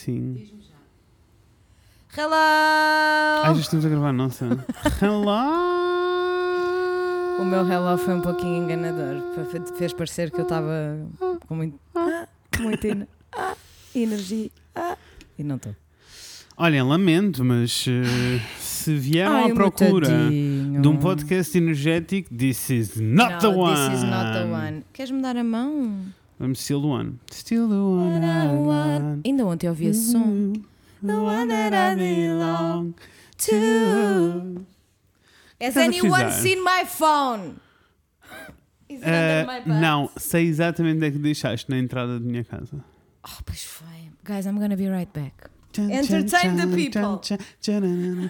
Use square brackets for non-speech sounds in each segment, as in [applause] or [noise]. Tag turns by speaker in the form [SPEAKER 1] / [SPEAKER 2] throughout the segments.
[SPEAKER 1] Assim. Ai, já
[SPEAKER 2] Hello!
[SPEAKER 1] estamos a gravar, nossa. Hello!
[SPEAKER 2] O meu hello foi um pouquinho enganador. Fe- fe- Fez parecer que eu estava com muito, ah, com muita ener- ah, [laughs] energia. ah, E não estou.
[SPEAKER 1] Olhem, lamento, mas eh, se vieram
[SPEAKER 2] Ai,
[SPEAKER 1] à
[SPEAKER 2] o meu
[SPEAKER 1] procura
[SPEAKER 2] tadinho.
[SPEAKER 1] de um podcast energético, this is not
[SPEAKER 2] No,
[SPEAKER 1] the one.
[SPEAKER 2] This is not the one. Queres-me dar a mão?
[SPEAKER 1] Vamos still the one. Still the one. Uhum. I want.
[SPEAKER 2] Ainda ontem ouvi esse som.
[SPEAKER 1] You, The one that I belong to.
[SPEAKER 2] Has
[SPEAKER 1] Estás a
[SPEAKER 2] anyone
[SPEAKER 1] precisar.
[SPEAKER 2] seen my phone? Is it
[SPEAKER 1] Eh,
[SPEAKER 2] under my butt?
[SPEAKER 1] não, sei exatamente onde é que deixaste na entrada da minha casa.
[SPEAKER 2] Oh, pois foi. Guys, I'm gonna be right back.
[SPEAKER 1] Entertain the people.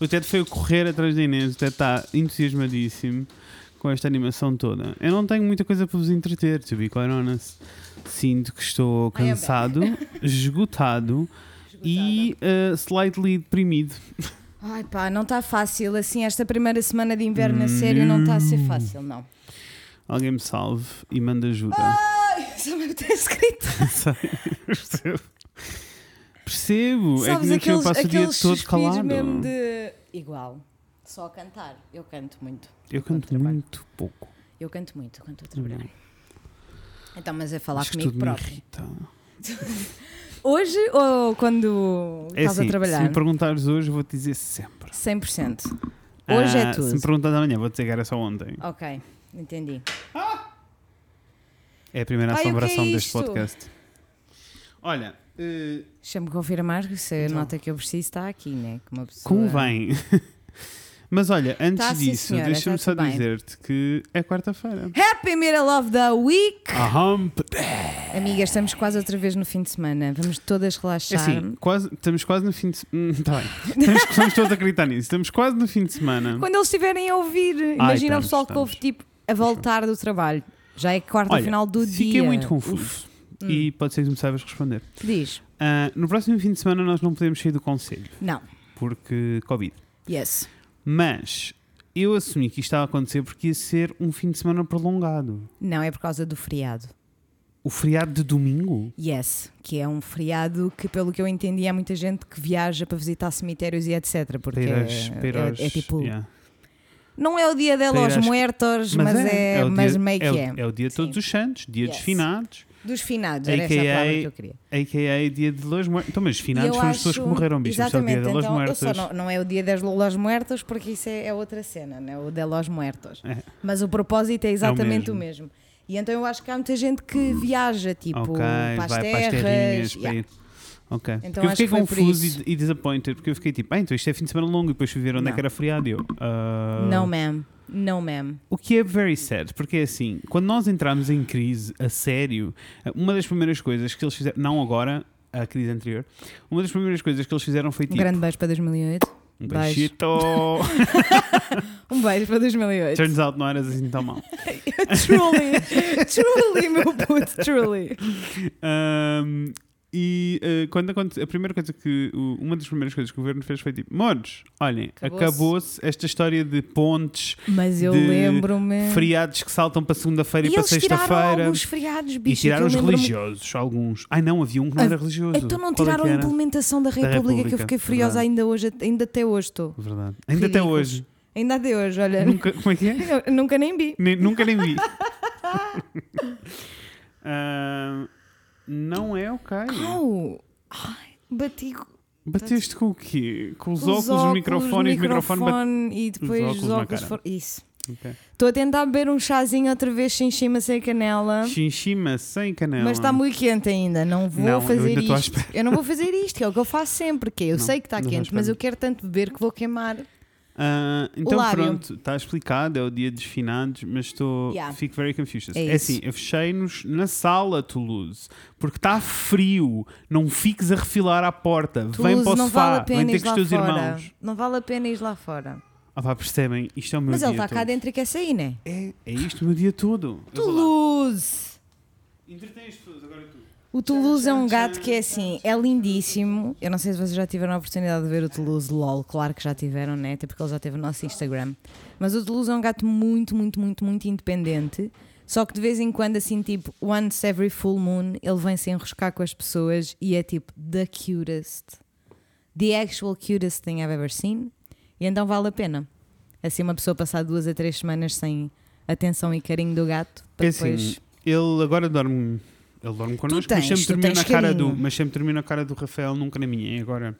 [SPEAKER 1] O Ted foi correr atrás da Inês. O Ted está entusiasmadíssimo com esta animação toda. Eu não tenho muita coisa para vos entreter, to be quite honest. Sinto que estou
[SPEAKER 2] I am back.
[SPEAKER 1] [laughs] cansado, esgotado e eh, slightly deprimido.
[SPEAKER 2] Ai pá, não está fácil assim. Esta primeira semana de inverno a sério não está a ser
[SPEAKER 1] Hum.
[SPEAKER 2] fácil, não.
[SPEAKER 1] Alguém me salve e manda ajuda.
[SPEAKER 2] Ai, só me tem escrito.
[SPEAKER 1] Sei, percebo. Percebo. é que
[SPEAKER 2] Sabes
[SPEAKER 1] não que eu
[SPEAKER 2] aqueles,
[SPEAKER 1] passo o dia
[SPEAKER 2] aqueles
[SPEAKER 1] todo
[SPEAKER 2] suspiros
[SPEAKER 1] calado.
[SPEAKER 2] mesmo de. Igual. Só a cantar. Eu canto muito.
[SPEAKER 1] Eu canto
[SPEAKER 2] trabalho.
[SPEAKER 1] muito pouco.
[SPEAKER 2] Eu canto muito quando estou a
[SPEAKER 1] Não,
[SPEAKER 2] trabalhar. Então, mas é falar
[SPEAKER 1] Hum. acho que
[SPEAKER 2] comigo
[SPEAKER 1] tudo me
[SPEAKER 2] próprio.
[SPEAKER 1] irrita.
[SPEAKER 2] Hoje ou quando
[SPEAKER 1] É
[SPEAKER 2] estás
[SPEAKER 1] assim,
[SPEAKER 2] a
[SPEAKER 1] se
[SPEAKER 2] trabalhar?
[SPEAKER 1] me perguntares hoje, eu vou-te dizer sempre.
[SPEAKER 2] 100%. Hoje é
[SPEAKER 1] Ah,
[SPEAKER 2] tudo.
[SPEAKER 1] Se me perguntares amanhã, vou-te dizer que era só ontem.
[SPEAKER 2] Ok, entendi.
[SPEAKER 1] É a primeira
[SPEAKER 2] Ai, o que é
[SPEAKER 1] assombração deste
[SPEAKER 2] isto?
[SPEAKER 1] podcast. Olha, eh,
[SPEAKER 2] Deixa-me confirmar que se a
[SPEAKER 1] Então.
[SPEAKER 2] nota que eu preciso está aqui, né? Que uma pessoa...
[SPEAKER 1] convém. [laughs] Mas olha, antes
[SPEAKER 2] Tá, sim,
[SPEAKER 1] disso,
[SPEAKER 2] senhora,
[SPEAKER 1] deixa-me
[SPEAKER 2] tá
[SPEAKER 1] só
[SPEAKER 2] tudo bem.
[SPEAKER 1] dizer-te que é quarta-feira.
[SPEAKER 2] Happy Middle of the Week!
[SPEAKER 1] A hump day.
[SPEAKER 2] Amigas, estamos quase outra vez no fim de semana. Vamos todas
[SPEAKER 1] É
[SPEAKER 2] relaxar.
[SPEAKER 1] assim, quase, estamos quase no fim de [laughs] semana. Tá bem. Estamos, estamos todos a acreditar nisso. Estamos quase no fim de semana.
[SPEAKER 2] Quando eles estiverem a ouvir, imagina
[SPEAKER 1] estamos,
[SPEAKER 2] o pessoal que
[SPEAKER 1] estamos.
[SPEAKER 2] ouve tipo a voltar do trabalho. Já é quarta
[SPEAKER 1] Olha,
[SPEAKER 2] final do dia. Hum.
[SPEAKER 1] Fiquei muito confuso. E pode ser que me saibas responder.
[SPEAKER 2] Diz.
[SPEAKER 1] Ah, no próximo fim de semana nós não podemos sair do conselho,
[SPEAKER 2] Não.
[SPEAKER 1] porque Covid.
[SPEAKER 2] Yes.
[SPEAKER 1] Mas eu assumi que isto estava a acontecer porque ia ser um fim de semana prolongado.
[SPEAKER 2] Não é por causa do feriado.
[SPEAKER 1] O feriado de domingo?
[SPEAKER 2] Yes, que é um feriado que, pelo que eu entendi, há muita gente que viaja para visitar cemitérios e etc. Porque é-
[SPEAKER 1] Peiras,
[SPEAKER 2] é-
[SPEAKER 1] peiras,
[SPEAKER 2] é, tipo.
[SPEAKER 1] yeah.
[SPEAKER 2] Não é o dia de los
[SPEAKER 1] Peiras-
[SPEAKER 2] muertos, mas, é,
[SPEAKER 1] o
[SPEAKER 2] mas
[SPEAKER 1] dia-
[SPEAKER 2] meio que
[SPEAKER 1] o-
[SPEAKER 2] é.
[SPEAKER 1] É o dia de todos
[SPEAKER 2] Sim.
[SPEAKER 1] os santos, dia dos
[SPEAKER 2] Yes.
[SPEAKER 1] finados,
[SPEAKER 2] Dos finados, era essa a
[SPEAKER 1] AKA
[SPEAKER 2] palavra que eu queria.
[SPEAKER 1] a.k.a. dia de los muertos. Então, mas finados
[SPEAKER 2] Eu
[SPEAKER 1] foram as pessoas que
[SPEAKER 2] acho-
[SPEAKER 1] morreram, bicho. Isto é o dia
[SPEAKER 2] Exatamente,
[SPEAKER 1] de los
[SPEAKER 2] então, eu
[SPEAKER 1] muertos.
[SPEAKER 2] só não, não é o dia das Lolas Muertas, porque isso é, é outra cena, né? o de Los Muertos.
[SPEAKER 1] É.
[SPEAKER 2] Mas o propósito é exatamente
[SPEAKER 1] mesmo.
[SPEAKER 2] o, mesmo. E então eu acho que há muita gente que viaja, tipo,
[SPEAKER 1] ok,
[SPEAKER 2] para as
[SPEAKER 1] vai
[SPEAKER 2] terras.
[SPEAKER 1] para as terrinhas.
[SPEAKER 2] yeah.
[SPEAKER 1] Para ir. Ok.
[SPEAKER 2] Então
[SPEAKER 1] Porque eu
[SPEAKER 2] acho
[SPEAKER 1] fiquei
[SPEAKER 2] que foi por
[SPEAKER 1] confuso
[SPEAKER 2] isso.
[SPEAKER 1] e, e disappointed, porque eu fiquei tipo, ah, então isto é fim de semana longo e depois fui ver onde é
[SPEAKER 2] Não.
[SPEAKER 1] que era feriado. e Eu, ah.
[SPEAKER 2] Não, ma'am. Não, ma'am. Um
[SPEAKER 1] O que é very sad, porque é assim, quando nós entramos em crise a sério, uma das primeiras coisas que eles fizeram, não agora, a crise anterior, uma das primeiras coisas que eles fizeram foi
[SPEAKER 2] Um
[SPEAKER 1] tipo,
[SPEAKER 2] grande beijo para 2008.
[SPEAKER 1] um
[SPEAKER 2] beijo.
[SPEAKER 1] beijito.
[SPEAKER 2] Um beijo [laughs] para
[SPEAKER 1] [laughs]
[SPEAKER 2] 2008.
[SPEAKER 1] Turns out não eras assim tão mal.
[SPEAKER 2] truly, truly, meu puto, truly.
[SPEAKER 1] Ahm, e ah, quando aconte- a primeira coisa que o- uma das primeiras coisas que o governo fez foi tipo, Mores, olhem,
[SPEAKER 2] Acabou-se.
[SPEAKER 1] acabou-se esta história de pontes,
[SPEAKER 2] Mas eu
[SPEAKER 1] De
[SPEAKER 2] lembro-me.
[SPEAKER 1] feriados que saltam para segunda-feira e,
[SPEAKER 2] É. E
[SPEAKER 1] para
[SPEAKER 2] eles tiraram
[SPEAKER 1] sexta-feira
[SPEAKER 2] alguns feriados, bicho.
[SPEAKER 1] e tiraram
[SPEAKER 2] que
[SPEAKER 1] os
[SPEAKER 2] eu lembro-me
[SPEAKER 1] religiosos, alguns. Ai não, havia um que não
[SPEAKER 2] Ah,
[SPEAKER 1] era religioso.
[SPEAKER 2] Então
[SPEAKER 1] Qual
[SPEAKER 2] não
[SPEAKER 1] é que
[SPEAKER 2] tiraram a
[SPEAKER 1] era?
[SPEAKER 2] implementação da República, que eu
[SPEAKER 1] República,
[SPEAKER 2] fiquei furiosa
[SPEAKER 1] verdade.
[SPEAKER 2] ainda hoje, ainda até hoje estou.
[SPEAKER 1] É Verdade. Ainda até
[SPEAKER 2] Ridículos.
[SPEAKER 1] hoje.
[SPEAKER 2] Ainda até hoje, olha.
[SPEAKER 1] Nunca, como é que é?
[SPEAKER 2] [laughs] Eu nunca nem vi.
[SPEAKER 1] Nem- nunca nem
[SPEAKER 2] [laughs]
[SPEAKER 1] vi. Ah, não é ok.
[SPEAKER 2] Au! Ai, bati com
[SPEAKER 1] Bateste com o quê? Com os,
[SPEAKER 2] os
[SPEAKER 1] óculos, o microfone e o microfone bate-
[SPEAKER 2] microfone e depois
[SPEAKER 1] óculos
[SPEAKER 2] os óculos,
[SPEAKER 1] na cara.
[SPEAKER 2] foram- Isso.
[SPEAKER 1] Ok.
[SPEAKER 2] Estou a tentar beber um chazinho outra vez sem cima, sem canela.
[SPEAKER 1] Chinchima sem canela.
[SPEAKER 2] Mas tá está muito quente ainda, não vou
[SPEAKER 1] Não, eu
[SPEAKER 2] fazer
[SPEAKER 1] ainda estou à
[SPEAKER 2] isto. Eu não vou fazer isto, que é o que eu faço sempre, que é eu
[SPEAKER 1] Não,
[SPEAKER 2] sei que está
[SPEAKER 1] não vais
[SPEAKER 2] quente,
[SPEAKER 1] para
[SPEAKER 2] mas
[SPEAKER 1] mim.
[SPEAKER 2] eu quero tanto beber que vou queimar.
[SPEAKER 1] Ah, então
[SPEAKER 2] lábio.
[SPEAKER 1] pronto, está explicado, é o dia dos finados, mas estou.
[SPEAKER 2] Yeah.
[SPEAKER 1] Fico very confused.
[SPEAKER 2] É
[SPEAKER 1] É,
[SPEAKER 2] isso.
[SPEAKER 1] assim, eu fechei-nos na sala, Toulouse, porque está frio, não fiques a refilar à porta, vem
[SPEAKER 2] Toulouse,
[SPEAKER 1] para o
[SPEAKER 2] não
[SPEAKER 1] sofá,
[SPEAKER 2] vale a pena
[SPEAKER 1] vem ter
[SPEAKER 2] ir
[SPEAKER 1] com os
[SPEAKER 2] lá
[SPEAKER 1] teus
[SPEAKER 2] fora.
[SPEAKER 1] irmãos.
[SPEAKER 2] Não vale a pena ir lá fora.
[SPEAKER 1] Ah, pá, percebem, isto é o meu
[SPEAKER 2] Mas
[SPEAKER 1] dia.
[SPEAKER 2] ele está cá
[SPEAKER 1] todo.
[SPEAKER 2] dentro e quer sair, né?
[SPEAKER 1] É, é isto o meu dia todo. Eu vou lá.
[SPEAKER 2] Toulouse!
[SPEAKER 1] Entretém as pessoas, agora tu.
[SPEAKER 2] O Toulouse é um gato que é assim, é lindíssimo. Eu não sei se vocês já tiveram a oportunidade de ver o Toulouse LOL, claro que já tiveram, né? Até porque ele já teve o nosso Instagram. Mas o Toulouse é um gato muito, muito, muito, muito independente. Só que de vez em quando, assim, tipo, once every full moon, ele vem se enroscar com as pessoas e é tipo the cutest. The actual cutest thing I've ever seen. E então vale a pena. Assim, uma pessoa passar duas a três semanas sem atenção e carinho do gato, para
[SPEAKER 1] É
[SPEAKER 2] depois.
[SPEAKER 1] assim, ele agora dorme. Ele dorme connosco, mas
[SPEAKER 2] tens,
[SPEAKER 1] sempre
[SPEAKER 2] tu
[SPEAKER 1] dormiu
[SPEAKER 2] tens
[SPEAKER 1] na cara do.
[SPEAKER 2] carinho.
[SPEAKER 1] Mas sempre dormiu na cara do Rafael, nunca na minha. E agora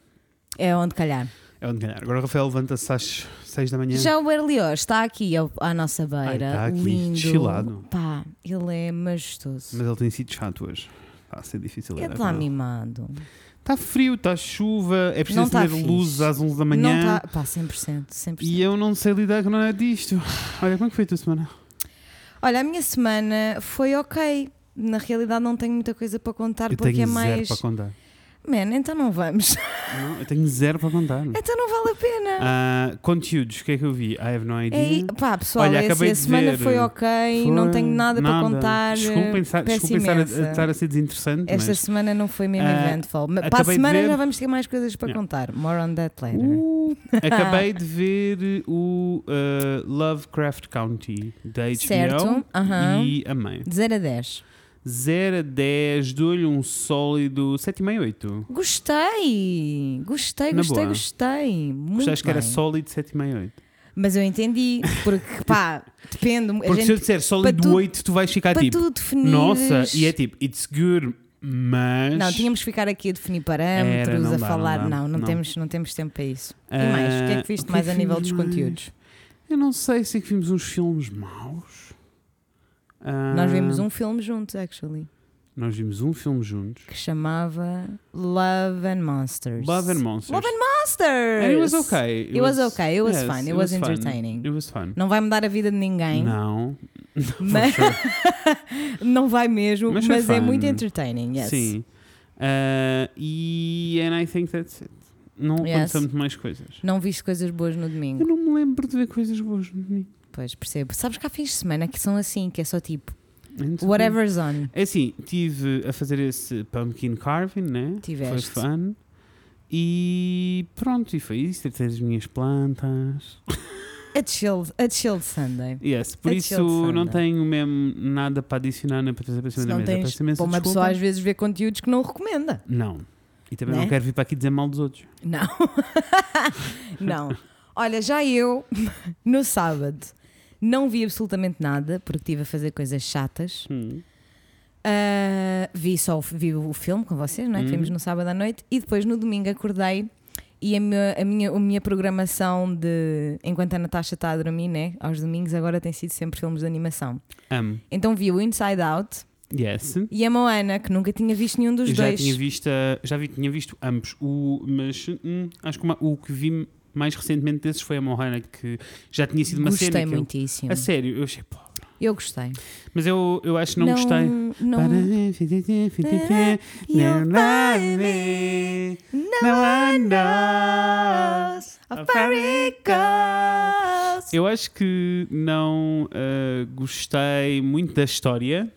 [SPEAKER 2] É onde calhar.
[SPEAKER 1] é onde ganhar. Agora o Rafael levanta-se às 6 da manhã.
[SPEAKER 2] Já o Berlioz está aqui ao- à nossa beira.
[SPEAKER 1] Ai, está aqui,
[SPEAKER 2] lindo.
[SPEAKER 1] chilado.
[SPEAKER 2] Pá, ele é majestoso.
[SPEAKER 1] Mas ele tem sido chato hoje. Está a ser difícil
[SPEAKER 2] Ele
[SPEAKER 1] lidar
[SPEAKER 2] está
[SPEAKER 1] com ele. é
[SPEAKER 2] mimado.
[SPEAKER 1] Está frio, está chuva, é preciso
[SPEAKER 2] Não tá
[SPEAKER 1] ter
[SPEAKER 2] fixe.
[SPEAKER 1] luzes às 11 da
[SPEAKER 2] Não
[SPEAKER 1] manhã.
[SPEAKER 2] tá, pá, 100%. 100%.
[SPEAKER 1] E eu não sei lidar com nada disto. Olha, como é que foi a tua semana?
[SPEAKER 2] Olha, a minha semana foi ok. Na realidade, não tenho muita coisa para contar
[SPEAKER 1] eu
[SPEAKER 2] porque
[SPEAKER 1] tenho
[SPEAKER 2] é
[SPEAKER 1] zero
[SPEAKER 2] mais.
[SPEAKER 1] para contar.
[SPEAKER 2] Man, então não vamos. [laughs]
[SPEAKER 1] Não, eu tenho zero para contar.
[SPEAKER 2] então não vale a pena.
[SPEAKER 1] Ah, conteúdos, o que é que eu vi? I have no idea.
[SPEAKER 2] É, i- pá, pessoal,
[SPEAKER 1] Olha,
[SPEAKER 2] é assim,
[SPEAKER 1] acabei
[SPEAKER 2] a
[SPEAKER 1] de
[SPEAKER 2] semana
[SPEAKER 1] ver. eh,
[SPEAKER 2] foi ok, não
[SPEAKER 1] Foi
[SPEAKER 2] tenho nada, para contar. eh,
[SPEAKER 1] Desculpem, sa-
[SPEAKER 2] Peço
[SPEAKER 1] desculpem estar, a,
[SPEAKER 2] imensa.
[SPEAKER 1] estar a ser desinteressante.
[SPEAKER 2] Esta
[SPEAKER 1] mas...
[SPEAKER 2] semana não foi mesmo
[SPEAKER 1] Ah,
[SPEAKER 2] eventful. Mas para a
[SPEAKER 1] acabei de
[SPEAKER 2] semana
[SPEAKER 1] ver-
[SPEAKER 2] já vamos ter mais coisas para
[SPEAKER 1] Yeah.
[SPEAKER 2] contar. More on that later.
[SPEAKER 1] Uh, [laughs] acabei
[SPEAKER 2] [laughs]
[SPEAKER 1] de ver o ah, Lovecraft County da HBO
[SPEAKER 2] certo? Aham.
[SPEAKER 1] e amei.
[SPEAKER 2] De 0 a 10.
[SPEAKER 1] 0 a 10, dou-lhe um sólido 7,5, 8.
[SPEAKER 2] Gostei! Gostei,
[SPEAKER 1] Na
[SPEAKER 2] gostei,
[SPEAKER 1] boa.
[SPEAKER 2] gostei. Muito
[SPEAKER 1] Gostaste que era
[SPEAKER 2] bem.
[SPEAKER 1] sólido 7,5, 8?
[SPEAKER 2] Mas eu entendi,
[SPEAKER 1] [laughs]
[SPEAKER 2] porque pá, depende. a
[SPEAKER 1] Porque se eu
[SPEAKER 2] gente,
[SPEAKER 1] disser sólido
[SPEAKER 2] para tu-
[SPEAKER 1] 8, tu vais ficar
[SPEAKER 2] para
[SPEAKER 1] tipo.
[SPEAKER 2] tu definires.
[SPEAKER 1] Nossa, e é tipo, it's good, mas.
[SPEAKER 2] Não, tínhamos que ficar aqui a definir parâmetros,
[SPEAKER 1] Era, não
[SPEAKER 2] a
[SPEAKER 1] dá,
[SPEAKER 2] falar.
[SPEAKER 1] não dá.
[SPEAKER 2] não, não,
[SPEAKER 1] Não.
[SPEAKER 2] Temos, não temos tempo para isso. E
[SPEAKER 1] Ah,
[SPEAKER 2] mais? O que é que viste
[SPEAKER 1] o que é
[SPEAKER 2] mais a
[SPEAKER 1] que
[SPEAKER 2] nível
[SPEAKER 1] vimos
[SPEAKER 2] dos
[SPEAKER 1] mais?
[SPEAKER 2] conteúdos?
[SPEAKER 1] Eu não sei se é que vimos uns filmes maus. Ah,
[SPEAKER 2] Nós vimos um filme juntos, actually,
[SPEAKER 1] Nós vimos um filme juntos.
[SPEAKER 2] que chamava Love and Monsters.
[SPEAKER 1] Love and Monsters.
[SPEAKER 2] Love and Monsters!
[SPEAKER 1] And it was okay.
[SPEAKER 2] It was okay, it was fun, it was
[SPEAKER 1] fun.
[SPEAKER 2] entertaining.
[SPEAKER 1] It was fun.
[SPEAKER 2] Não vai mudar a vida de ninguém.
[SPEAKER 1] Não.
[SPEAKER 2] Mas- Né? [laughs] não vai mesmo, mas,
[SPEAKER 1] Mas foi
[SPEAKER 2] é
[SPEAKER 1] fun.
[SPEAKER 2] muito entertaining, yes.
[SPEAKER 1] Sim. Ah, e. And I think that's it. Não
[SPEAKER 2] Yes.
[SPEAKER 1] aconteceu muito mais coisas.
[SPEAKER 2] Não viste coisas boas no domingo.
[SPEAKER 1] Eu não me lembro de ver coisas boas no domingo.
[SPEAKER 2] Pois, percebo. Sabes que há fins de semana que são assim, que é só tipo,
[SPEAKER 1] Então-
[SPEAKER 2] whatever's on.
[SPEAKER 1] É assim, estive a fazer esse pumpkin carving, né?
[SPEAKER 2] Tiveste.
[SPEAKER 1] Foi fun. E pronto, e foi isso. Tratei as minhas plantas.
[SPEAKER 2] A chilled, a chilled Sunday.
[SPEAKER 1] Yes, por
[SPEAKER 2] A
[SPEAKER 1] isso
[SPEAKER 2] chilled
[SPEAKER 1] não
[SPEAKER 2] Sunday.
[SPEAKER 1] tenho mesmo nada para adicionar nem para trazer para cima
[SPEAKER 2] né? Se
[SPEAKER 1] da
[SPEAKER 2] não
[SPEAKER 1] mesa.
[SPEAKER 2] tens,
[SPEAKER 1] Peço imensa
[SPEAKER 2] para uma
[SPEAKER 1] desculpa.
[SPEAKER 2] pessoa às vezes ver conteúdos que não recomenda.
[SPEAKER 1] Não. E também não
[SPEAKER 2] Né?
[SPEAKER 1] quero vir para aqui dizer mal dos outros.
[SPEAKER 2] Não. [laughs] não. Olha, já eu, [laughs] no sábado, não vi absolutamente nada, porque estive a fazer coisas chatas. Ah, vi só o, vi o filme com vocês, não é? Que
[SPEAKER 1] Uhum.
[SPEAKER 2] vimos no sábado à noite. E depois, no domingo, acordei e a minha, a minha, a minha programação de... Enquanto a Natasha está a dormir, né? Aos domingos, agora tem sido sempre filmes de animação.
[SPEAKER 1] Amo.
[SPEAKER 2] Então vi o Inside Out
[SPEAKER 1] Yes.
[SPEAKER 2] e a Moana, que nunca tinha visto nenhum dos
[SPEAKER 1] Eu já
[SPEAKER 2] dois.
[SPEAKER 1] tinha visto, a- já vi, tinha visto ambos. O, mas hum, acho que uma- o que vi mais recentemente desses foi a Moana, que já tinha sido uma
[SPEAKER 2] gostei
[SPEAKER 1] cena. que eu-
[SPEAKER 2] muitíssimo.
[SPEAKER 1] a sério, eu achei pobre.
[SPEAKER 2] Eu gostei.
[SPEAKER 1] Mas eu, eu acho que não, gostei.
[SPEAKER 2] Não, You'll find me. No one knows how far it goes.
[SPEAKER 1] Eu acho que não ah, gostei muito da história.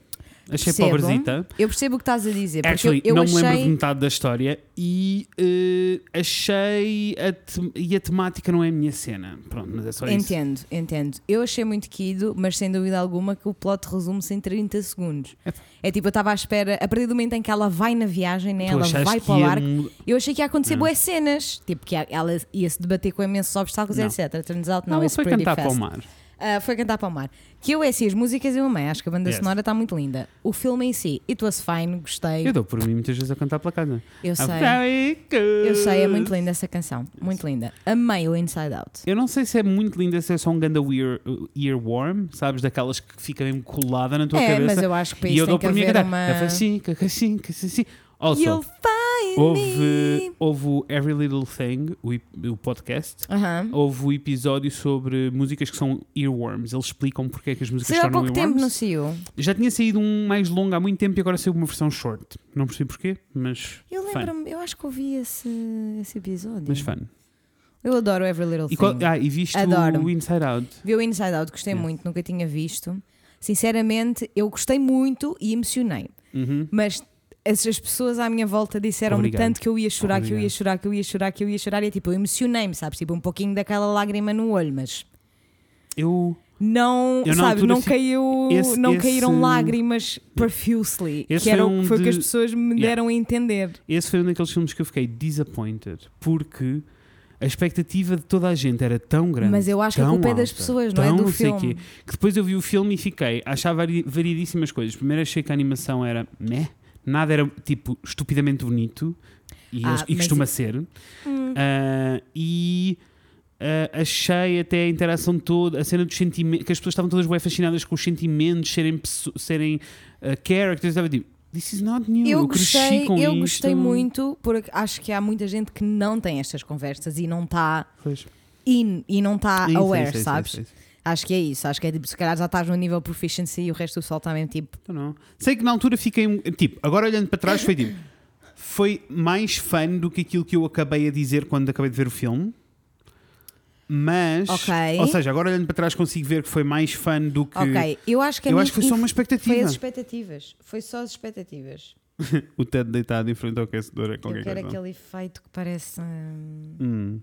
[SPEAKER 1] Achei
[SPEAKER 2] Percebo.
[SPEAKER 1] pobrezita.
[SPEAKER 2] Eu percebo o que estás a dizer, É porque
[SPEAKER 1] Actually,
[SPEAKER 2] eu, eu
[SPEAKER 1] não me lembro
[SPEAKER 2] achei.
[SPEAKER 1] de metade da história e eh, achei a te- e a temática não é a minha cena. Pronto, mas é só isso.
[SPEAKER 2] Entendo, entendo. Eu achei muito quido, mas sem dúvida alguma que o plot resume-se em 30 segundos.
[SPEAKER 1] Epá.
[SPEAKER 2] É tipo, eu estava à espera, a partir do momento em que ela vai na viagem, né?
[SPEAKER 1] Tu
[SPEAKER 2] ela
[SPEAKER 1] achaste
[SPEAKER 2] vai
[SPEAKER 1] que
[SPEAKER 2] para o
[SPEAKER 1] ia É.
[SPEAKER 2] barco,
[SPEAKER 1] mu-
[SPEAKER 2] eu achei que ia acontecer boas cenas, tipo que ela ia se debater com imensos obstáculos,
[SPEAKER 1] Não.
[SPEAKER 2] etc. Turns out,
[SPEAKER 1] Não,
[SPEAKER 2] não,
[SPEAKER 1] ela
[SPEAKER 2] it's
[SPEAKER 1] foi
[SPEAKER 2] pretty
[SPEAKER 1] cantar
[SPEAKER 2] fast.
[SPEAKER 1] para o mar.
[SPEAKER 2] Ah, foi cantar para o mar. Que eu é assim, as músicas eu amei, acho que a banda
[SPEAKER 1] Yes.
[SPEAKER 2] sonora está muito linda. O filme em si, it was fine, gostei.
[SPEAKER 1] Eu Ah, dou por mim muitas vezes a cantar pela casa.
[SPEAKER 2] Eu sei, eu
[SPEAKER 1] Eu
[SPEAKER 2] sei, é muito linda essa canção, muito linda. Amei o Inside Out.
[SPEAKER 1] Eu não sei se é muito linda, se é só um ganda ear, earworm, sabes? Daquelas que fica mesmo colada na tua
[SPEAKER 2] é,
[SPEAKER 1] cabeça.
[SPEAKER 2] mas eu acho que para
[SPEAKER 1] e
[SPEAKER 2] isso
[SPEAKER 1] eu
[SPEAKER 2] tem
[SPEAKER 1] dou
[SPEAKER 2] que
[SPEAKER 1] por mim a
[SPEAKER 2] haver
[SPEAKER 1] cantar. assim,
[SPEAKER 2] uma.
[SPEAKER 1] Cacaxinca, cacaxinca, cacaxinca. Also,
[SPEAKER 2] You'll find
[SPEAKER 1] houve,
[SPEAKER 2] me.
[SPEAKER 1] houve o Every Little Thing, o, ep- o podcast.
[SPEAKER 2] Aham.
[SPEAKER 1] Houve o episódio sobre músicas que são earworms. Eles explicam porque é que as músicas
[SPEAKER 2] Saiu há
[SPEAKER 1] tornam
[SPEAKER 2] pouco tempo no
[SPEAKER 1] earworms.
[SPEAKER 2] CEO.
[SPEAKER 1] Já tinha saído um mais longo há muito tempo e agora saiu uma versão short. Não percebi porquê, mas.
[SPEAKER 2] Eu
[SPEAKER 1] fun.
[SPEAKER 2] lembro-me, eu acho que ouvi esse, esse episódio.
[SPEAKER 1] Mas fun.
[SPEAKER 2] Eu adoro Every Little
[SPEAKER 1] E
[SPEAKER 2] Thing.
[SPEAKER 1] qual- ah, e viste
[SPEAKER 2] Adoro.
[SPEAKER 1] o Inside Out.
[SPEAKER 2] Vi o Inside Out, gostei
[SPEAKER 1] Yeah.
[SPEAKER 2] muito, nunca tinha visto. Sinceramente, eu gostei muito e emocionei.
[SPEAKER 1] Uhum.
[SPEAKER 2] Mas as, as pessoas à minha volta disseram-me
[SPEAKER 1] Obrigado.
[SPEAKER 2] tanto que eu ia chorar, que eu ia
[SPEAKER 1] Obrigado.
[SPEAKER 2] chorar, que eu ia chorar, que eu ia chorar, e é tipo, eu emocionei-me, sabes? Tipo, um pouquinho daquela lágrima no olho, mas
[SPEAKER 1] Eu.
[SPEAKER 2] não,
[SPEAKER 1] Eu, na
[SPEAKER 2] sabe,
[SPEAKER 1] altura,
[SPEAKER 2] não,
[SPEAKER 1] assim,
[SPEAKER 2] caiu,
[SPEAKER 1] esse-
[SPEAKER 2] não
[SPEAKER 1] esse-
[SPEAKER 2] caíram lágrimas profusely,
[SPEAKER 1] Esse
[SPEAKER 2] que era
[SPEAKER 1] foi
[SPEAKER 2] o
[SPEAKER 1] um
[SPEAKER 2] que foi o que as
[SPEAKER 1] de-
[SPEAKER 2] pessoas me
[SPEAKER 1] Yeah.
[SPEAKER 2] deram a entender.
[SPEAKER 1] Esse foi um daqueles filmes que eu fiquei disappointed porque a expectativa de toda a gente era tão grande.
[SPEAKER 2] Mas eu acho que a
[SPEAKER 1] tão
[SPEAKER 2] culpa é das
[SPEAKER 1] alta,
[SPEAKER 2] pessoas, não é
[SPEAKER 1] tão
[SPEAKER 2] do
[SPEAKER 1] sei
[SPEAKER 2] filme.
[SPEAKER 1] quê, que depois eu vi o filme e fiquei a achar vari- variedíssimas coisas. Primeiro achei que a animação era meh, nada era tipo estupidamente bonito e,
[SPEAKER 2] Ah,
[SPEAKER 1] eles- e
[SPEAKER 2] mas
[SPEAKER 1] costuma
[SPEAKER 2] e-
[SPEAKER 1] ser.
[SPEAKER 2] Hum.
[SPEAKER 1] Ah, e ah, achei até a interação toda, a cena dos sentimentos, que as pessoas estavam todas bem fascinadas com os sentimentos, serem, pesso- serem ah, characters, estava tipo. This is not new.
[SPEAKER 2] Eu
[SPEAKER 1] cresci
[SPEAKER 2] gostei,
[SPEAKER 1] com
[SPEAKER 2] eu
[SPEAKER 1] isto.
[SPEAKER 2] gostei muito, porque acho que há muita gente que não tem estas conversas e não está
[SPEAKER 1] Pois.
[SPEAKER 2] in e não está
[SPEAKER 1] Sim, sim,
[SPEAKER 2] Ah, aware,
[SPEAKER 1] sim, sim,
[SPEAKER 2] sabes?
[SPEAKER 1] sim, sim.
[SPEAKER 2] Acho que é isso, acho que é tipo, se calhar já estás no nível proficiency e o resto do sol também tipo.
[SPEAKER 1] Então não. Sei que na altura fiquei. um- Tipo, agora olhando para trás, foi tipo. Foi mais fã do que aquilo que eu acabei a dizer quando acabei de ver o filme. Mas.
[SPEAKER 2] Ok.
[SPEAKER 1] Ou seja, agora olhando para trás consigo ver que foi mais fã do que.
[SPEAKER 2] Ok, eu acho que a
[SPEAKER 1] Eu
[SPEAKER 2] mim
[SPEAKER 1] acho que foi só
[SPEAKER 2] inf-
[SPEAKER 1] uma expectativa.
[SPEAKER 2] Foi as expectativas, foi só as expectativas.
[SPEAKER 1] O Ted deitado em frente ao aquecedor é
[SPEAKER 2] eu
[SPEAKER 1] qualquer
[SPEAKER 2] quero
[SPEAKER 1] coisa.
[SPEAKER 2] aquele efeito que parece. hum,
[SPEAKER 1] Hum.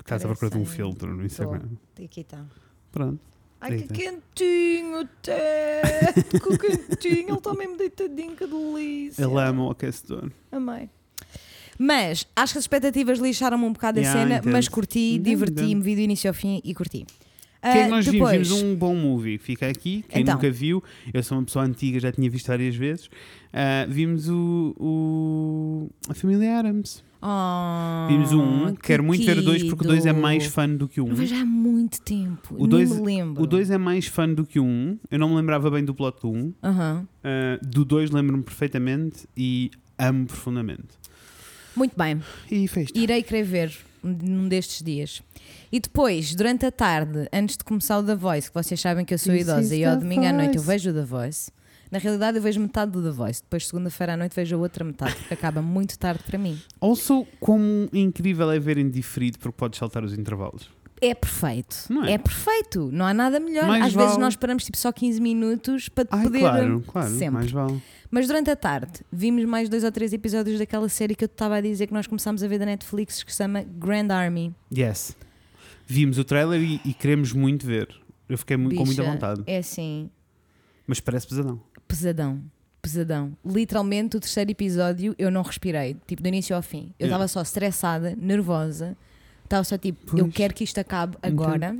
[SPEAKER 1] Estás à
[SPEAKER 2] Parece
[SPEAKER 1] procura de um
[SPEAKER 2] em-
[SPEAKER 1] filtro no Instagram.
[SPEAKER 2] e aqui está.
[SPEAKER 1] Pronto.
[SPEAKER 2] Ai que
[SPEAKER 1] Deita.
[SPEAKER 2] quentinho, Ted! que quentinho, ele está mesmo deitadinho, que delícia!
[SPEAKER 1] Ele ama o aquecedor.
[SPEAKER 2] Amei. Mas acho que as expectativas lixaram-me um bocado
[SPEAKER 1] Yeah,
[SPEAKER 2] a cena,
[SPEAKER 1] entendo.
[SPEAKER 2] mas curti,
[SPEAKER 1] Entendo,
[SPEAKER 2] diverti-me,
[SPEAKER 1] entendo.
[SPEAKER 2] vi do início ao fim e curti.
[SPEAKER 1] O que é
[SPEAKER 2] Ah,
[SPEAKER 1] que nós vimos?
[SPEAKER 2] depois,
[SPEAKER 1] Vimos um bom movie. Fica aqui. Quem
[SPEAKER 2] Então.
[SPEAKER 1] nunca viu, eu sou uma pessoa antiga, já tinha visto várias vezes. Ah, vimos o, o- A Família Adams.
[SPEAKER 2] Oh,
[SPEAKER 1] Vimos o 1.
[SPEAKER 2] que
[SPEAKER 1] Quero muito ver o 2 porque o 2 é
[SPEAKER 2] querido.
[SPEAKER 1] mais fã do que o
[SPEAKER 2] Não
[SPEAKER 1] 1.
[SPEAKER 2] vejo há muito tempo.
[SPEAKER 1] O
[SPEAKER 2] O
[SPEAKER 1] dois-
[SPEAKER 2] me lembro.
[SPEAKER 1] O 2 é mais fã do que o 1. Eu não me lembrava bem do plot do 1.
[SPEAKER 2] Aham.
[SPEAKER 1] Ah, do 2 lembro-me perfeitamente e amo profundamente.
[SPEAKER 2] Muito bem.
[SPEAKER 1] E fez isto.
[SPEAKER 2] Irei querer ver num destes dias. E depois, durante a tarde, antes de começar o The Voice, que vocês sabem que eu sou
[SPEAKER 1] This is
[SPEAKER 2] idosa e ao
[SPEAKER 1] The
[SPEAKER 2] domingo à noite eu
[SPEAKER 1] Voice.
[SPEAKER 2] vejo o The Voice. Na realidade, eu vejo metade do The Voice. Depois, segunda-feira à noite, vejo a outra metade, porque acaba muito tarde para mim.
[SPEAKER 1] Also, como incrível é verem diferido porque podes saltar os intervalos.
[SPEAKER 2] É perfeito.
[SPEAKER 1] Não
[SPEAKER 2] é?
[SPEAKER 1] é?
[SPEAKER 2] perfeito. Não há nada melhor.
[SPEAKER 1] Mais
[SPEAKER 2] Às
[SPEAKER 1] vale-
[SPEAKER 2] vezes nós paramos tipo só 15 minutos para te
[SPEAKER 1] Ai,
[SPEAKER 2] poder. eh,
[SPEAKER 1] claro, claro,
[SPEAKER 2] sempre.
[SPEAKER 1] mais vale.
[SPEAKER 2] Mas durante a tarde vimos mais dois ou três episódios daquela série que eu te estava a dizer que nós começámos a ver da Netflix que se chama Grand Army.
[SPEAKER 1] Yes. Vimos o trailer e, e queremos muito ver. Eu fiquei muito, com muita
[SPEAKER 2] Bicha,
[SPEAKER 1] vontade.
[SPEAKER 2] É assim,
[SPEAKER 1] Mas parece pesadão.
[SPEAKER 2] pesadão. Pesadão. Literalmente, o terceiro episódio eu não respirei, tipo do início ao fim.
[SPEAKER 1] Yeah.
[SPEAKER 2] Eu estava só estressada, nervosa. Estava só tipo, eu
[SPEAKER 1] Pois.
[SPEAKER 2] quero que isto acabe agora.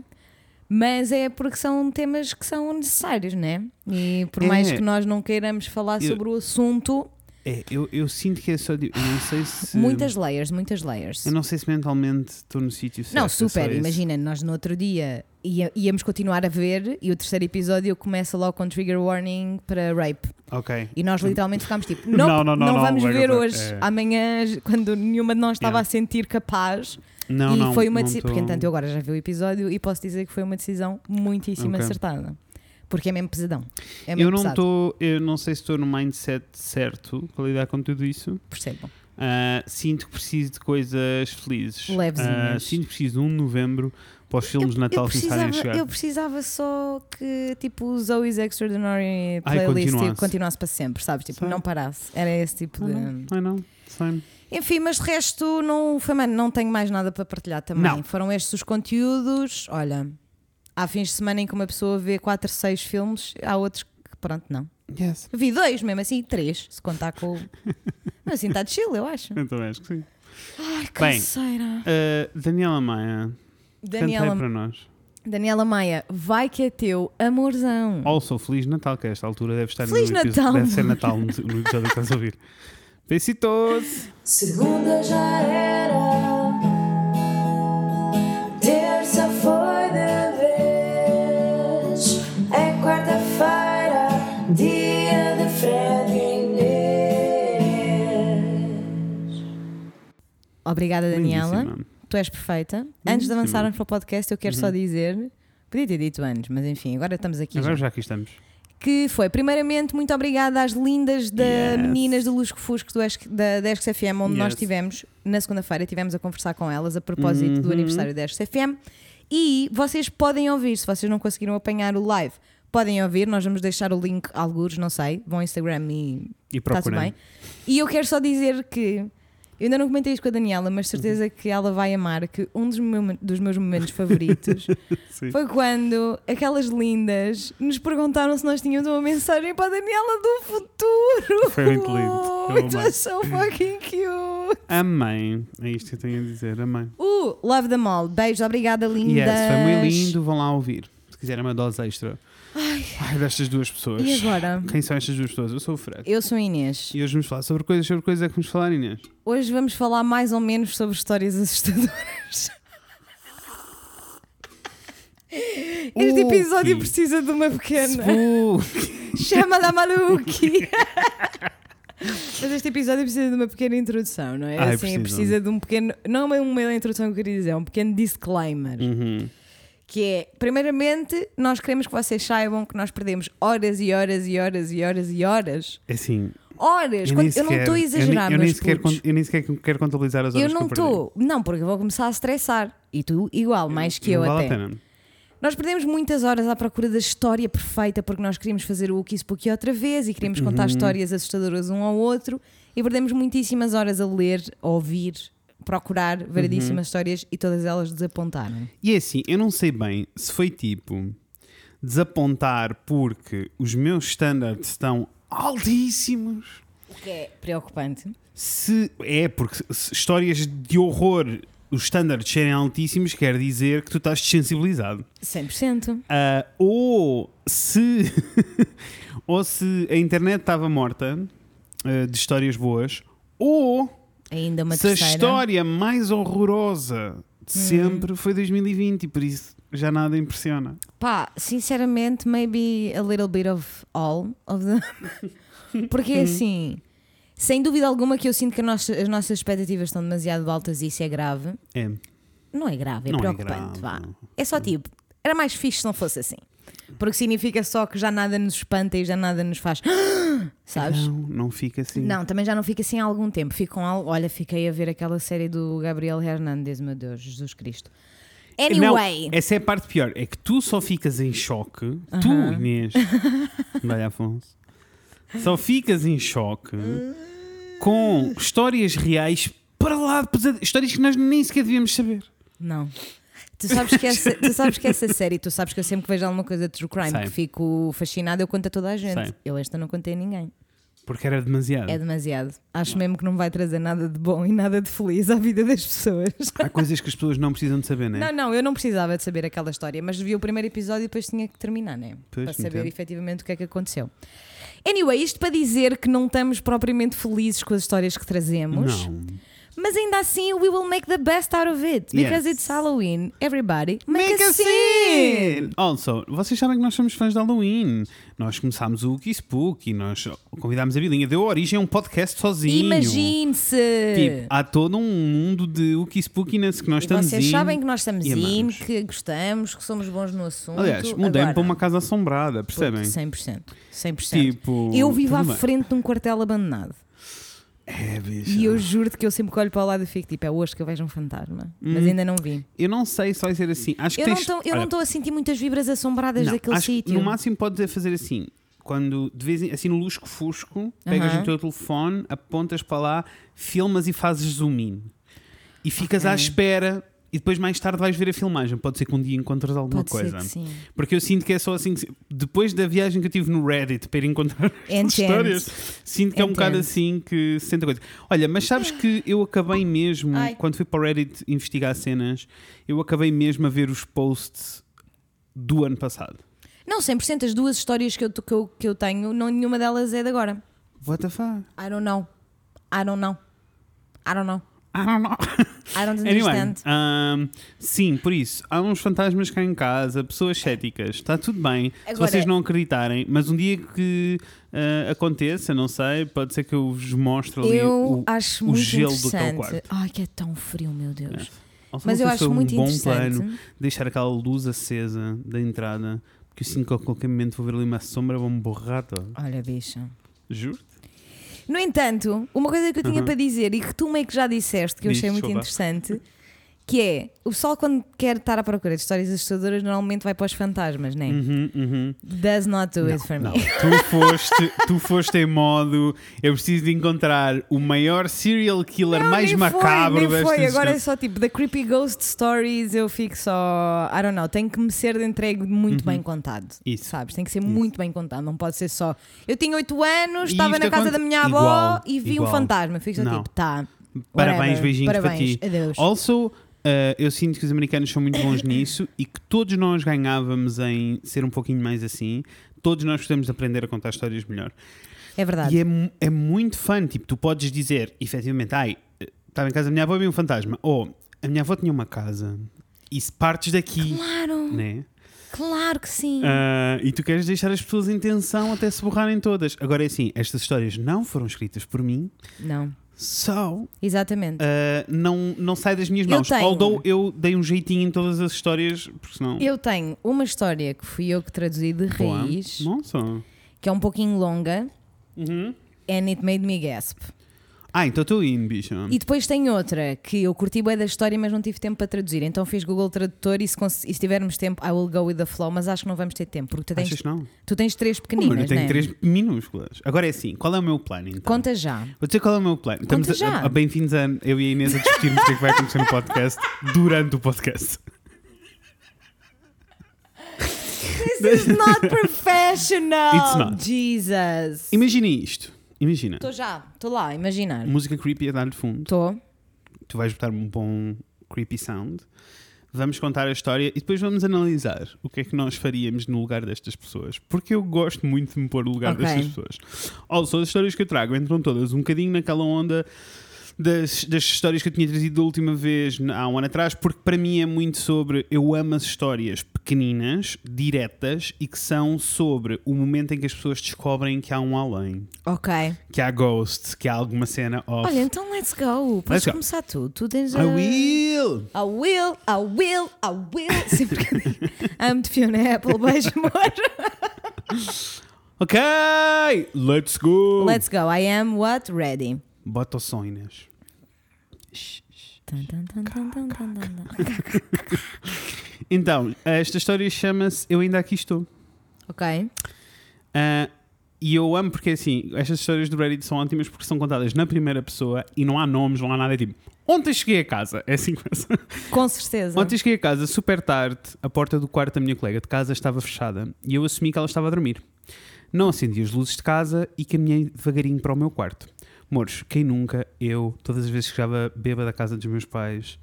[SPEAKER 2] Mas é porque são temas que são necessários, né? E por
[SPEAKER 1] É.
[SPEAKER 2] mais que nós não queiramos falar
[SPEAKER 1] Eu-
[SPEAKER 2] sobre o assunto,
[SPEAKER 1] É, eu, eu sinto que é só. de- Eu não sei se.
[SPEAKER 2] muitas layers, muitas layers.
[SPEAKER 1] Eu não sei se mentalmente estou no sítio certo.
[SPEAKER 2] Não,
[SPEAKER 1] é só
[SPEAKER 2] super.
[SPEAKER 1] isso.
[SPEAKER 2] Imagina, nós no outro dia ia- íamos continuar a ver e o terceiro episódio começa logo com trigger warning para rape.
[SPEAKER 1] Ok.
[SPEAKER 2] E nós literalmente ficámos
[SPEAKER 1] [laughs]
[SPEAKER 2] tipo:
[SPEAKER 1] Não,
[SPEAKER 2] não,
[SPEAKER 1] não,
[SPEAKER 2] não,
[SPEAKER 1] não, não,
[SPEAKER 2] vamos
[SPEAKER 1] vai
[SPEAKER 2] ver
[SPEAKER 1] acontecer."
[SPEAKER 2] hoje.
[SPEAKER 1] É.
[SPEAKER 2] Amanhã, quando nenhuma de nós estava
[SPEAKER 1] Yeah.
[SPEAKER 2] a sentir capaz.
[SPEAKER 1] Não,
[SPEAKER 2] e
[SPEAKER 1] não.
[SPEAKER 2] foi uma
[SPEAKER 1] não
[SPEAKER 2] decisão.
[SPEAKER 1] estou-
[SPEAKER 2] Porque, entanto, eu agora já vi o episódio e posso dizer que foi uma decisão muitíssimo
[SPEAKER 1] Ok.
[SPEAKER 2] acertada. Porque é mesmo pesadão. É mesmo
[SPEAKER 1] Eu não
[SPEAKER 2] pesado.
[SPEAKER 1] estou. Eu não sei se estou no mindset certo para lidar com tudo isso.
[SPEAKER 2] Percebam.
[SPEAKER 1] Ah, sinto que preciso de coisas felizes.
[SPEAKER 2] Levezinhas.
[SPEAKER 1] Ah, sinto que preciso de 1 de novembro para os filmes de Natal começarem a chegar.
[SPEAKER 2] eu precisava só que tipo o Zoe's Extraordinary
[SPEAKER 1] Ai,
[SPEAKER 2] Playlist tipo,
[SPEAKER 1] continuasse.
[SPEAKER 2] continuasse para sempre, sabes? Tipo,
[SPEAKER 1] Sim.
[SPEAKER 2] não parasse. Era esse tipo
[SPEAKER 1] Ah,
[SPEAKER 2] de.
[SPEAKER 1] não. Ai, não. Same.
[SPEAKER 2] Enfim, mas de resto não foi, mano, não tenho mais nada para partilhar também.
[SPEAKER 1] Não.
[SPEAKER 2] Foram estes os conteúdos. Olha, há fins de semana em que uma pessoa vê 4, 6 filmes, há outros que pronto, não.
[SPEAKER 1] Yes.
[SPEAKER 2] Vi dois, mesmo assim, três, se contar com.
[SPEAKER 1] [laughs]
[SPEAKER 2] o- Mas assim está de Chile, eu acho.
[SPEAKER 1] Eu também acho que sim.
[SPEAKER 2] Ai,
[SPEAKER 1] Bem.
[SPEAKER 2] canseira.
[SPEAKER 1] Ah, Daniela Maia, cantei
[SPEAKER 2] Daniela,
[SPEAKER 1] para nós.
[SPEAKER 2] Daniela Maia, vai que é teu amorzão.
[SPEAKER 1] Also, Oh, Feliz Natal, que a esta altura deve estar
[SPEAKER 2] Feliz
[SPEAKER 1] no episo-
[SPEAKER 2] Natal.
[SPEAKER 1] Deve ser Natal no no episódio que estás a ouvir. Besitos!
[SPEAKER 3] Segunda já era, terça foi de vez, é quarta-feira, dia de Fred e Inês.
[SPEAKER 2] Obrigada, Daniela.
[SPEAKER 1] Lindíssima.
[SPEAKER 2] Tu és perfeita. Antes de avançarmos para o podcast, eu quero
[SPEAKER 1] Uhum.
[SPEAKER 2] só dizer. Podia ter dito antes, mas enfim, agora estamos aqui.
[SPEAKER 1] Agora
[SPEAKER 2] já.
[SPEAKER 1] já aqui estamos.
[SPEAKER 2] Que foi, primeiramente, muito obrigada às lindas da
[SPEAKER 1] Yes.
[SPEAKER 2] meninas do Lusco Fusco do Esc- da, da Esques FM, onde nós
[SPEAKER 1] Yes.
[SPEAKER 2] tivemos, na segunda-feira, tivemos a conversar com elas a propósito do
[SPEAKER 1] Uhum.
[SPEAKER 2] aniversário da Esques FM. E vocês podem ouvir, se vocês não conseguiram apanhar o live, podem ouvir, nós vamos deixar o link alguns, não sei, vão ao Instagram e
[SPEAKER 1] E
[SPEAKER 2] está tudo
[SPEAKER 1] procurem.
[SPEAKER 2] bem. E eu quero só dizer que eu ainda não comentei isto com a Daniela, mas certeza que ela vai amar que um dos, meu- dos meus momentos favoritos
[SPEAKER 1] Sim.
[SPEAKER 2] foi quando aquelas lindas nos perguntaram se nós tínhamos uma mensagem para a Daniela do futuro.
[SPEAKER 1] Foi muito lindo. Eu
[SPEAKER 2] It
[SPEAKER 1] amei.
[SPEAKER 2] was so fucking cute.
[SPEAKER 1] Amém. É isto que eu tenho a dizer. Amém.
[SPEAKER 2] Uh, love them all. Beijos, obrigada, lindas.
[SPEAKER 1] Yes, foi é, muito lindo. Vão lá ouvir. Se quiserem uma dose extra. Ai, destas duas pessoas.
[SPEAKER 2] E agora?
[SPEAKER 1] Quem são estas duas pessoas? Eu sou o Fred.
[SPEAKER 2] Eu sou a Inês.
[SPEAKER 1] E hoje vamos falar sobre coisas, sobre coisas é que vamos falar, Inês.
[SPEAKER 2] Hoje vamos falar mais ou menos sobre histórias
[SPEAKER 1] [laughs]
[SPEAKER 2] assustadoras. Este episódio
[SPEAKER 1] Spooky.
[SPEAKER 2] precisa de uma pequena.
[SPEAKER 1] Spooky.
[SPEAKER 2] Chama-lhe a Maluki! Mas este episódio precisa de uma pequena introdução, não é?
[SPEAKER 1] Ai,
[SPEAKER 2] assim,
[SPEAKER 1] precisa.
[SPEAKER 2] precisa de um pequeno. Não é uma introdução que eu queria dizer, é um pequeno disclaimer.
[SPEAKER 1] Uhum.
[SPEAKER 2] Que é, primeiramente, nós queremos que vocês saibam que nós perdemos horas e horas e horas e horas e horas.
[SPEAKER 1] É Assim,
[SPEAKER 2] Horas!
[SPEAKER 1] eu,
[SPEAKER 2] Quando-
[SPEAKER 1] nem
[SPEAKER 2] Eu,
[SPEAKER 1] sequer,
[SPEAKER 2] não estou a
[SPEAKER 1] eu nem-
[SPEAKER 2] exagerar,
[SPEAKER 1] eu nem,
[SPEAKER 2] meus
[SPEAKER 1] sequer,
[SPEAKER 2] putos.
[SPEAKER 1] con- eu nem sequer quero contabilizar as horas
[SPEAKER 2] Eu não
[SPEAKER 1] que eu perdi.
[SPEAKER 2] estou. Não, porque eu vou começar a estressar. E tu, igual, mais que eu
[SPEAKER 1] não vale
[SPEAKER 2] até.
[SPEAKER 1] a pena.
[SPEAKER 2] Nós perdemos muitas horas à procura da história perfeita porque nós queríamos fazer o Wookiee Spooky outra vez e queríamos contar
[SPEAKER 1] Uhum.
[SPEAKER 2] histórias assustadoras um ao outro e perdemos muitíssimas horas a ler, a ouvir, procurar variedíssimas
[SPEAKER 1] Uhum.
[SPEAKER 2] histórias e todas elas desapontaram.
[SPEAKER 1] E é assim, eu não sei bem se foi tipo desapontar porque os meus standards estão altíssimos.
[SPEAKER 2] O que é preocupante.
[SPEAKER 1] Se é porque se histórias de horror, os standards serem altíssimos, quer dizer que tu estás desensibilizado.
[SPEAKER 2] 100%.
[SPEAKER 1] Ah, ou se [laughs] ou se a internet estava morta ah, de histórias boas, ou
[SPEAKER 2] Ainda uma
[SPEAKER 1] se a
[SPEAKER 2] terceira. Hum.
[SPEAKER 1] história mais horrorosa de sempre foi 2020 e por isso já nada impressiona.
[SPEAKER 2] Pá, sinceramente, maybe a little bit of all of them.
[SPEAKER 1] [laughs]
[SPEAKER 2] Porque assim, sem dúvida alguma que eu sinto que a nossa- as nossas expectativas estão demasiado altas e isso é grave.
[SPEAKER 1] É.
[SPEAKER 2] Não é grave, é
[SPEAKER 1] Não é grave,
[SPEAKER 2] preocupante. vá.
[SPEAKER 1] não.
[SPEAKER 2] É só tipo, era mais fixe se não fosse assim. Porque significa só que já nada nos espanta e já nada nos faz. [gasps] Sabes?
[SPEAKER 1] Não, não fica assim.
[SPEAKER 2] Não, também já não fica assim há algum tempo. Fico com algo. Olha, fiquei a ver aquela série do Gabriel Hernandes, meu Deus, Jesus Cristo.
[SPEAKER 1] Não,
[SPEAKER 2] Anyway,
[SPEAKER 1] essa é a parte pior, é que tu só ficas em choque, tu, Inês, [laughs] Dália Afonso, só ficas em choque com histórias reais para lá de pesadelos, histórias que nós nem sequer devíamos saber.
[SPEAKER 2] não. Tu sabes, que essa, tu sabes que essa série, tu sabes que eu sempre que vejo alguma coisa de true crime
[SPEAKER 1] Sei.
[SPEAKER 2] que fico fascinada, eu conto a toda a gente.
[SPEAKER 1] Sei.
[SPEAKER 2] Eu esta não contei a ninguém.
[SPEAKER 1] Porque era demasiado.
[SPEAKER 2] É demasiado. Acho mesmo que não vai trazer nada de bom e nada de feliz à vida das pessoas.
[SPEAKER 1] Há coisas que as pessoas não precisam de saber, né?
[SPEAKER 2] Não, não, eu não precisava de saber aquela história, mas vi o primeiro episódio e depois tinha que terminar, né?
[SPEAKER 1] Pois,
[SPEAKER 2] para saber
[SPEAKER 1] entendo.
[SPEAKER 2] efetivamente o que é que aconteceu. Anyway, isto para dizer que não estamos propriamente felizes com as histórias que trazemos,
[SPEAKER 1] Não.
[SPEAKER 2] mas ainda assim we will make the best out of it. Because
[SPEAKER 1] Yes.
[SPEAKER 2] it's Halloween. Everybody, make,
[SPEAKER 1] Make
[SPEAKER 2] a
[SPEAKER 1] a
[SPEAKER 2] scene!
[SPEAKER 1] Also, vocês sabem que nós somos fãs de Halloween. Nós começámos o Wookie Spook e nós convidámos a Bilinha. Deu origem a um podcast sozinho.
[SPEAKER 2] Imagine-se!
[SPEAKER 1] Tipo, há todo um mundo de Wookie Spookiness que nós
[SPEAKER 2] É. E
[SPEAKER 1] estamos
[SPEAKER 2] vocês
[SPEAKER 1] in
[SPEAKER 2] sabem que nós estamos
[SPEAKER 1] e
[SPEAKER 2] in,
[SPEAKER 1] amamos.
[SPEAKER 2] que gostamos, que somos bons no assunto.
[SPEAKER 1] Aliás, mudei-me
[SPEAKER 2] Agora,
[SPEAKER 1] para uma casa assombrada, percebem?
[SPEAKER 2] 100%. 100%.
[SPEAKER 1] Tipo,
[SPEAKER 2] eu vivo à
[SPEAKER 1] tudo bem.
[SPEAKER 2] frente de um quartel abandonado.
[SPEAKER 1] É, bicho.
[SPEAKER 2] E eu juro-te que eu sempre que olho para o lado e fico tipo, é hoje que eu vejo um fantasma. Mas ainda não vi.
[SPEAKER 1] Eu não sei se vai ser assim. Acho que
[SPEAKER 2] Eu não
[SPEAKER 1] Hum. tens-
[SPEAKER 2] tô- eu
[SPEAKER 1] Olha,
[SPEAKER 2] não estou a sentir muitas vibras assombradas
[SPEAKER 1] Não,
[SPEAKER 2] daquele
[SPEAKER 1] acho que
[SPEAKER 2] sítio.
[SPEAKER 1] No máximo podes é fazer assim. Quando de vez em, assim no lusco fusco, pegas
[SPEAKER 2] Aham.
[SPEAKER 1] no teu telefone, apontas para lá, filmas e fazes zoom in. E ficas à
[SPEAKER 2] Ok.
[SPEAKER 1] espera e depois mais tarde vais ver a filmagem. Pode ser que um dia encontres alguma
[SPEAKER 2] Pode ser
[SPEAKER 1] coisa.
[SPEAKER 2] que sim.
[SPEAKER 1] Porque eu sinto que é só assim. que se- Depois da viagem que eu tive no Reddit para ir encontrar [laughs]
[SPEAKER 2] Entendo.
[SPEAKER 1] as histórias, sinto que é um bocado
[SPEAKER 2] Entendo.
[SPEAKER 1] assim que se sente a coisa. Olha, mas sabes que eu acabei mesmo,
[SPEAKER 2] Ai.
[SPEAKER 1] quando fui para o Reddit investigar cenas, eu acabei mesmo a ver os posts do ano passado.
[SPEAKER 2] Não, 100% as duas histórias que eu, que eu, que eu tenho, não, nenhuma delas é de agora.
[SPEAKER 1] What the fuck?
[SPEAKER 2] I don't know. I don't know. I don't know.
[SPEAKER 1] I don't know.
[SPEAKER 2] I don't
[SPEAKER 1] Anyway,
[SPEAKER 2] understand.
[SPEAKER 1] ahm, sim, por isso, há uns fantasmas cá em casa, pessoas céticas, está tudo bem,
[SPEAKER 2] Agora-
[SPEAKER 1] se vocês não acreditarem, mas um dia que ah, aconteça, não sei, pode ser que eu vos mostre ali
[SPEAKER 2] eu
[SPEAKER 1] o,
[SPEAKER 2] acho
[SPEAKER 1] o
[SPEAKER 2] muito
[SPEAKER 1] gelo do teu
[SPEAKER 2] interessante.
[SPEAKER 1] quarto.
[SPEAKER 2] Ai, que é tão frio, meu Deus.
[SPEAKER 1] Ou se
[SPEAKER 2] Mas
[SPEAKER 1] não sei
[SPEAKER 2] eu
[SPEAKER 1] se
[SPEAKER 2] acho
[SPEAKER 1] foi um
[SPEAKER 2] muito
[SPEAKER 1] bom
[SPEAKER 2] interessante.
[SPEAKER 1] plano deixar aquela luz acesa da entrada, porque eu sinto que a qualquer momento vou ver ali uma sombra, vou-me borrar tá? todo.
[SPEAKER 2] Olha, bicha.
[SPEAKER 1] Juro?
[SPEAKER 2] No entanto, uma coisa que eu tinha
[SPEAKER 1] Uhum.
[SPEAKER 2] para dizer e que tu meio que já disseste, que eu
[SPEAKER 1] Diz,
[SPEAKER 2] achei muito
[SPEAKER 1] desculpa.
[SPEAKER 2] interessante, Que é, o pessoal quando quer estar à procura de histórias assustadoras normalmente vai para os fantasmas, né?
[SPEAKER 1] Uhum, uhum.
[SPEAKER 2] Does not do it for [laughs]
[SPEAKER 1] Não,
[SPEAKER 2] me.
[SPEAKER 1] tu foste, tu foste em modo. Eu preciso de encontrar o maior serial killer
[SPEAKER 2] Não,
[SPEAKER 1] mais
[SPEAKER 2] nem
[SPEAKER 1] macabro
[SPEAKER 2] foi, nem
[SPEAKER 1] desta
[SPEAKER 2] foi. Agora é
[SPEAKER 1] existência.
[SPEAKER 2] só tipo The Creepy Ghost Stories. Eu fico só. I don't know. Tem que me ser de entregue muito bem contado.
[SPEAKER 1] Uhum. Isso.
[SPEAKER 2] Sabes? Tem que ser muito bem contado. Não pode ser só. Eu tinha 8 anos,
[SPEAKER 1] E
[SPEAKER 2] estava
[SPEAKER 1] isto
[SPEAKER 2] na casa
[SPEAKER 1] aconte-
[SPEAKER 2] da minha avó
[SPEAKER 4] Igual,
[SPEAKER 2] e vi
[SPEAKER 4] igual.
[SPEAKER 2] um fantasma. Eu Fico só
[SPEAKER 1] Não.
[SPEAKER 2] tipo, tá.
[SPEAKER 1] Parabéns,
[SPEAKER 2] whatever,
[SPEAKER 1] beijinhos
[SPEAKER 2] Parabéns.
[SPEAKER 1] para ti. Oh,
[SPEAKER 2] Adeus.
[SPEAKER 1] Also, eh, eu sinto que os americanos são muito
[SPEAKER 2] [coughs]
[SPEAKER 1] bons nisso e que todos nós ganhávamos em ser um pouquinho mais assim. Todos nós podemos aprender a contar histórias melhor.
[SPEAKER 2] É verdade.
[SPEAKER 1] E é, mu- é muito fun. Tipo, tu podes dizer, efetivamente, ai, eh, estava em casa da minha avó e vi um fantasma. Ou a minha avó tinha uma casa e se partes daqui,
[SPEAKER 2] Claro,
[SPEAKER 1] né?
[SPEAKER 2] claro que sim.
[SPEAKER 1] Ah, e tu queres deixar as pessoas em tensão até se borrarem todas. Agora é assim, estas histórias não foram escritas por mim,
[SPEAKER 2] Não,
[SPEAKER 1] só
[SPEAKER 2] exatamente.
[SPEAKER 1] ah, não, não sai das minhas
[SPEAKER 2] Eu
[SPEAKER 1] mãos.
[SPEAKER 2] tenho.
[SPEAKER 1] Although eu dei um jeitinho em todas as histórias, porque senão.
[SPEAKER 2] Eu tenho uma história que fui eu que traduzi de
[SPEAKER 1] Boa.
[SPEAKER 2] raiz,
[SPEAKER 1] Nossa. Uhum.
[SPEAKER 2] que é um pouquinho longa. And it made me gasp.
[SPEAKER 1] Ah, então estou indo, bicho.
[SPEAKER 2] E depois tem outra que eu curti bem da história, mas não tive tempo para traduzir. Então fiz Google Tradutor e se, cons- e se tivermos tempo, I will go with the flow, mas acho que não vamos ter tempo, porque tu tens,
[SPEAKER 1] Achas não?
[SPEAKER 2] tu tens três
[SPEAKER 1] Mano,
[SPEAKER 2] pequeninas.
[SPEAKER 1] eu tenho
[SPEAKER 2] né?
[SPEAKER 1] três minúsculas. Agora é assim, qual é o meu plano então?
[SPEAKER 2] Conta já.
[SPEAKER 1] Vou dizer qual é o meu plano. Estamos
[SPEAKER 2] Conta
[SPEAKER 1] a,
[SPEAKER 2] já.
[SPEAKER 1] a- bem-vindos a eu e a Inês a discutirmos o que é que vai acontecer no podcast durante o podcast.
[SPEAKER 2] This is not professional!
[SPEAKER 1] It's not.
[SPEAKER 2] Jesus!
[SPEAKER 1] Imaginem isto. Imagina.
[SPEAKER 2] Estou já, estou lá, a imaginar.
[SPEAKER 1] Música creepy a dar de fundo.
[SPEAKER 2] Estou.
[SPEAKER 1] tu vais botar um bom creepy sound. Vamos contar a história e depois vamos analisar o que é que nós faríamos no lugar destas pessoas. Porque eu gosto muito de me pôr no lugar
[SPEAKER 2] Ok.
[SPEAKER 1] destas pessoas. Also, as histórias que eu trago entram todas um bocadinho naquela onda das, das histórias que eu tinha trazido da última vez na- há um ano atrás, porque para mim é muito sobre. Eu amo as histórias pequeninas, diretas e que são sobre o momento em que as pessoas descobrem que há um além,
[SPEAKER 2] Ok.
[SPEAKER 1] que há ghost, que há alguma cena off.
[SPEAKER 2] Olha, eh, então let's go. Podes
[SPEAKER 1] Let's go.
[SPEAKER 2] começar tu. Tu tens a.
[SPEAKER 1] I will!
[SPEAKER 2] I will, I will, I will. [laughs] Sempre que eu digo. Amo-te, Fiona Apple. [laughs] Beijo, amor.
[SPEAKER 1] Ok, let's go.
[SPEAKER 2] Let's go. I am what? Ready.
[SPEAKER 1] Bota o som, Inês.
[SPEAKER 2] Tan, tan, tan, tan, tan, tan, tan, tan.
[SPEAKER 1] [laughs] Então, esta história chama-se Eu Ainda Aqui Estou.
[SPEAKER 2] Ok.
[SPEAKER 1] Ah, e eu amo porque, assim, estas histórias do Reddit são ótimas porque são contadas na primeira pessoa e não há nomes, não há nada. É tipo, ontem cheguei a casa. É assim que começa.
[SPEAKER 2] Com certeza.
[SPEAKER 1] Ontem cheguei a casa super tarde, a porta do quarto da minha colega de casa estava fechada e eu assumi que ela estava a dormir. Não acendi as luzes de casa e caminhei devagarinho para o meu quarto. Mores, quem nunca, eu, todas as vezes que chegava bêbada da casa dos meus pais,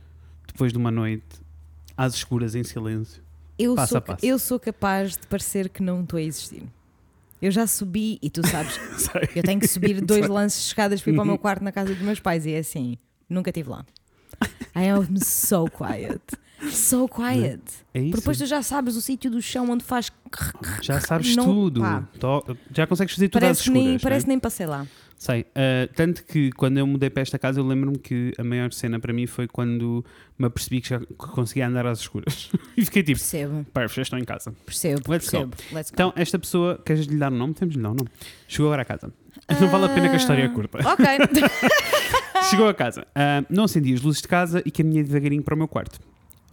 [SPEAKER 1] depois de uma noite, às escuras, em silêncio.
[SPEAKER 2] eu,
[SPEAKER 1] Passo
[SPEAKER 2] sou,
[SPEAKER 1] a passo.
[SPEAKER 2] eu sou capaz de parecer que não estou a existir. Eu já subi e tu sabes,
[SPEAKER 1] Sei.
[SPEAKER 2] eu tenho
[SPEAKER 1] [laughs]
[SPEAKER 2] que subir dois lances de escadas para ir para o
[SPEAKER 1] Uhum.
[SPEAKER 2] meu quarto na casa dos meus pais e é assim, nunca estive lá. I am so quiet. So quiet.
[SPEAKER 1] É isso.
[SPEAKER 2] Porque depois tu já sabes o sítio do chão onde faz.
[SPEAKER 1] Já sabes
[SPEAKER 2] Não-
[SPEAKER 1] tudo.
[SPEAKER 2] pá.
[SPEAKER 1] To- Já consegues fazer tudo às
[SPEAKER 2] Parece que
[SPEAKER 1] escuras.
[SPEAKER 2] nem,
[SPEAKER 1] né?
[SPEAKER 2] parece que nem passei lá.
[SPEAKER 1] Sei. Ah, tanto que quando eu mudei para esta casa, eu lembro-me que a maior cena para mim foi quando me apercebi que já que conseguia andar às escuras. [laughs] e fiquei tipo,
[SPEAKER 2] Percebo,
[SPEAKER 1] Parvos, já estão em casa.
[SPEAKER 2] percebo,
[SPEAKER 1] Let's go.
[SPEAKER 2] percebo. Let's go.
[SPEAKER 1] Então, esta pessoa, queres lhe dar o nome? Temos de lhe dar o nome. Chegou agora à casa. [laughs] Não vale a pena que a história é curta.
[SPEAKER 2] Ok.
[SPEAKER 1] Chegou a casa. Ah, não acendi as luzes de casa e caminhei devagarinho para o meu quarto.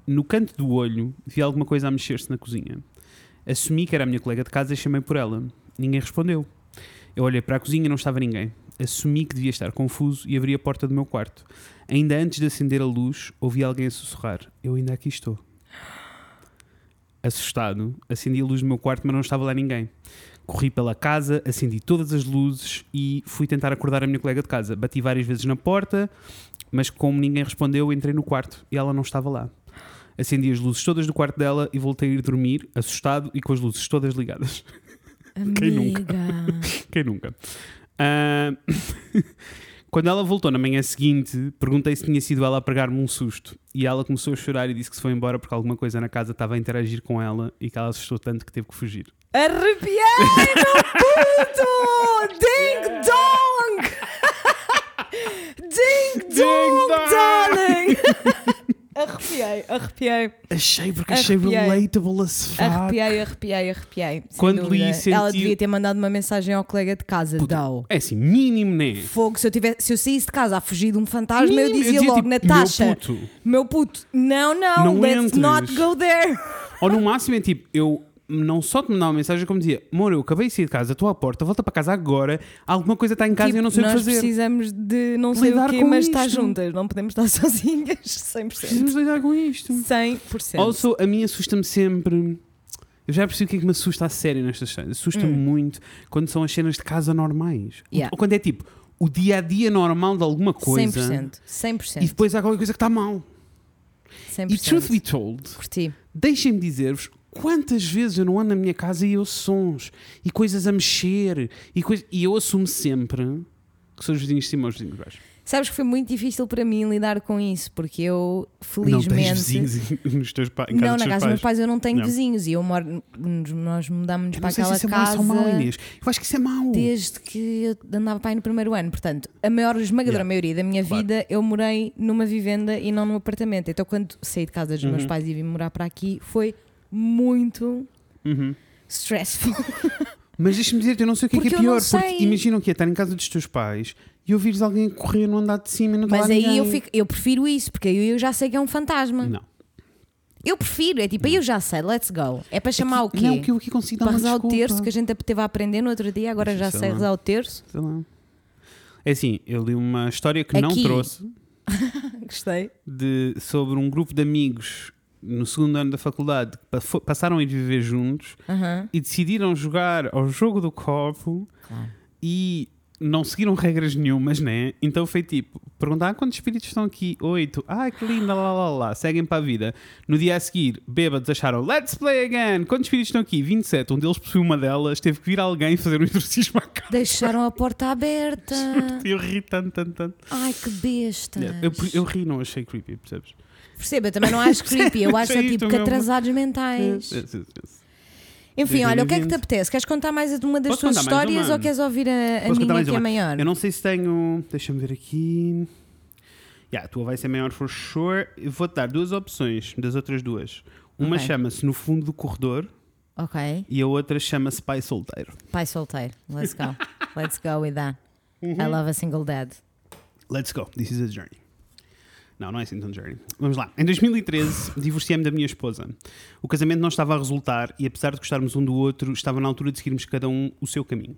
[SPEAKER 1] No canto do olho, vi alguma coisa a mexer-se na cozinha. Assumi que era a minha colega de casa e chamei por ela. Ninguém respondeu. Eu olhei para a cozinha e não estava ninguém. Assumi que devia estar confuso e abri a porta do meu quarto. Ainda antes de acender a luz, ouvi alguém a sussurrar: Eu ainda aqui estou. Assustado, acendi a luz do meu quarto, mas não estava lá ninguém. Corri pela casa, acendi todas as luzes e fui tentar acordar a minha colega de casa. Bati várias vezes na porta, mas como ninguém respondeu, entrei no quarto e ela não estava lá. Acendi as luzes todas do quarto dela e voltei a ir dormir, assustado e com as luzes todas ligadas. [laughs] [laughs] Quem nunca?
[SPEAKER 2] Amiga.
[SPEAKER 1] Quem nunca? Ah, [laughs] Quando ela voltou na manhã seguinte, perguntei se tinha sido ela a pregar-me um susto. E ela começou a chorar e disse que se foi embora porque alguma coisa na casa estava a interagir com ela e que ela assustou tanto que teve que fugir.
[SPEAKER 2] Arrepiei, meu puto! Ding dong! Ding
[SPEAKER 1] Ding
[SPEAKER 2] dong,
[SPEAKER 1] dong! [laughs]
[SPEAKER 2] darling! Arrepiei! Arrepiei, arrepiei.
[SPEAKER 1] Achei porque achei
[SPEAKER 2] Arrepiei.
[SPEAKER 1] relatable as fuck.
[SPEAKER 2] Arrepiei, arrepiei, arrepiei. sem
[SPEAKER 1] Quando li
[SPEAKER 2] dúvida.
[SPEAKER 1] senti-
[SPEAKER 2] Ela devia ter mandado uma mensagem ao colega de casa. Dau.
[SPEAKER 1] É assim, mínimo, né?
[SPEAKER 2] Fogo, se eu, tivesse, se eu saísse de casa a fugir de um fantasma,
[SPEAKER 1] Mínimo,
[SPEAKER 2] eu dizia, logo,
[SPEAKER 1] tipo,
[SPEAKER 2] Natasha,
[SPEAKER 1] Meu puto.
[SPEAKER 2] meu puto, não, não,
[SPEAKER 1] Não
[SPEAKER 2] let's
[SPEAKER 1] entres."
[SPEAKER 2] not go there.
[SPEAKER 1] Ou no máximo é tipo, eu não só te mandava uma mensagem como dizia, amor, eu acabei de sair de casa, estou à porta, volta para casa agora, alguma coisa está em casa e eu não sei o
[SPEAKER 2] Tipo, nós
[SPEAKER 1] que fazer.
[SPEAKER 2] precisamos de não sei
[SPEAKER 1] Lidar
[SPEAKER 2] o quê,
[SPEAKER 1] com
[SPEAKER 2] mas estar
[SPEAKER 1] isto.
[SPEAKER 2] juntas. Não podemos estar [laughs] sozinhas, 100%.
[SPEAKER 1] Precisamos lidar com isto.
[SPEAKER 2] 100%.
[SPEAKER 1] Also, a mim assusta-me sempre. Eu já percebi o que é que me assusta a sério nestas cenas. Assusta-me muito quando são as cenas de casa normais.
[SPEAKER 2] Hum. Yeah.
[SPEAKER 1] Ou quando é tipo o dia a dia normal de alguma coisa
[SPEAKER 2] 100%.
[SPEAKER 1] e
[SPEAKER 2] 100%.
[SPEAKER 1] depois há qualquer coisa que está mal.
[SPEAKER 2] 100%.
[SPEAKER 1] E truth be told,
[SPEAKER 2] Curti.
[SPEAKER 1] Deixem-me dizer-vos quantas vezes eu não ando na minha casa e ouço sons e coisas a mexer e, coisa... e eu assumo sempre que sou os vizinhos de cima ou os vizinhos de baixo.
[SPEAKER 2] Sabes que foi muito difícil para mim lidar com isso, porque eu, felizmente.
[SPEAKER 1] [laughs] nos teus pa...
[SPEAKER 2] Não, na casa dos meus pais eu não tenho
[SPEAKER 1] Não.
[SPEAKER 2] vizinhos e eu moro. nos- Nós mudámos
[SPEAKER 1] Eu
[SPEAKER 2] para
[SPEAKER 1] não sei se
[SPEAKER 2] aquela
[SPEAKER 1] isso é
[SPEAKER 2] casa.
[SPEAKER 1] mau ou mau, Inês. Eu acho que isso é mau.
[SPEAKER 2] Desde que eu andava para aí no primeiro ano, portanto, a maior esmagadora
[SPEAKER 1] Yeah.
[SPEAKER 2] maioria da minha
[SPEAKER 1] Claro.
[SPEAKER 2] vida eu morei numa vivenda e não num apartamento. Então, quando saí de casa dos meus pais e vim morar para aqui, foi muito
[SPEAKER 1] Uhum.
[SPEAKER 2] stressful.
[SPEAKER 1] Mas deixa-me dizer-te, eu não sei o que é, que é
[SPEAKER 2] Porque eu não
[SPEAKER 1] pior.
[SPEAKER 2] sei.
[SPEAKER 1] Porque imagina o que é estar em casa dos teus pais e ouvires alguém correr no andar de cima e não está
[SPEAKER 2] Mas
[SPEAKER 1] lá
[SPEAKER 2] aí eu,
[SPEAKER 1] ninguém.
[SPEAKER 2] fico- eu prefiro isso, porque aí eu já sei que é um fantasma.
[SPEAKER 1] Não.
[SPEAKER 2] Eu prefiro, é tipo, aí eu já sei, let's go. É para chamar o quê?
[SPEAKER 1] Não, que eu aqui consigo dar
[SPEAKER 2] para
[SPEAKER 1] uma
[SPEAKER 2] rezar
[SPEAKER 1] desculpa.
[SPEAKER 2] o terço que a gente teve a aprender no outro dia, agora já
[SPEAKER 1] Deixa eu
[SPEAKER 2] sei
[SPEAKER 1] lá.
[SPEAKER 2] rezar o terço.
[SPEAKER 1] Sei lá. É assim, eu li uma história que não
[SPEAKER 2] Aqui.
[SPEAKER 1] trouxe.
[SPEAKER 2] Gostei.
[SPEAKER 1] de- sobre um grupo de amigos no segundo ano da faculdade que pa- fo- passaram a ir viver juntos
[SPEAKER 2] Aham.
[SPEAKER 1] e decidiram jogar ao jogo do copo
[SPEAKER 2] Claro.
[SPEAKER 1] e não seguiram regras nenhumas, né? Então foi tipo, perguntar "Ah, quantos espíritos estão aqui? Oito. Ai, que linda, lá, lá, lá. Seguem para a vida. No dia a seguir, bêbados acharam, let's play again. Quantos espíritos estão aqui? 27. Um deles possui uma delas. Teve que vir alguém fazer um exorcismo à casa.
[SPEAKER 2] Deixaram a porta aberta.
[SPEAKER 1] Eu ri tanto, tanto, tanto.
[SPEAKER 2] Ai, que besta.
[SPEAKER 1] Eu, eu ri, não achei creepy, percebes?
[SPEAKER 2] Perceba, eu também não acho
[SPEAKER 1] [laughs]
[SPEAKER 2] creepy. Eu acho
[SPEAKER 1] Sim,
[SPEAKER 2] é tipo
[SPEAKER 1] isto
[SPEAKER 2] que
[SPEAKER 1] é uma-
[SPEAKER 2] atrasados mentais.
[SPEAKER 1] É, é, é, é.
[SPEAKER 2] Enfim,
[SPEAKER 1] Dois
[SPEAKER 2] olha, o que é
[SPEAKER 1] mil
[SPEAKER 2] que
[SPEAKER 1] e vinte.
[SPEAKER 2] te apetece? Queres contar mais de uma das
[SPEAKER 1] Posso
[SPEAKER 2] tuas
[SPEAKER 1] contar mais
[SPEAKER 2] histórias
[SPEAKER 1] uma?
[SPEAKER 2] ou queres ouvir a, a
[SPEAKER 1] Posso contar
[SPEAKER 2] minha
[SPEAKER 1] mais
[SPEAKER 2] que é
[SPEAKER 1] uma?
[SPEAKER 2] maior?
[SPEAKER 1] Eu não sei se tenho. Deixa-me ver aqui. Yeah, a tua vai ser maior for sure. Eu Vou-te dar duas opções das outras duas. Uma
[SPEAKER 2] Ok.
[SPEAKER 1] chama-se No Fundo do Corredor
[SPEAKER 2] Ok.
[SPEAKER 1] e a outra chama-se Pai Solteiro.
[SPEAKER 2] Pai solteiro.
[SPEAKER 1] [laughs]
[SPEAKER 2] Let's go. Let's go with that. I love a single dad.
[SPEAKER 1] Let's go, this is a journey. Não, não é assim tão journey. Vamos lá. Em 2013, divorciei-me da minha esposa. O casamento não estava a resultar e, apesar de gostarmos um do outro, estava na altura de seguirmos cada um o seu caminho.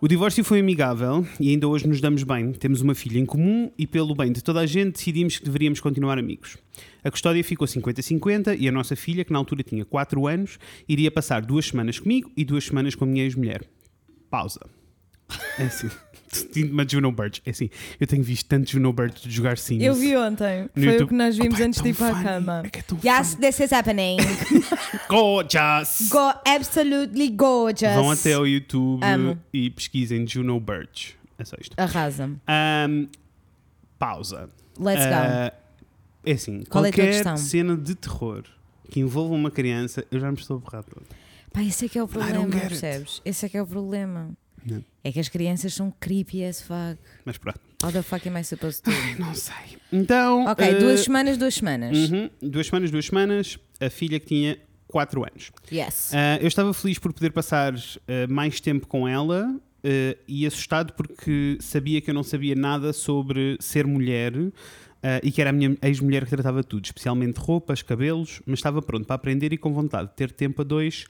[SPEAKER 1] O divórcio foi amigável e ainda hoje nos damos bem. Temos uma filha em comum e, pelo bem de toda a gente, decidimos que deveríamos continuar amigos. A custódia ficou 50-50 e a nossa filha, que na altura tinha 4 anos, iria passar duas semanas comigo e duas semanas com a minha ex-mulher. Pausa. É assim. [laughs] Tinha de Juno Birds. É assim. Eu tenho visto tanto Juno Birds jogar Sims.
[SPEAKER 2] Eu vi ontem. Foi o
[SPEAKER 1] YouTube.
[SPEAKER 2] que nós vimos
[SPEAKER 1] Opa, é
[SPEAKER 2] antes de
[SPEAKER 1] tão
[SPEAKER 2] ir para a
[SPEAKER 1] funny.
[SPEAKER 2] cama.
[SPEAKER 1] É que é tão
[SPEAKER 2] yes, this is
[SPEAKER 1] [laughs]
[SPEAKER 2] happening.
[SPEAKER 1] Gorgeous!
[SPEAKER 2] Go absolutely gorgeous.
[SPEAKER 1] Vão até ao YouTube
[SPEAKER 2] Amo.
[SPEAKER 1] e pesquisem Juno Birds. É só isto.
[SPEAKER 2] Arrasa-me.
[SPEAKER 1] Ahm, pausa.
[SPEAKER 2] Let's go.
[SPEAKER 1] Ah, é assim.
[SPEAKER 2] Qual é a tua
[SPEAKER 1] qualquer
[SPEAKER 2] questão?
[SPEAKER 1] cena de terror que envolva uma criança, eu já me estou a borrar todo.
[SPEAKER 2] Pá, esse é que é o problema,
[SPEAKER 1] get it.
[SPEAKER 2] percebes? Esse é que é o problema.
[SPEAKER 1] Não.
[SPEAKER 2] É que as crianças são creepy as fuck.
[SPEAKER 1] Mas pronto.
[SPEAKER 2] How the fuck am I supposed to?
[SPEAKER 1] Não sei. Então.
[SPEAKER 2] Ok,
[SPEAKER 1] ah,
[SPEAKER 2] duas semanas, duas semanas.
[SPEAKER 1] uhum, duas semanas, duas semanas. A filha que tinha 4 anos.
[SPEAKER 2] Yes.
[SPEAKER 1] Ah, eu estava feliz por poder passar ah, mais tempo com ela ah, e assustado porque sabia que eu não sabia nada sobre ser mulher ah, e que era a minha ex-mulher que tratava tudo, especialmente roupas, cabelos, mas estava pronto para aprender e com vontade de ter tempo a dois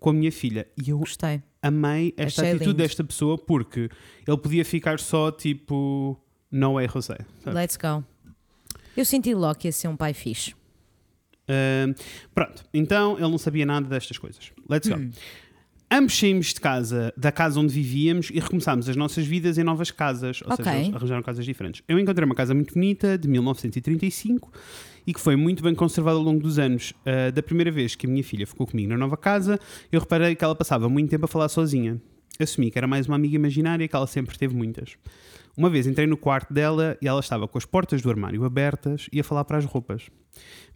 [SPEAKER 1] com a minha filha. E eu
[SPEAKER 2] Gostei.
[SPEAKER 1] amei esta
[SPEAKER 2] Achei
[SPEAKER 1] atitude
[SPEAKER 2] lindo.
[SPEAKER 1] desta pessoa porque ele podia ficar só tipo. Não é José. sabe?
[SPEAKER 2] Let's go. Eu senti logo que ia ser um pai fixe.
[SPEAKER 1] Ah, pronto, então ele não sabia nada destas coisas. Let's go. Ambos saímos de casa, da casa onde vivíamos e recomeçámos as nossas vidas em novas casas, ou
[SPEAKER 2] Ok.
[SPEAKER 1] seja, eles arranjaram casas diferentes. Eu encontrei uma casa muito bonita, de 1935, e que foi muito bem conservada ao longo dos anos. Ah, da primeira vez que a minha filha ficou comigo na nova casa, eu reparei que ela passava muito tempo a falar sozinha. Assumi que era mais uma amiga imaginária que ela sempre teve muitas. Uma vez entrei no quarto dela e ela estava com as portas do armário abertas e a falar para as roupas.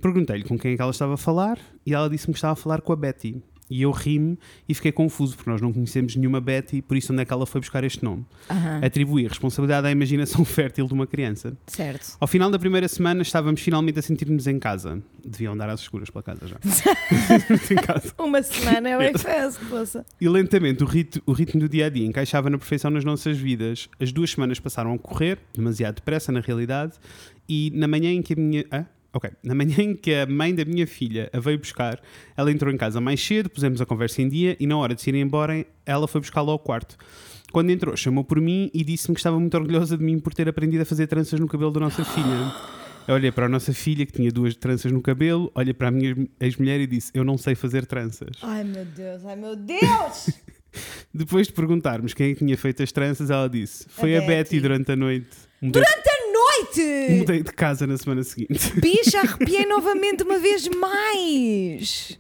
[SPEAKER 1] Perguntei-lhe com quem é que ela estava a falar e ela disse-me que estava a falar com a Betty. E eu ri-me e fiquei confuso, porque nós não conhecemos nenhuma Betty, por isso onde é que ela foi buscar este nome?
[SPEAKER 2] Aham,
[SPEAKER 1] Atribuir responsabilidade à imaginação [laughs] fértil de uma criança.
[SPEAKER 2] Certo.
[SPEAKER 1] Ao final da primeira semana estávamos finalmente a sentir-nos em casa. Deviam andar às escuras pela casa já. em casa.
[SPEAKER 2] Uma semana é
[SPEAKER 1] [laughs]
[SPEAKER 2] o festa, moça.
[SPEAKER 1] E lentamente o, rit- o ritmo do dia a dia encaixava na perfeição nas nossas vidas. As duas semanas passaram a correr, demasiado depressa na realidade, e na manhã em que a minha. Ah? Ok. Na manhã em que a mãe da minha filha a veio buscar, ela entrou em casa mais cedo, pusemos a conversa em dia e na hora de se irem embora, ela foi buscá-la ao quarto. Quando entrou, chamou por mim e disse-me que estava muito orgulhosa de mim por ter aprendido a fazer tranças no cabelo da nossa filha. Eu olhei para a nossa filha, que tinha duas tranças no cabelo, olhei para a minha ex-mulher e disse: Eu não sei fazer tranças.
[SPEAKER 2] Ai meu Deus, ai
[SPEAKER 1] [laughs]
[SPEAKER 2] meu Deus!
[SPEAKER 1] Depois de perguntarmos quem é que tinha feito as tranças, ela disse: Foi a,
[SPEAKER 2] Betty.
[SPEAKER 1] Betty. durante a noite. Mudei,
[SPEAKER 2] Durante a noite!
[SPEAKER 1] mudei de casa na semana seguinte. [laughs]
[SPEAKER 2] Bicha, arrepiei novamente uma vez mais!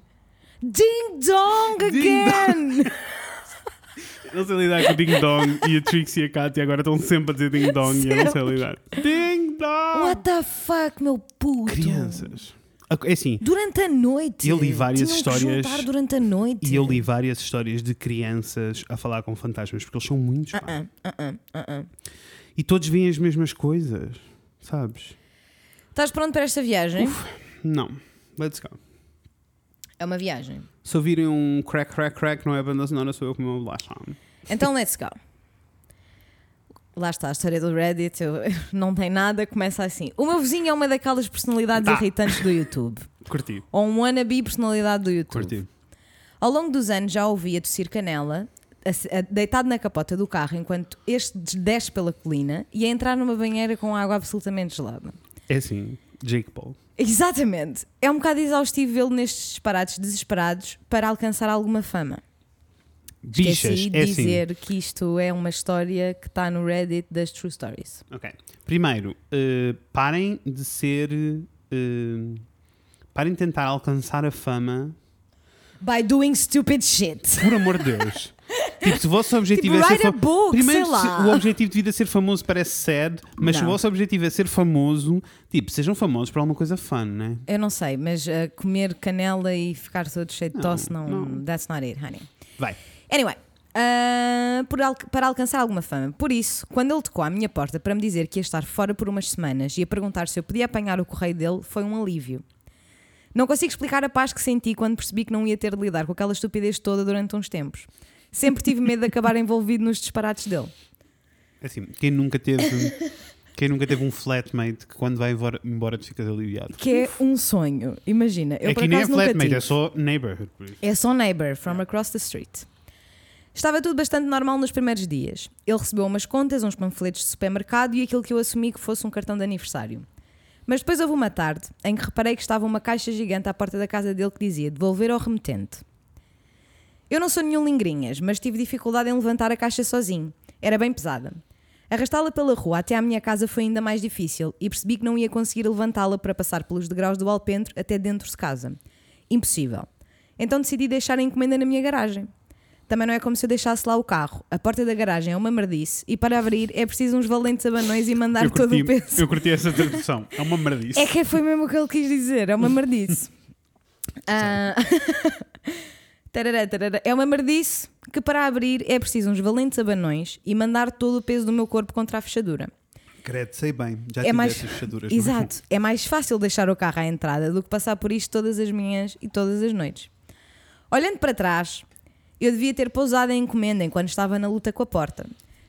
[SPEAKER 2] Ding dong
[SPEAKER 1] Ding
[SPEAKER 2] again!
[SPEAKER 1] [laughs] Não sei lidar com o Ding Dong e a Trixie e a Katy agora estão sempre a dizer Ding Dong e eu não sei lidar. Ding Dong!
[SPEAKER 2] What the fuck, meu puto!
[SPEAKER 1] Crianças. A- É assim,
[SPEAKER 2] Durante a noite!
[SPEAKER 1] Eu li várias
[SPEAKER 2] Tinham que
[SPEAKER 1] histórias-
[SPEAKER 2] juntar durante a noite!
[SPEAKER 1] e eu li várias histórias de crianças a falar com fantasmas, porque eles são muitos. pá.
[SPEAKER 2] Ah, ah, ah, ah.
[SPEAKER 1] E todos veem as mesmas coisas, sabes?
[SPEAKER 2] Estás pronto para esta viagem?
[SPEAKER 1] Não. Let's go.
[SPEAKER 2] É uma viagem.
[SPEAKER 1] Se ouvirem um crack, crack, crack, não é banda sonora, sou eu com o meu bolacha.
[SPEAKER 2] Então, let's go. Lá está a história do Reddit, eu- [laughs] não tem nada, começa assim. O meu vizinho é uma daquelas personalidades
[SPEAKER 1] Tá.
[SPEAKER 2] irritantes do YouTube.
[SPEAKER 1] Curti.
[SPEAKER 2] Ou um wannabe personalidade do YouTube.
[SPEAKER 1] Curti.
[SPEAKER 2] Ao longo dos anos já ouvia tossir canela, a- a- deitado na capota do carro, enquanto este des- desce pela colina e a entrar numa banheira com água absolutamente gelada.
[SPEAKER 1] É assim, Jake Paul.
[SPEAKER 2] Exatamente. É um bocado exaustivo vê-lo nestes disparates desesperados para alcançar alguma fama.
[SPEAKER 1] Bichas,
[SPEAKER 2] Esqueci de
[SPEAKER 1] é assim.
[SPEAKER 2] dizer que isto é uma história que está no Reddit das True Stories.
[SPEAKER 1] Ok. Primeiro, eh, parem de ser. eh, parem de tentar alcançar a fama.
[SPEAKER 2] By doing stupid shit.
[SPEAKER 1] Por amor de
[SPEAKER 2] [laughs]
[SPEAKER 1] Deus. tipo, se o vosso objetivo
[SPEAKER 2] Tipo,
[SPEAKER 1] é ser
[SPEAKER 2] write a
[SPEAKER 1] fa-
[SPEAKER 2] book,
[SPEAKER 1] Primeiro,
[SPEAKER 2] sei
[SPEAKER 1] se
[SPEAKER 2] lá.
[SPEAKER 1] o objetivo de vida é ser famoso parece sad, mas se o
[SPEAKER 2] Não.
[SPEAKER 1] vosso objetivo é ser famoso, tipo, sejam famosos por alguma coisa fun, né?
[SPEAKER 2] Eu não sei, mas uh, comer canela e ficar todo cheio de
[SPEAKER 1] Não,
[SPEAKER 2] tosse, não,
[SPEAKER 1] não.
[SPEAKER 2] That's not it, honey.
[SPEAKER 1] Vai.
[SPEAKER 2] Anyway, ah, por al- para alcançar alguma fama. Por isso, quando ele tocou à minha porta para me dizer que ia estar fora por umas semanas e a perguntar se eu podia apanhar o correio dele, foi um alívio. Não consigo explicar a paz que senti quando percebi que não ia ter de lidar com aquela estupidez toda durante uns tempos. Sempre tive medo de acabar [laughs] envolvido nos disparates dele.
[SPEAKER 1] Assim, quem nunca
[SPEAKER 2] [laughs]
[SPEAKER 1] teve. quem nunca teve um flatmate que quando vai embora, embora tu ficas aliviado.
[SPEAKER 2] Que é um sonho. Imagina, eu por
[SPEAKER 1] Aqui nem é
[SPEAKER 2] acaso nunca
[SPEAKER 1] flatmate,
[SPEAKER 2] tive.
[SPEAKER 1] é só neighborhood. por isso.
[SPEAKER 2] É só neighbor, from across the street. Estava tudo bastante normal nos primeiros dias. Ele recebeu umas contas, uns panfletos de supermercado e aquilo que eu assumi que fosse um cartão de aniversário. Mas depois houve uma tarde em que reparei que estava uma caixa gigante à porta da casa dele que dizia devolver ao remetente. Eu não sou nenhum lingrinhas, mas tive dificuldade em levantar a caixa sozinho. Era bem pesada. Arrastá-la pela rua até à minha casa foi ainda mais difícil e percebi que não ia conseguir levantá-la para passar pelos degraus do Alpendre até dentro de casa. Impossível. Então decidi deixar a encomenda na minha garagem. Também não é como se eu deixasse lá o carro. A porta da garagem é uma merdice e para abrir é preciso uns valentes abanões e mandar
[SPEAKER 1] Eu
[SPEAKER 2] todo
[SPEAKER 1] curti,
[SPEAKER 2] o peso.
[SPEAKER 1] eu curti essa tradução. É uma merdice.
[SPEAKER 2] É que foi mesmo o que ele quis dizer, é uma [laughs] merdice. Ah, [laughs] tarará, tarará. É uma merdice que para abrir é preciso uns valentes abanões e mandar todo o peso do meu corpo contra a fechadura.
[SPEAKER 1] Credo, sei bem. Já
[SPEAKER 2] É mais... Exato, é mais fácil deixar o carro à entrada do que passar por isto todas as manhãs e todas as noites. Olhando para trás, eu devia ter pousado a encomenda enquanto estava na luta com a porta.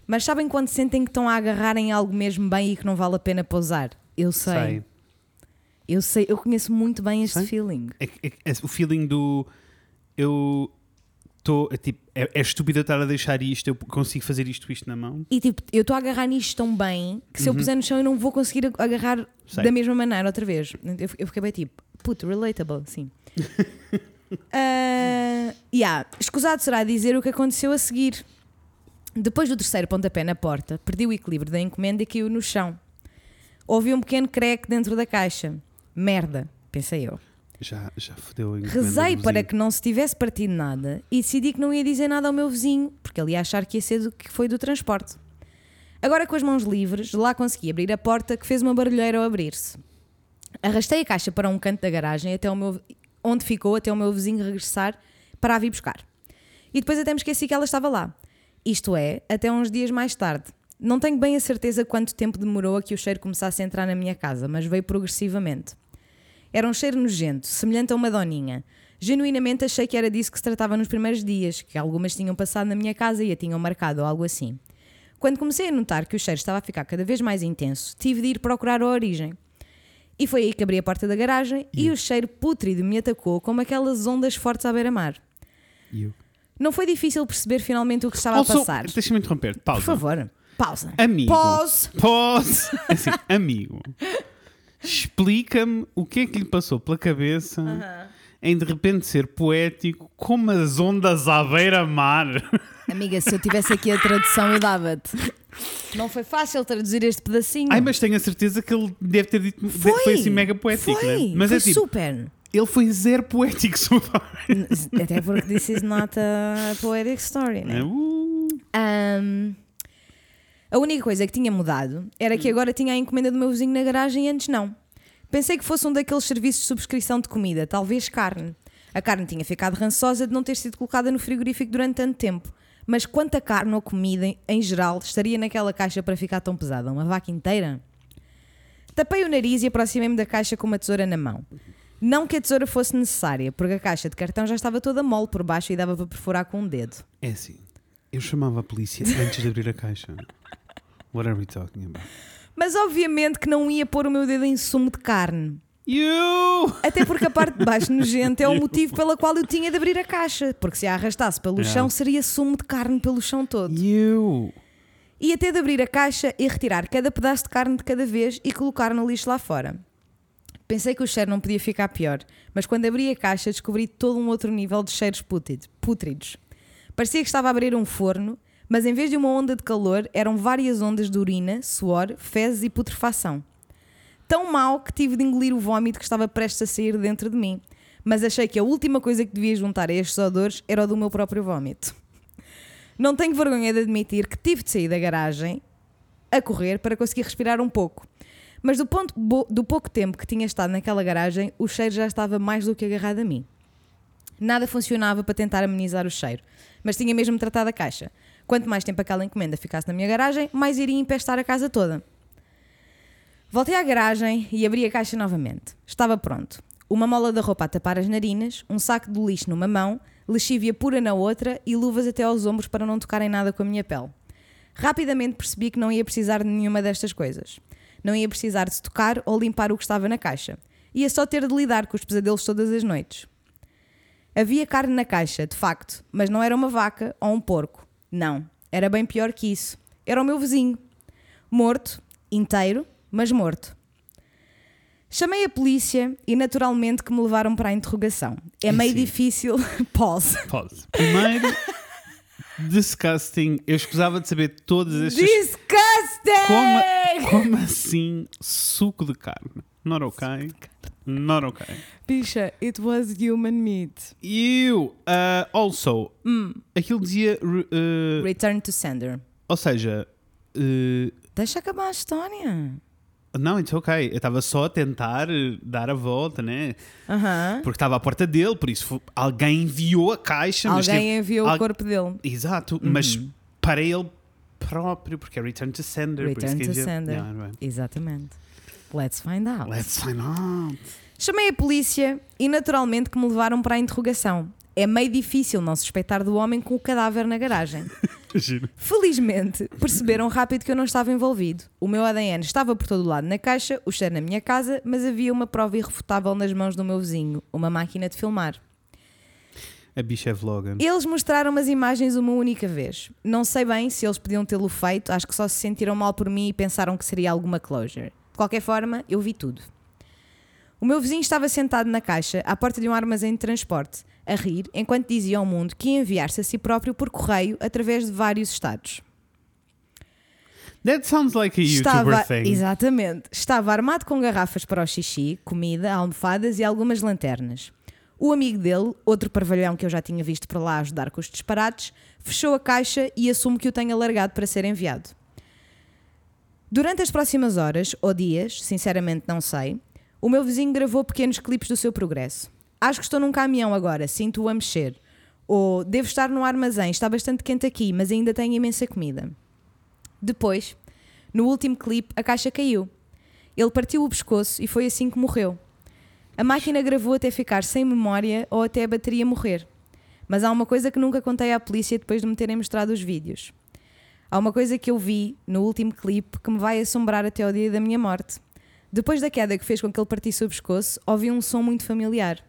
[SPEAKER 2] Mas sabem quando sentem que estão a agarrar em algo mesmo bem e que não vale a pena pousar? Eu sei. Eu sei, eu conheço muito bem este
[SPEAKER 1] Sei.
[SPEAKER 2] feeling.
[SPEAKER 1] É, que- é que- é o feeling do. Eu estou. É, tipo, é, é estúpido eu estar a deixar isto, eu consigo fazer isto, isto na mão.
[SPEAKER 2] E tipo, eu estou a agarrar nisto tão bem que se eu puser no chão eu não vou conseguir ag- agarrar
[SPEAKER 1] Uhum. Sei.
[SPEAKER 2] da mesma maneira outra vez. Eu, fi- eu fiquei bem tipo, puto, relatable,
[SPEAKER 1] [laughs]
[SPEAKER 2] sim. Ah, yeah. Escusado será dizer o que aconteceu a seguir. Depois do terceiro pontapé na porta, perdi o equilíbrio da encomenda e caiu no chão. Houve um pequeno creque dentro da caixa. Merda, pensei eu.
[SPEAKER 1] Já, já fodeu a encomenda
[SPEAKER 2] Rezei
[SPEAKER 1] do
[SPEAKER 2] para
[SPEAKER 1] vizinho.
[SPEAKER 2] que não se tivesse partido nada e decidi que não ia dizer nada ao meu vizinho, porque ele ia achar que ia ser do que foi do transporte. Agora, com as mãos livres, lá consegui abrir a porta que fez uma barulheira ao abrir-se. Arrastei a caixa para um canto da garagem até o meu, onde ficou até o meu vizinho regressar, para a vir buscar. E depois até me esqueci que ela estava lá. Isto é, até uns dias mais tarde. Não tenho bem a certeza quanto tempo demorou a que o cheiro começasse a entrar na minha casa, mas veio progressivamente. Era um cheiro nojento, semelhante a uma doninha. Genuinamente achei que era disso que se tratava nos primeiros dias, que algumas tinham passado na minha casa e a tinham marcado ou algo assim. Quando comecei a notar que o cheiro estava a ficar cada vez mais intenso, tive de ir procurar a origem. E foi aí que abri a porta da garagem
[SPEAKER 1] Hum.
[SPEAKER 2] e o cheiro pútrido me atacou como aquelas ondas fortes à beira-mar.
[SPEAKER 1] You.
[SPEAKER 2] Não foi difícil perceber finalmente o que estava a
[SPEAKER 1] Also,
[SPEAKER 2] passar.
[SPEAKER 1] deixa-me interromper. Pausa.
[SPEAKER 2] Por favor, pausa.
[SPEAKER 1] Amigo.
[SPEAKER 2] Pause.
[SPEAKER 1] [laughs] Pause. Assim, amigo. Explica-me o que é que lhe passou pela cabeça em de repente ser poético como as ondas à beira-mar.
[SPEAKER 2] Amiga, se eu tivesse aqui a tradução, eu dava-te. Não foi fácil traduzir este pedacinho.
[SPEAKER 1] Ai, mas tenho a certeza que ele deve ter dito. de- Foi, assim mega poético,
[SPEAKER 2] Foi,
[SPEAKER 1] né? Mas
[SPEAKER 2] foi
[SPEAKER 1] é tipo,
[SPEAKER 2] super.
[SPEAKER 1] ele foi zero poético [laughs] so far.
[SPEAKER 2] Até porque this is not a poetic story, né?
[SPEAKER 1] Uh,
[SPEAKER 2] Ahm, a única coisa que tinha mudado era que agora tinha a encomenda do meu vizinho na garagem e antes não. Pensei que fosse um daqueles serviços de subscrição de comida, talvez carne. A carne tinha ficado rançosa de não ter sido colocada no frigorífico durante tanto tempo. Mas quanta carne ou comida, em- em geral, estaria naquela caixa para ficar tão pesada? Uma vaca inteira? Tapei o nariz e aproximei-me da caixa com uma tesoura na mão. Não que a tesoura fosse necessária, porque a caixa de cartão já estava toda mole por baixo e dava para perfurar com um dedo.
[SPEAKER 1] É assim. Eu chamava a polícia antes de abrir a caixa. What are we talking about?
[SPEAKER 2] Mas obviamente que não ia pôr o meu dedo em sumo de carne.
[SPEAKER 1] You!
[SPEAKER 2] Até porque a parte de baixo nojenta é o motivo pela qual eu tinha de abrir a caixa. Porque se a arrastasse pelo
[SPEAKER 1] Yeah.
[SPEAKER 2] chão, seria sumo de carne pelo chão todo.
[SPEAKER 1] You!
[SPEAKER 2] E até de abrir a caixa e retirar cada pedaço de carne de cada vez e colocar no lixo lá fora. Pensei que o cheiro não podia ficar pior, mas quando abri a caixa descobri todo um outro nível de cheiros pútridos. pútridos. Parecia que estava a abrir um forno, mas em vez de uma onda de calor, eram várias ondas de urina, suor, fezes e putrefação. Tão mal que tive de engolir o vómito que estava prestes a sair dentro de mim, mas achei que a última coisa que devia juntar a estes odores era o do meu próprio vómito. Não tenho vergonha de admitir que tive de sair da garagem a correr para conseguir respirar um pouco. Mas do, ponto bo- do pouco tempo que tinha estado naquela garagem, o cheiro já estava mais do que agarrado a mim. Nada funcionava para tentar amenizar o cheiro, mas tinha mesmo tratado a caixa. Quanto mais tempo aquela encomenda ficasse na minha garagem, mais iria empestar a casa toda. Voltei à garagem e abri a caixa novamente. Estava pronto. Uma mola da roupa a tapar as narinas, um saco de lixo numa mão, lexívia pura na outra e luvas até aos ombros para não tocarem nada com a minha pele. Rapidamente percebi que não ia precisar de nenhuma destas coisas. Não ia precisar de tocar ou limpar o que estava na caixa. Ia só ter de lidar com os pesadelos todas as noites. Havia carne na caixa, de facto, mas não era uma vaca ou um porco. Não, era bem pior que isso. Era o meu vizinho. Morto, inteiro, mas morto. Chamei a polícia e naturalmente que me levaram para a interrogação. É
[SPEAKER 1] E
[SPEAKER 2] meio
[SPEAKER 1] sim.
[SPEAKER 2] difícil. [laughs] Pause.
[SPEAKER 1] Pause. Primeiro, disgusting. Eu escusava de saber todas estas.
[SPEAKER 2] Disgusting!
[SPEAKER 1] Como, como assim suco de carne? Not okay. Not okay.
[SPEAKER 2] Bicha, it was human meat.
[SPEAKER 1] You! Uh, also,
[SPEAKER 2] Hum.
[SPEAKER 1] aquilo dizia. re- uh,
[SPEAKER 2] Return to sender.
[SPEAKER 1] ou seja. uh,
[SPEAKER 2] Deixa acabar a história.
[SPEAKER 1] não, it's ok. Eu estava só a tentar uh, dar a volta, né?
[SPEAKER 2] Aham.
[SPEAKER 1] Porque estava à porta dele, por isso fo- alguém enviou a caixa. mas teve-
[SPEAKER 2] Alguém Uhum. enviou
[SPEAKER 1] al-
[SPEAKER 2] o corpo dele.
[SPEAKER 1] Exato, mas para ele próprio, porque é Return to Sender. por isso
[SPEAKER 2] Return
[SPEAKER 1] que
[SPEAKER 2] to
[SPEAKER 1] dizia-
[SPEAKER 2] sender.
[SPEAKER 1] Yeah, right.
[SPEAKER 2] Exatamente. Let's find out.
[SPEAKER 1] Let's sign out.
[SPEAKER 2] [laughs] Chamei a polícia e naturalmente que me levaram para a interrogação. É meio difícil não suspeitar do homem com o cadáver na garagem.
[SPEAKER 1] Giro.
[SPEAKER 2] Felizmente, perceberam rápido que eu não estava envolvido. O meu ADN estava por todo o lado na caixa, o cheiro na minha casa, mas havia uma prova irrefutável nas mãos do meu vizinho, uma máquina de filmar.
[SPEAKER 1] A bicha é vlogan.
[SPEAKER 2] Eles mostraram as imagens uma única vez. Não sei bem se eles podiam tê-lo feito, acho que só se sentiram mal por mim e pensaram que seria alguma closure. De qualquer forma, eu vi tudo. O meu vizinho estava sentado na caixa, à porta de um armazém de transporte, a rir, enquanto dizia ao mundo que ia enviar-se a si próprio por correio através de vários estados.
[SPEAKER 1] That sounds like a YouTuber
[SPEAKER 2] Estava,
[SPEAKER 1] thing.
[SPEAKER 2] exatamente. Estava armado com garrafas para o xixi, comida, almofadas e algumas lanternas. O amigo dele, outro parvalhão que eu já tinha visto para lá ajudar com os disparates, fechou a caixa e assumo que o tenha largado para ser enviado. Durante as próximas horas ou dias, sinceramente não sei, o meu vizinho gravou pequenos clipes do seu progresso. Acho que estou num caminhão agora, sinto-o a mexer. Ou devo estar no armazém, está bastante quente aqui, mas ainda tenho imensa comida. Depois, no último clipe, a caixa caiu. Ele partiu o pescoço e foi assim que morreu. A máquina gravou até ficar sem memória ou até a bateria morrer. Mas há uma coisa que nunca contei à polícia depois de me terem mostrado os vídeos. Há uma coisa que eu vi no último clipe que me vai assombrar até ao dia da minha morte. Depois da queda que fez com que ele partisse o pescoço, ouvi um som muito familiar.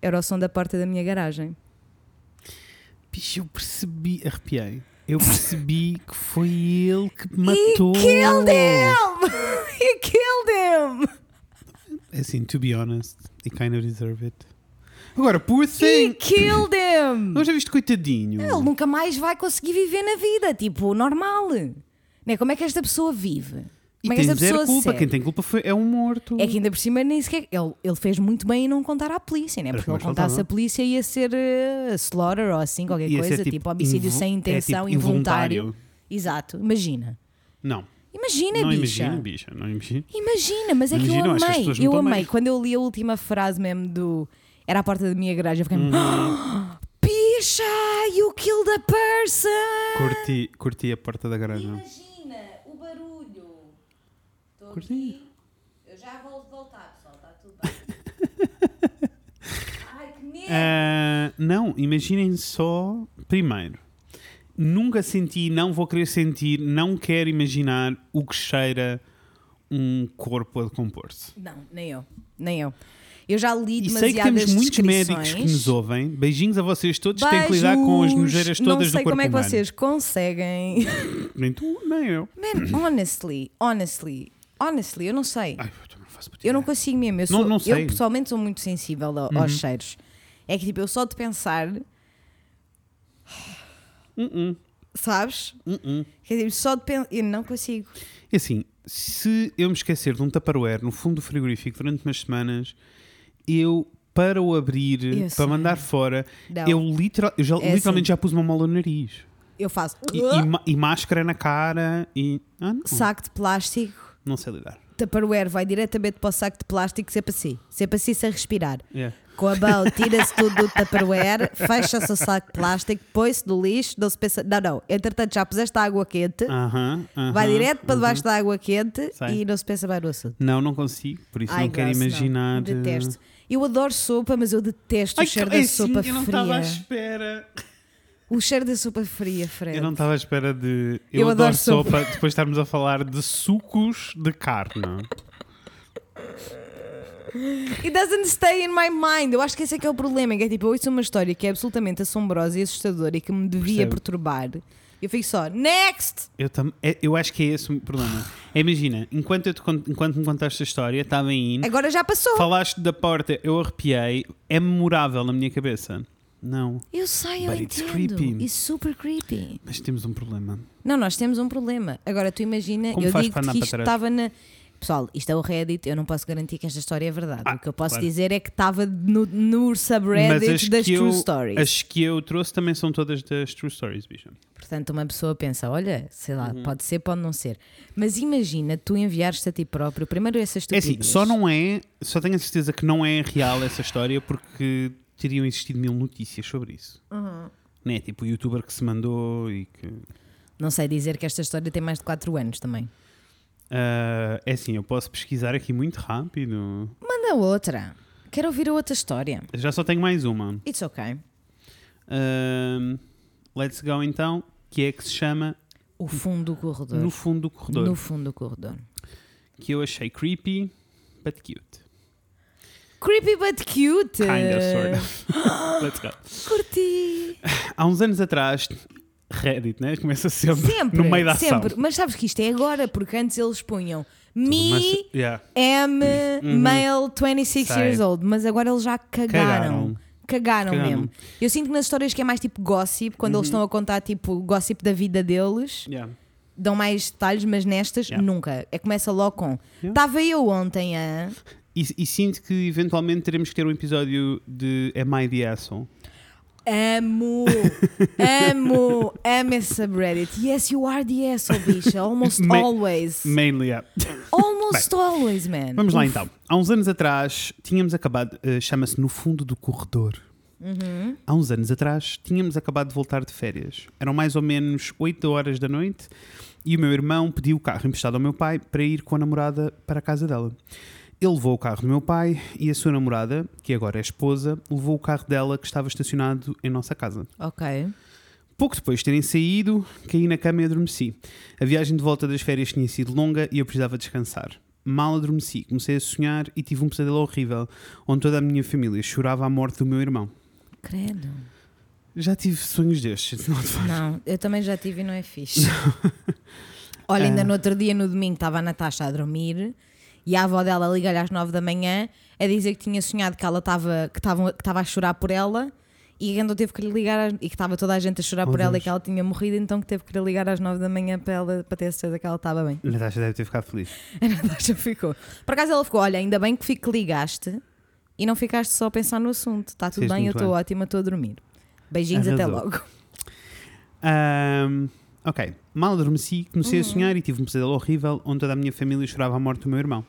[SPEAKER 2] Era o som da porta da minha garagem.
[SPEAKER 1] Bicho, eu percebi, arrepiei. Eu
[SPEAKER 2] [laughs]
[SPEAKER 1] percebi que foi ele que matou.
[SPEAKER 2] Killed [laughs] him! He killed him!
[SPEAKER 1] Assim, to be honest, he kind of deserve it. Agora, poor
[SPEAKER 2] He
[SPEAKER 1] thing!
[SPEAKER 2] killed him!
[SPEAKER 1] Não já viste coitadinho?
[SPEAKER 2] Ele nunca mais vai conseguir viver na vida, tipo, normal. Né? Como é que esta pessoa vive?
[SPEAKER 1] E
[SPEAKER 2] Como é que
[SPEAKER 1] tem
[SPEAKER 2] esta
[SPEAKER 1] zero
[SPEAKER 2] pessoa
[SPEAKER 1] culpa.
[SPEAKER 2] segue?
[SPEAKER 1] Quem tem culpa foi, é um morto.
[SPEAKER 2] É que ainda por cima nem sequer. Ele, ele fez muito bem em não contar à polícia, né?
[SPEAKER 1] Era o
[SPEAKER 2] Porque
[SPEAKER 1] que
[SPEAKER 2] ele
[SPEAKER 1] mais faltava.
[SPEAKER 2] contasse à polícia ia ser eh, slaughter ou assim, qualquer
[SPEAKER 1] Ia ser
[SPEAKER 2] coisa, tipo, homicídio
[SPEAKER 1] invo-
[SPEAKER 2] sem
[SPEAKER 1] é
[SPEAKER 2] intenção,
[SPEAKER 1] tipo
[SPEAKER 2] involuntário. Exato, imagina.
[SPEAKER 1] Não,
[SPEAKER 2] Imagina,
[SPEAKER 1] não
[SPEAKER 2] é bicha.
[SPEAKER 1] imagino, bicha. Não imagino.
[SPEAKER 2] Imagina, mas é que
[SPEAKER 1] Imagina,
[SPEAKER 2] eu
[SPEAKER 1] eu acho que as
[SPEAKER 2] amei.
[SPEAKER 1] pessoas não
[SPEAKER 2] eu
[SPEAKER 1] estão
[SPEAKER 2] amei.
[SPEAKER 1] bem.
[SPEAKER 2] Quando eu li a última frase mesmo do. Era a porta da minha garagem, eu fiquei.
[SPEAKER 1] Uhum.
[SPEAKER 2] "Ah, Bicha, you killed a person!
[SPEAKER 1] Curti, curti a porta da garagem.
[SPEAKER 2] Imagina o barulho. Estou
[SPEAKER 1] Curti. aqui.
[SPEAKER 2] Eu já vou voltar, pessoal. Está tudo bem.
[SPEAKER 1] [laughs]
[SPEAKER 2] Ai, que medo. É.
[SPEAKER 1] Ah, não, imaginem só. Primeiro, nunca senti, não vou querer sentir, não quero imaginar o que cheira um corpo a decompor-se.
[SPEAKER 2] Não, nem eu. Nem eu. Eu já li
[SPEAKER 1] E
[SPEAKER 2] demasiadas
[SPEAKER 1] sei que temos muitos médicos que
[SPEAKER 2] descrições.
[SPEAKER 1] nos ouvem. Beijinhos a vocês todos. Têm que lidar com as
[SPEAKER 2] Beijos.
[SPEAKER 1] nojeiras todas
[SPEAKER 2] Não sei
[SPEAKER 1] do corpo
[SPEAKER 2] como é que
[SPEAKER 1] humano.
[SPEAKER 2] vocês conseguem.
[SPEAKER 1] Nem tu, nem eu.
[SPEAKER 2] Man,
[SPEAKER 1] Uhum.
[SPEAKER 2] honestly, honestly, honestly, eu não sei.
[SPEAKER 1] Ai, eu também não faço puta
[SPEAKER 2] Eu não
[SPEAKER 1] ideia.
[SPEAKER 2] consigo mesmo. Eu, sou-
[SPEAKER 1] Ah, Não- não sei. Uhum.
[SPEAKER 2] eu pessoalmente sou muito sensível a- aos cheiros. É que tipo, eu só de pensar.
[SPEAKER 1] Hum,
[SPEAKER 2] Sabes? Quer dizer, só de pensar. Eu não consigo.
[SPEAKER 1] E assim, se eu me esquecer de um tupperware no fundo do frigorífico durante umas semanas, eu, para o abrir,
[SPEAKER 2] Eu
[SPEAKER 1] para
[SPEAKER 2] sei.
[SPEAKER 1] mandar fora,
[SPEAKER 2] Não.
[SPEAKER 1] eu, literal, eu já-
[SPEAKER 2] É
[SPEAKER 1] literalmente já
[SPEAKER 2] assim. Uh?
[SPEAKER 1] pus uma mola no nariz.
[SPEAKER 2] Eu faço.
[SPEAKER 1] E, e ma- e máscara na cara e. Ah, não.
[SPEAKER 2] Saco de plástico.
[SPEAKER 1] Não sei lidar.
[SPEAKER 2] Tupperware vai diretamente para o saco de plástico, sempre assim. Sempre assim, sem respirar.
[SPEAKER 1] Yeah.
[SPEAKER 2] Com a
[SPEAKER 1] [laughs]
[SPEAKER 2] mão, tira-se tudo do Tupperware, fecha-se o saco de plástico, põe-se no lixo, não se pensa. Não, não. Entretanto, já puseste a água quente,
[SPEAKER 1] Aham, Ah, aham. Uhum.
[SPEAKER 2] vai direto para debaixo da água quente
[SPEAKER 1] Sei.
[SPEAKER 2] e não se pensa mais no assunto.
[SPEAKER 1] Não, não consigo. Por isso
[SPEAKER 2] Ai,
[SPEAKER 1] não quero
[SPEAKER 2] grosso, não.
[SPEAKER 1] imaginar. eh,
[SPEAKER 2] Detesto. Eu adoro sopa, mas eu detesto
[SPEAKER 1] Ai,
[SPEAKER 2] o cheiro
[SPEAKER 1] que- ai,
[SPEAKER 2] da sopa
[SPEAKER 1] sim, Eu não estava à
[SPEAKER 2] fria.
[SPEAKER 1] espera.
[SPEAKER 2] O cheiro da sopa fria, Fred.
[SPEAKER 1] Eu não estava à espera de. Eu,
[SPEAKER 2] Eu
[SPEAKER 1] adoro,
[SPEAKER 2] adoro
[SPEAKER 1] sopa. depois estarmos a falar de sucos de carne.
[SPEAKER 2] It doesn't stay in my mind. Eu acho que esse é que é o problema. Que é tipo, eu ouço uma história que é absolutamente assombrosa e assustadora e que me devia
[SPEAKER 1] Percebo.
[SPEAKER 2] perturbar. Eu fico só, next!
[SPEAKER 1] Eu, tam, é- eu acho que é esse o problema. Imagina, enquanto, eu te cont- enquanto me contaste a história, estava indo,
[SPEAKER 2] Agora já passou.
[SPEAKER 1] falaste da porta, eu arrepiei, é memorável na minha cabeça. Não,
[SPEAKER 2] Eu sei, eu
[SPEAKER 1] But it's
[SPEAKER 2] entendo.
[SPEAKER 1] creepy.
[SPEAKER 2] É super creepy.
[SPEAKER 1] mas temos um problema.
[SPEAKER 2] Não, nós temos um problema. Agora tu imagina,
[SPEAKER 1] Como
[SPEAKER 2] eu
[SPEAKER 1] faz
[SPEAKER 2] digo
[SPEAKER 1] para andar
[SPEAKER 2] que
[SPEAKER 1] para
[SPEAKER 2] isto
[SPEAKER 1] trás?
[SPEAKER 2] estava na. Pessoal, isto é o Reddit, eu não posso garantir que esta história é verdade.
[SPEAKER 1] Ah,
[SPEAKER 2] o que eu posso
[SPEAKER 1] claro.
[SPEAKER 2] dizer é que estava no, no
[SPEAKER 1] mas
[SPEAKER 2] subreddit
[SPEAKER 1] as
[SPEAKER 2] das
[SPEAKER 1] que
[SPEAKER 2] True
[SPEAKER 1] eu,
[SPEAKER 2] Stories.
[SPEAKER 1] As que eu trouxe também são todas das True Stories, bicho.
[SPEAKER 2] Portanto, uma pessoa pensa, olha, sei lá,
[SPEAKER 1] Uhum.
[SPEAKER 2] pode ser, pode não ser. Mas imagina tu enviares-te a ti próprio, primeiro essas
[SPEAKER 1] É
[SPEAKER 2] estupidez.
[SPEAKER 1] assim, só não é, só tenho a certeza que não é real essa história porque teriam existido mil notícias sobre isso. Né? Tipo o youtuber que se mandou e que.
[SPEAKER 2] Não sei dizer que esta história tem mais de 4 anos também.
[SPEAKER 1] Ah, é assim, eu posso pesquisar aqui muito rápido.
[SPEAKER 2] Manda outra. Quero ouvir a outra história.
[SPEAKER 1] Já só tenho mais uma.
[SPEAKER 2] It's okay.
[SPEAKER 1] Ahm, let's go então, que é que se chama
[SPEAKER 2] O fundo do corredor.
[SPEAKER 1] No Fundo do Corredor,
[SPEAKER 2] No fundo do corredor.
[SPEAKER 1] que eu achei creepy, but cute.
[SPEAKER 2] Creepy but cute.
[SPEAKER 1] Kinda, sort of. [laughs] let's go.
[SPEAKER 2] Curti.
[SPEAKER 1] Há uns anos atrás, Reddit, né? Começa sempre,
[SPEAKER 2] Sempre.
[SPEAKER 1] no meio da ação.
[SPEAKER 2] sempre. Mas sabes que isto é agora, porque antes eles punham
[SPEAKER 1] Mas-
[SPEAKER 2] me,
[SPEAKER 1] yeah.
[SPEAKER 2] am, male, 26
[SPEAKER 1] Uhum. Sei.
[SPEAKER 2] years old. Mas agora eles já cagaram.
[SPEAKER 1] Cagaram.
[SPEAKER 2] Cagaram,
[SPEAKER 1] Cagaram. Uhum.
[SPEAKER 2] mesmo. Eu sinto que nas histórias que é mais tipo gossip, quando eles estão a contar tipo gossip da vida deles,
[SPEAKER 1] Yeah.
[SPEAKER 2] dão mais detalhes, mas nestas
[SPEAKER 1] Yeah.
[SPEAKER 2] nunca. É começa logo com.
[SPEAKER 1] Yeah.
[SPEAKER 2] Estava eu ontem a.
[SPEAKER 1] E, e sinto que eventualmente teremos que ter um episódio de Am I the Asshole? [laughs]
[SPEAKER 2] Amo, amo, amo esse subreddit. Yes, you are the asshole,
[SPEAKER 1] [laughs]
[SPEAKER 2] bicha. Almost
[SPEAKER 1] Ma-
[SPEAKER 2] always.
[SPEAKER 1] Mainly, yeah.
[SPEAKER 2] Almost always, man.
[SPEAKER 1] Vamos lá
[SPEAKER 2] Uf.
[SPEAKER 1] então. Há uns anos atrás, tínhamos acabado, eh, chama-se No Fundo do Corredor.
[SPEAKER 2] Uhum.
[SPEAKER 1] Há uns anos atrás, tínhamos acabado de voltar de férias. Eram mais ou menos 8 horas da noite e o meu irmão pediu o carro emprestado ao meu pai para ir com a namorada para a casa dela. Ele levou o carro do meu pai e a sua namorada, que agora é esposa, levou o carro dela que estava estacionado em nossa casa.
[SPEAKER 2] Ok.
[SPEAKER 1] Pouco depois de terem saído, caí na cama e adormeci. A viagem de volta das férias tinha sido longa e eu precisava descansar. Mal adormeci, comecei a sonhar e tive um pesadelo horrível, onde toda a minha família chorava a morte do meu irmão.
[SPEAKER 2] Credo.
[SPEAKER 1] Já tive sonhos destes, [laughs] não te faz?
[SPEAKER 2] Não, eu também já tive e não
[SPEAKER 1] [laughs]
[SPEAKER 2] é fixe. Olha,
[SPEAKER 1] É.
[SPEAKER 2] ainda no outro dia, no domingo, estava a Natasha a dormir e a avó dela liga-lhe às 9 da manhã a dizer que tinha sonhado que ela estava que estava que estava a chorar por ela e que então teve que lhe ligar às- e que estava toda a gente a chorar
[SPEAKER 1] Oh,
[SPEAKER 2] por ela e
[SPEAKER 1] Deus.
[SPEAKER 2] que ela tinha morrido, então que teve que lhe ligar às 9 da manhã para, ela, para ter certeza que ela estava bem.
[SPEAKER 1] Natasha deve ter ficado feliz.
[SPEAKER 2] [laughs] A Natasha ficou. Por acaso ela ficou, olha, ainda bem que fi- que ligaste e não ficaste só a pensar no assunto. Está tudo
[SPEAKER 1] Fez
[SPEAKER 2] bem, eu
[SPEAKER 1] muito
[SPEAKER 2] estou
[SPEAKER 1] bem.
[SPEAKER 2] ótima, estou a dormir. Beijinhos, até
[SPEAKER 1] Arrasou.
[SPEAKER 2] logo.
[SPEAKER 1] Ahm, ok, mal adormeci, comecei a sonhar e tive um pesadelo horrível onde toda a minha família chorava a morte do meu irmão.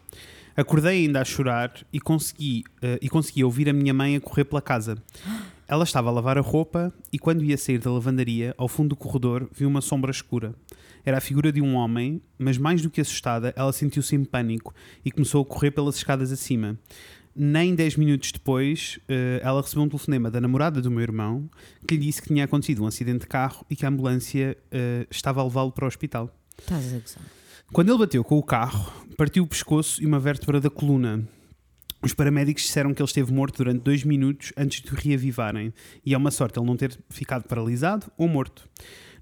[SPEAKER 1] Acordei ainda a chorar e consegui, eh, e consegui ouvir a minha mãe a correr pela casa. Ela estava a lavar a roupa e quando ia sair da lavandaria, ao fundo do corredor, vi uma sombra escura. Era a figura de um homem, mas mais do que assustada, ela sentiu-se em pânico e começou a correr pelas escadas acima. Nem 10 minutos depois, eh, ela recebeu um telefonema da namorada do meu irmão que lhe disse que tinha acontecido um acidente de carro e que a ambulância eh, estava a levá-lo para o hospital.
[SPEAKER 2] [laughs] Estás a gozar.
[SPEAKER 1] Quando ele bateu com o carro, partiu o pescoço e uma vértebra da coluna. Os paramédicos disseram que ele esteve morto durante dois minutos antes de o reavivarem, e é uma sorte ele não ter ficado paralisado ou morto.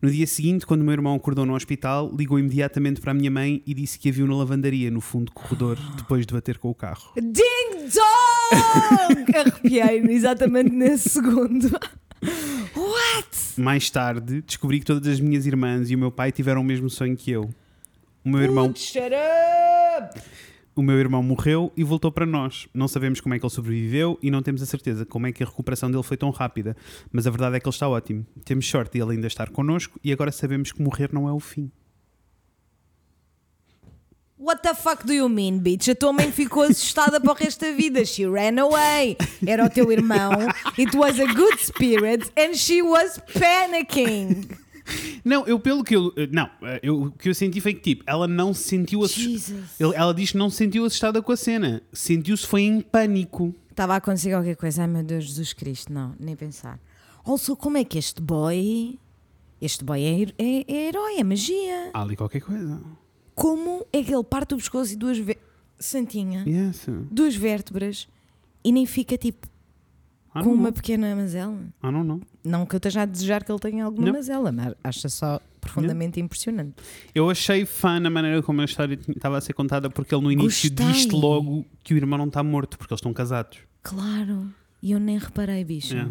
[SPEAKER 1] No dia seguinte, quando o meu irmão acordou no hospital, ligou imediatamente para a minha mãe e disse que a viu na lavandaria no fundo do corredor depois de bater com o carro. [laughs]
[SPEAKER 2] Ding dong! Arrepiei-me exatamente nesse segundo. What?
[SPEAKER 1] Mais tarde, descobri que todas as minhas irmãs e o meu pai tiveram o mesmo sonho que eu. O meu irmão
[SPEAKER 2] Putz, Shut up!
[SPEAKER 1] O meu irmão morreu e voltou para nós. Não sabemos como é que ele sobreviveu e não temos a certeza como é que a recuperação dele foi tão rápida. Mas a verdade é que ele está ótimo. Temos sorte de ele ainda estar connosco e agora sabemos que morrer não é o fim.
[SPEAKER 2] What the fuck do you mean, bitch? A tua mãe ficou assustada para o resto da vida. She ran away. Era o teu irmão. It was a good spirit and she was panicking.
[SPEAKER 1] Não, eu pelo que eu. eh, Não, eh, eu, o que eu senti foi que tipo, ela não se sentiu assustada.
[SPEAKER 2] Jesus.
[SPEAKER 1] Ela diz que não se sentiu assustada com a cena. Sentiu-se foi em pânico.
[SPEAKER 2] Estava a acontecer qualquer coisa. Ai meu Deus, Jesus Cristo, não, nem pensar. Also, como é que este boy. Este boy é, her- é- é herói, é magia.
[SPEAKER 1] Há ali qualquer coisa.
[SPEAKER 2] Como é que ele parte o pescoço e duas vezes. Santinha.
[SPEAKER 1] Yes.
[SPEAKER 2] Duas vértebras e nem fica tipo
[SPEAKER 1] Ah,
[SPEAKER 2] com
[SPEAKER 1] não,
[SPEAKER 2] uma pequena mazela.
[SPEAKER 1] Ah, não, não.
[SPEAKER 2] Não que eu esteja a desejar que ele tenha alguma
[SPEAKER 1] Não.
[SPEAKER 2] mazela, mas acha só profundamente impressionante.
[SPEAKER 1] Eu achei fã na maneira como a história tinha- estava a ser contada, porque ele no início
[SPEAKER 2] Gostei.
[SPEAKER 1] diz logo que o irmão não está morto, porque eles estão casados.
[SPEAKER 2] Claro, e eu nem reparei, bicho.
[SPEAKER 1] É.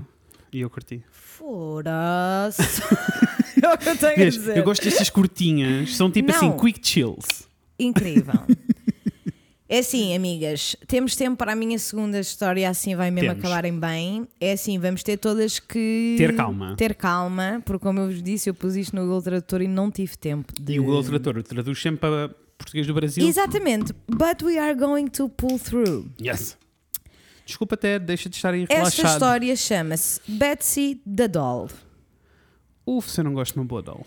[SPEAKER 1] E eu curti.
[SPEAKER 2] Fora-se. [laughs] é o que eu tenho a
[SPEAKER 1] Vês,
[SPEAKER 2] dizer.
[SPEAKER 1] eu gosto destas curtinhas, são tipo
[SPEAKER 2] Não.
[SPEAKER 1] assim, quick chills.
[SPEAKER 2] Incrível. É assim, amigas, temos tempo para a minha segunda história, assim vai mesmo
[SPEAKER 1] Temos.
[SPEAKER 2] acabarem bem. É assim, vamos ter todas que.
[SPEAKER 1] Ter calma.
[SPEAKER 2] Ter calma, porque como eu vos disse, eu pus isto no Google Tradutor e não tive tempo de.
[SPEAKER 1] E o Google Tradutor traduz sempre para português do Brasil.
[SPEAKER 2] Exatamente, but we are going to pull through.
[SPEAKER 1] Yes. Desculpa até, deixa de estar aí
[SPEAKER 2] Esta
[SPEAKER 1] relaxado.
[SPEAKER 2] história chama-se Betsy the Doll.
[SPEAKER 1] Uf, se eu não gosto de uma boa doll.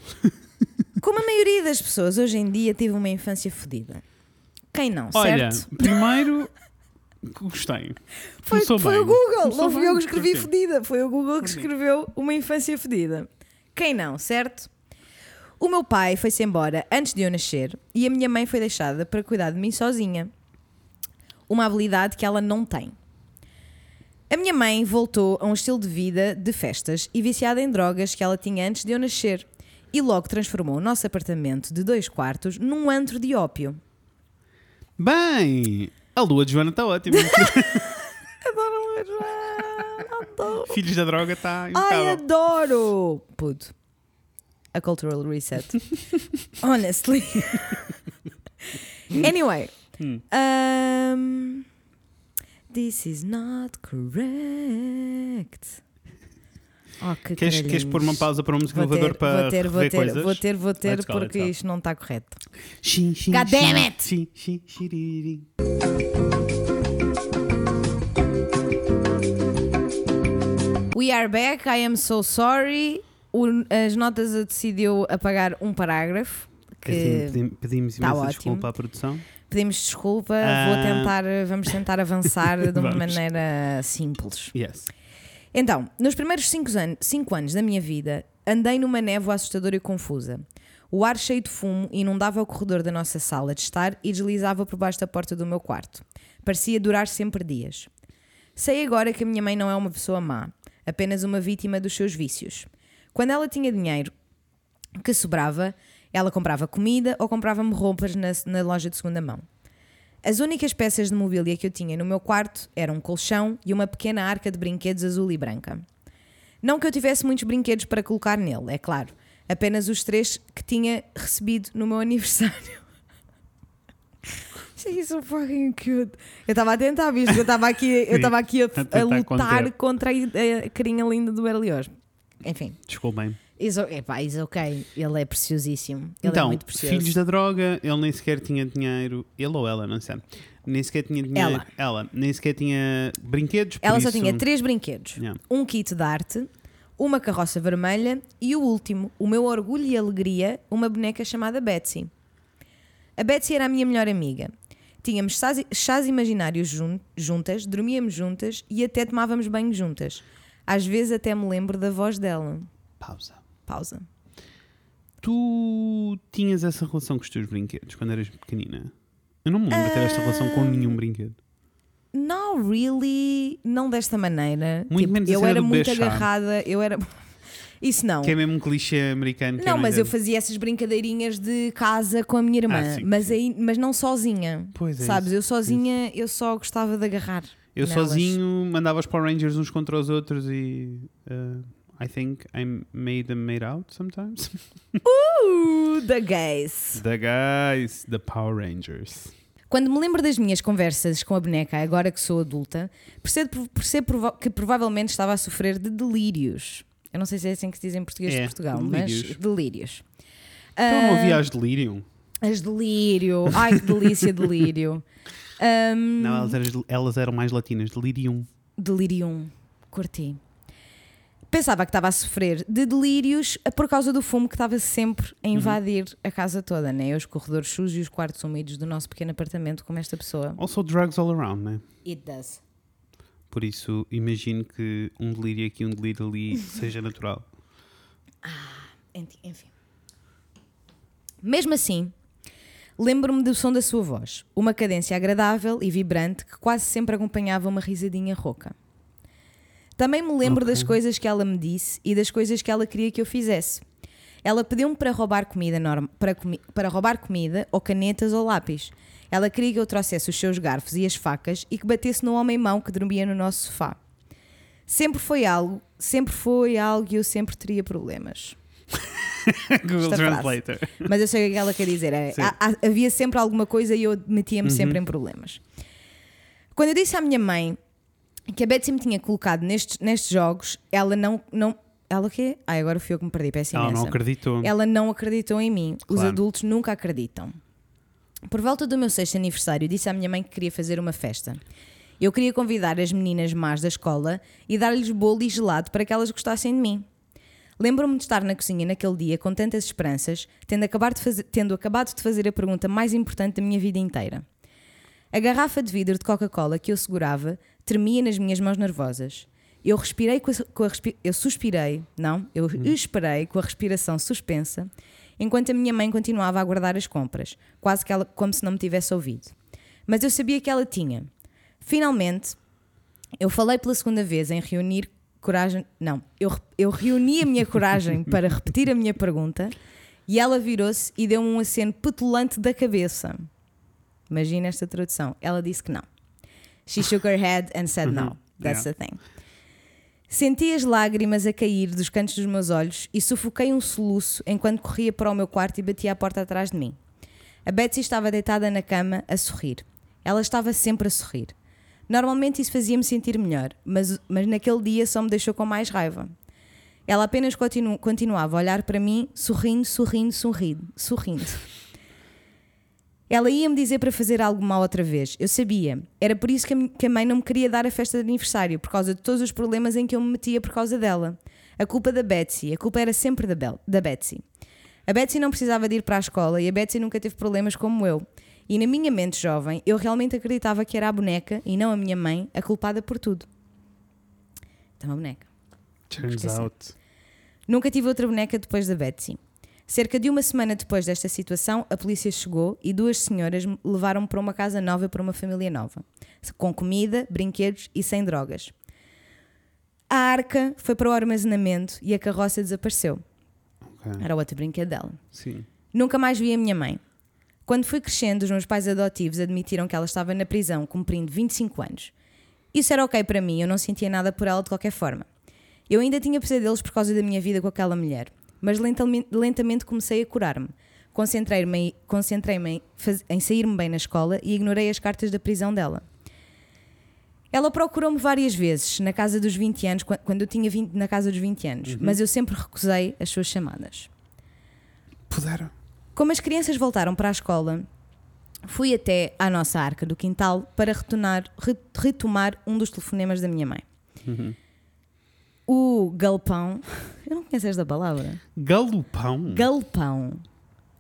[SPEAKER 2] Como a maioria das pessoas hoje em dia teve uma infância fodida. Quem não,
[SPEAKER 1] Olha,
[SPEAKER 2] certo?
[SPEAKER 1] primeiro gostei.
[SPEAKER 2] Foi,
[SPEAKER 1] Começou
[SPEAKER 2] foi
[SPEAKER 1] bem. é?
[SPEAKER 2] o Google,
[SPEAKER 1] Começou
[SPEAKER 2] não fui eu que
[SPEAKER 1] bem,
[SPEAKER 2] escrevi
[SPEAKER 1] curti.
[SPEAKER 2] fedida, foi o Google que escreveu uma infância fedida. Quem não, certo? O meu pai foi-se embora antes de eu nascer e a minha mãe foi deixada para cuidar de mim sozinha. Uma habilidade que ela não tem. A minha mãe voltou a um estilo de vida de festas e viciada em drogas que ela tinha antes de eu nascer e logo transformou o nosso apartamento de dois quartos num antro de ópio.
[SPEAKER 1] Bem, a lua de Joana está ótima.
[SPEAKER 2] Adoro ler, Joana, adoro.
[SPEAKER 1] Filhos da droga está
[SPEAKER 2] Ai,
[SPEAKER 1] impecável.
[SPEAKER 2] adoro! Puto. A
[SPEAKER 1] [laughs]
[SPEAKER 2] cultural reset. Honestly.
[SPEAKER 1] Hum.
[SPEAKER 2] anyway. Um, this is not correct. Oh, que
[SPEAKER 1] Queres, queres
[SPEAKER 2] caralhinhos.
[SPEAKER 1] pôr uma pausa para um música
[SPEAKER 2] Vou
[SPEAKER 1] elevador
[SPEAKER 2] ter,
[SPEAKER 1] para
[SPEAKER 2] vou ter, vou
[SPEAKER 1] rever
[SPEAKER 2] ter,
[SPEAKER 1] coisas?
[SPEAKER 2] vou ter, vou ter,
[SPEAKER 1] Let's go,
[SPEAKER 2] porque
[SPEAKER 1] let's go.
[SPEAKER 2] isto não está correto.
[SPEAKER 1] Xin, xin,
[SPEAKER 2] God
[SPEAKER 1] xin,
[SPEAKER 2] damn it!
[SPEAKER 1] xin, xin, xiriri.
[SPEAKER 2] We are back, I am so sorry. O- as notas a- decidiu apagar um parágrafo.
[SPEAKER 1] Assim,
[SPEAKER 2] Que
[SPEAKER 1] pedi- pedimos
[SPEAKER 2] tá
[SPEAKER 1] imensa
[SPEAKER 2] ótimo.
[SPEAKER 1] desculpa à produção.
[SPEAKER 2] pedimos desculpa,
[SPEAKER 1] Ah.
[SPEAKER 2] vou tentar, vamos
[SPEAKER 1] [laughs]
[SPEAKER 2] tentar avançar de uma
[SPEAKER 1] Vamos.
[SPEAKER 2] maneira simples.
[SPEAKER 1] Yes.
[SPEAKER 2] Então, nos primeiros 5 anos, cinco anos da minha vida, andei numa névoa assustadora e confusa. O ar cheio de fumo inundava o corredor da nossa sala de estar e deslizava por baixo da porta do meu quarto. Parecia durar sempre dias. Sei agora que a minha mãe não é uma pessoa má, apenas uma vítima dos seus vícios. Quando ela tinha dinheiro que sobrava, ela comprava comida ou comprava-me roupas na, na loja de segunda mão. As únicas peças de mobília que eu tinha no meu quarto eram um colchão e uma pequena arca de brinquedos azul e branca. Não que eu tivesse muitos brinquedos para colocar nele, é claro. Apenas os três que tinha recebido no meu [laughs] aniversário. Isto é so fucking cute. Eu estava a tentar, visto? Eu estava aqui, eu
[SPEAKER 1] Sim,
[SPEAKER 2] estava aqui a,
[SPEAKER 1] a
[SPEAKER 2] a
[SPEAKER 1] tentar
[SPEAKER 2] lutar
[SPEAKER 1] conter.
[SPEAKER 2] contra a, a carinha linda do Berlioz. Enfim.
[SPEAKER 1] Desculpem.
[SPEAKER 2] Is, epá, is ok. Ele é preciosíssimo. Ele
[SPEAKER 1] então,
[SPEAKER 2] é muito precioso.
[SPEAKER 1] filhos da droga, ele nem sequer tinha dinheiro. Ele ou ela, não sei. Nem sequer tinha dinheiro.
[SPEAKER 2] Ela.
[SPEAKER 1] nem sequer tinha brinquedos. por
[SPEAKER 2] Ela só
[SPEAKER 1] isso-
[SPEAKER 2] tinha três brinquedos:
[SPEAKER 1] Yeah.
[SPEAKER 2] um kit de arte, uma carroça vermelha e o último, o meu orgulho e alegria, uma boneca chamada Betsy. A Betsy era a minha melhor amiga. Tínhamos chás, chás imaginários jun- juntas, dormíamos juntas e até tomávamos banho juntas. Às vezes até me lembro da voz dela.
[SPEAKER 1] Pausa.
[SPEAKER 2] Pausa.
[SPEAKER 1] Tu tinhas essa relação com os teus brinquedos quando eras pequenina? Eu não me lembro de ter esta relação com
[SPEAKER 2] Ah,
[SPEAKER 1] nenhum brinquedo.
[SPEAKER 2] Não, really, não desta maneira. Tipo,
[SPEAKER 1] Muito menos a
[SPEAKER 2] eu
[SPEAKER 1] cena
[SPEAKER 2] era
[SPEAKER 1] do
[SPEAKER 2] muito
[SPEAKER 1] beijar.
[SPEAKER 2] agarrada, eu era. [laughs] Isso não.
[SPEAKER 1] Que é mesmo um clichê americano. que
[SPEAKER 2] Não,
[SPEAKER 1] não
[SPEAKER 2] mas eu
[SPEAKER 1] entendo.
[SPEAKER 2] fazia essas brincadeirinhas de casa com a minha irmã,
[SPEAKER 1] Ah, sim,
[SPEAKER 2] mas,
[SPEAKER 1] sim.
[SPEAKER 2] aí, mas não sozinha.
[SPEAKER 1] Pois é
[SPEAKER 2] Sabes,
[SPEAKER 1] isso,
[SPEAKER 2] eu sozinha, eu só gostava de agarrar.
[SPEAKER 1] Eu
[SPEAKER 2] nelas.
[SPEAKER 1] sozinho mandava os Power Rangers uns contra os outros e. uh, I think I made them made out sometimes.
[SPEAKER 2] Uh, da gays.
[SPEAKER 1] the guys, the Power Rangers.
[SPEAKER 2] Quando me lembro das minhas conversas com a boneca, agora que sou adulta, percebo, percebo provo- que provavelmente estava a sofrer de delírios. Eu não sei se é assim que se diz em português de
[SPEAKER 1] É,
[SPEAKER 2] Portugal, mas
[SPEAKER 1] delírios.
[SPEAKER 2] delírios.
[SPEAKER 1] Então não
[SPEAKER 2] Ah,
[SPEAKER 1] havia as delirium.
[SPEAKER 2] As delírio. Ai, que delícia, delírio. Ahm,
[SPEAKER 1] Não, elas eram, elas eram mais latinas. Delirium.
[SPEAKER 2] Delirium. um. Curti. Pensava que estava a sofrer de delírios por causa do fumo que estava sempre a invadir a casa toda, né? Os corredores sujos e os quartos úmidos do nosso pequeno apartamento, como esta pessoa.
[SPEAKER 1] Also drugs all around, né?
[SPEAKER 2] It does.
[SPEAKER 1] Por isso, imagino que um delírio aqui, um delírio [laughs] ali seja natural.
[SPEAKER 2] Enti- Enfim. Mesmo assim, lembro-me do som da sua voz, uma cadência agradável e vibrante que quase sempre acompanhava uma risadinha rouca. Também me lembro das coisas que ela me disse e das coisas que ela queria que eu fizesse. Ela pediu-me para roubar comida norm- para, comi- para roubar comida ou canetas ou lápis. Ela queria que eu trouxesse os seus garfos e as facas e que batesse no homem mão que dormia no nosso sofá. Sempre foi algo, sempre foi algo e eu sempre teria problemas.
[SPEAKER 1] Google
[SPEAKER 2] Esta frase.
[SPEAKER 1] Translator.
[SPEAKER 2] Mas eu sei o que ela quer dizer. É,
[SPEAKER 1] Sim. Uhum.
[SPEAKER 2] há- há- havia sempre alguma coisa e eu metia-me sempre em problemas. Quando eu disse à minha mãe que a Betsy me tinha colocado nestes, nestes jogos, ela não. não ela o quê? Ai, agora fui eu que me perdi, peço
[SPEAKER 1] Ela não
[SPEAKER 2] imensa.
[SPEAKER 1] acreditou.
[SPEAKER 2] Ela não acreditou em mim. Os
[SPEAKER 1] Claro.
[SPEAKER 2] adultos nunca acreditam. Por volta do meu sexto aniversário, disse à minha mãe que queria fazer uma festa. Eu queria convidar as meninas más da escola e dar-lhes bolo e gelado para que elas gostassem de mim. Lembro-me de estar na cozinha naquele dia com tantas esperanças, tendo acabado, de fazer, tendo acabado de fazer a pergunta mais importante da minha vida inteira. A garrafa de vidro de Coca-Cola que eu segurava tremia nas minhas mãos nervosas. Eu respirei com a, com a respi- eu suspirei, não, eu esperei com a respiração suspensa, enquanto a minha mãe continuava a guardar as compras, quase que ela, como se não me tivesse ouvido. Mas eu sabia que ela tinha. Finalmente, eu falei pela segunda vez em reunir coragem. Não, eu, re- eu reuni a minha coragem para repetir a minha pergunta e ela virou-se e deu-me um aceno petulante da cabeça. Imagina esta tradução. Ela disse que não. She shook her head and said no. That's the thing. Senti as lágrimas a cair dos cantos dos meus olhos e sufoquei um soluço enquanto corria para o meu quarto e batia a porta atrás de mim. A Betsy estava deitada na cama a sorrir. Ela estava sempre a sorrir. Normalmente isso fazia-me sentir melhor, mas, mas naquele dia só me deixou com mais raiva. Ela apenas continu- continuava a olhar para mim, sorrindo, sorrindo, sorrindo, sorrindo. Ela ia-me dizer para fazer algo mal outra vez. Eu sabia. Era por isso que a mi- que a mãe não me queria dar a festa de aniversário, por causa de todos os problemas em que eu me metia por causa dela. A culpa da Betsy. A culpa era sempre da, Bel da Betsy. A Betsy não precisava de ir para a escola e a Betsy nunca teve problemas como eu. E na minha mente jovem, eu realmente acreditava que era a boneca e não a minha mãe a culpada por tudo. Então a boneca.
[SPEAKER 1] Turns
[SPEAKER 2] Esqueci.
[SPEAKER 1] out.
[SPEAKER 2] Nunca tive outra boneca depois da Betsy. Cerca de uma semana depois desta situação, a polícia chegou e duas senhoras me levaram-me para uma casa nova para uma família nova, com comida, brinquedos e sem drogas. A arca foi para o armazenamento e a carroça desapareceu.
[SPEAKER 1] Ok.
[SPEAKER 2] Era outro brinquedo dela.
[SPEAKER 1] Sim.
[SPEAKER 2] Nunca mais vi a minha mãe. Quando fui crescendo, os meus pais adotivos admitiram que ela estava na prisão, cumprindo 25 anos. Isso era ok para mim, eu não sentia nada por ela de qualquer forma. Eu ainda tinha pesadelos por causa da minha vida com aquela mulher, mas lentamente, lentamente comecei a curar-me. Concentrei-me em- concentrei-me em, faz- em sair-me bem na escola e ignorei as cartas da prisão dela. Ela procurou-me várias vezes, na casa dos 20 anos, quan- quando eu tinha 20, na casa dos 20 anos, mas eu sempre recusei as suas chamadas.
[SPEAKER 1] Puderam.
[SPEAKER 2] Como as crianças voltaram para a escola, fui até à nossa arca do quintal para retornar- re- retomar um dos telefonemas da minha mãe. O galpão. [laughs] Eu não conheço esta palavra.
[SPEAKER 1] Galopão.
[SPEAKER 2] Galpão.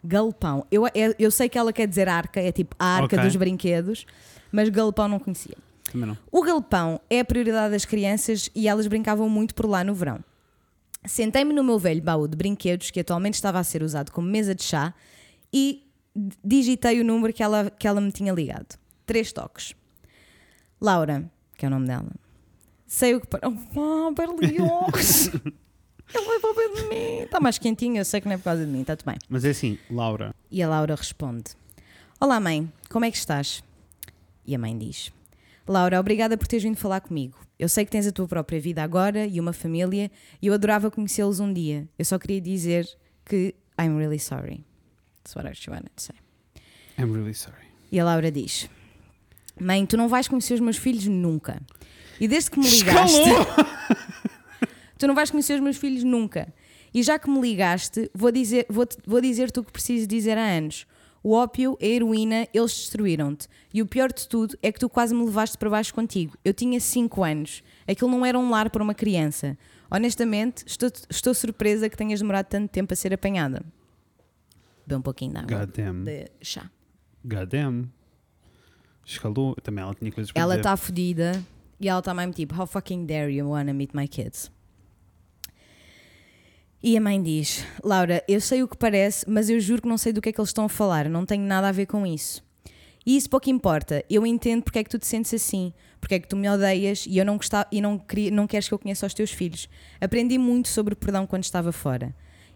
[SPEAKER 2] Galpão. Eu, é, eu, eu sei que ela quer dizer arca, é tipo a arca
[SPEAKER 1] Ok.
[SPEAKER 2] dos brinquedos, mas galpão não conhecia.
[SPEAKER 1] Também não.
[SPEAKER 2] O galpão é a prioridade das crianças e elas brincavam muito por lá no verão. Sentei-me no meu velho baú de brinquedos, que atualmente estava a ser usado como mesa de chá, e d- digitei o número que ela, que ela me tinha ligado. Três toques. Laura, que é o nome dela, sei o que. para- Oh, Berlioz! Ele vai para o pé é de mim. Está mais quentinho, eu sei que não é por causa de mim, está tudo bem.
[SPEAKER 1] Mas é assim, Laura.
[SPEAKER 2] E a Laura responde: Olá, mãe, como é que estás? E a mãe diz: Laura, obrigada por teres vindo falar comigo. Eu sei que tens a tua própria vida agora e uma família e eu adorava conhecê-los um dia. Eu só queria dizer que I'm really sorry. That's what I was trying to say.
[SPEAKER 1] I'm really sorry.
[SPEAKER 2] E a Laura diz: Mãe, tu não vais conhecer os meus filhos nunca. E desde que me ligaste. [laughs]
[SPEAKER 1] Escalou!
[SPEAKER 2] Tu não vais conhecer os meus filhos nunca. E já que me ligaste, vou dizer- vou-te- vou dizer-te o que preciso dizer há anos. O ópio, a heroína, eles destruíram-te. E o pior de tudo é que tu quase me levaste para baixo contigo. Eu tinha 5 anos. Aquilo não era um lar para uma criança. Honestamente, estou, estou surpresa que tenhas demorado tanto tempo a ser apanhada. Bebe um pouquinho de água.
[SPEAKER 1] God damn.
[SPEAKER 2] De chá.
[SPEAKER 1] God damn. Escalou. Também ela tinha coisas para
[SPEAKER 2] Ela
[SPEAKER 1] dizer.
[SPEAKER 2] está fodida e ela está mesmo tipo: How fucking dare you wanna meet my kids? E a mãe diz: Laura, eu sei o que parece, mas eu juro que não sei do que é que eles estão a falar, não tenho nada a ver com isso. E isso pouco importa, eu entendo porque é que tu te sentes assim, porque é que tu me odeias e eu não, gostava, e não, queria, não queres que eu conheça os teus filhos. Aprendi muito sobre o perdão quando estava fora.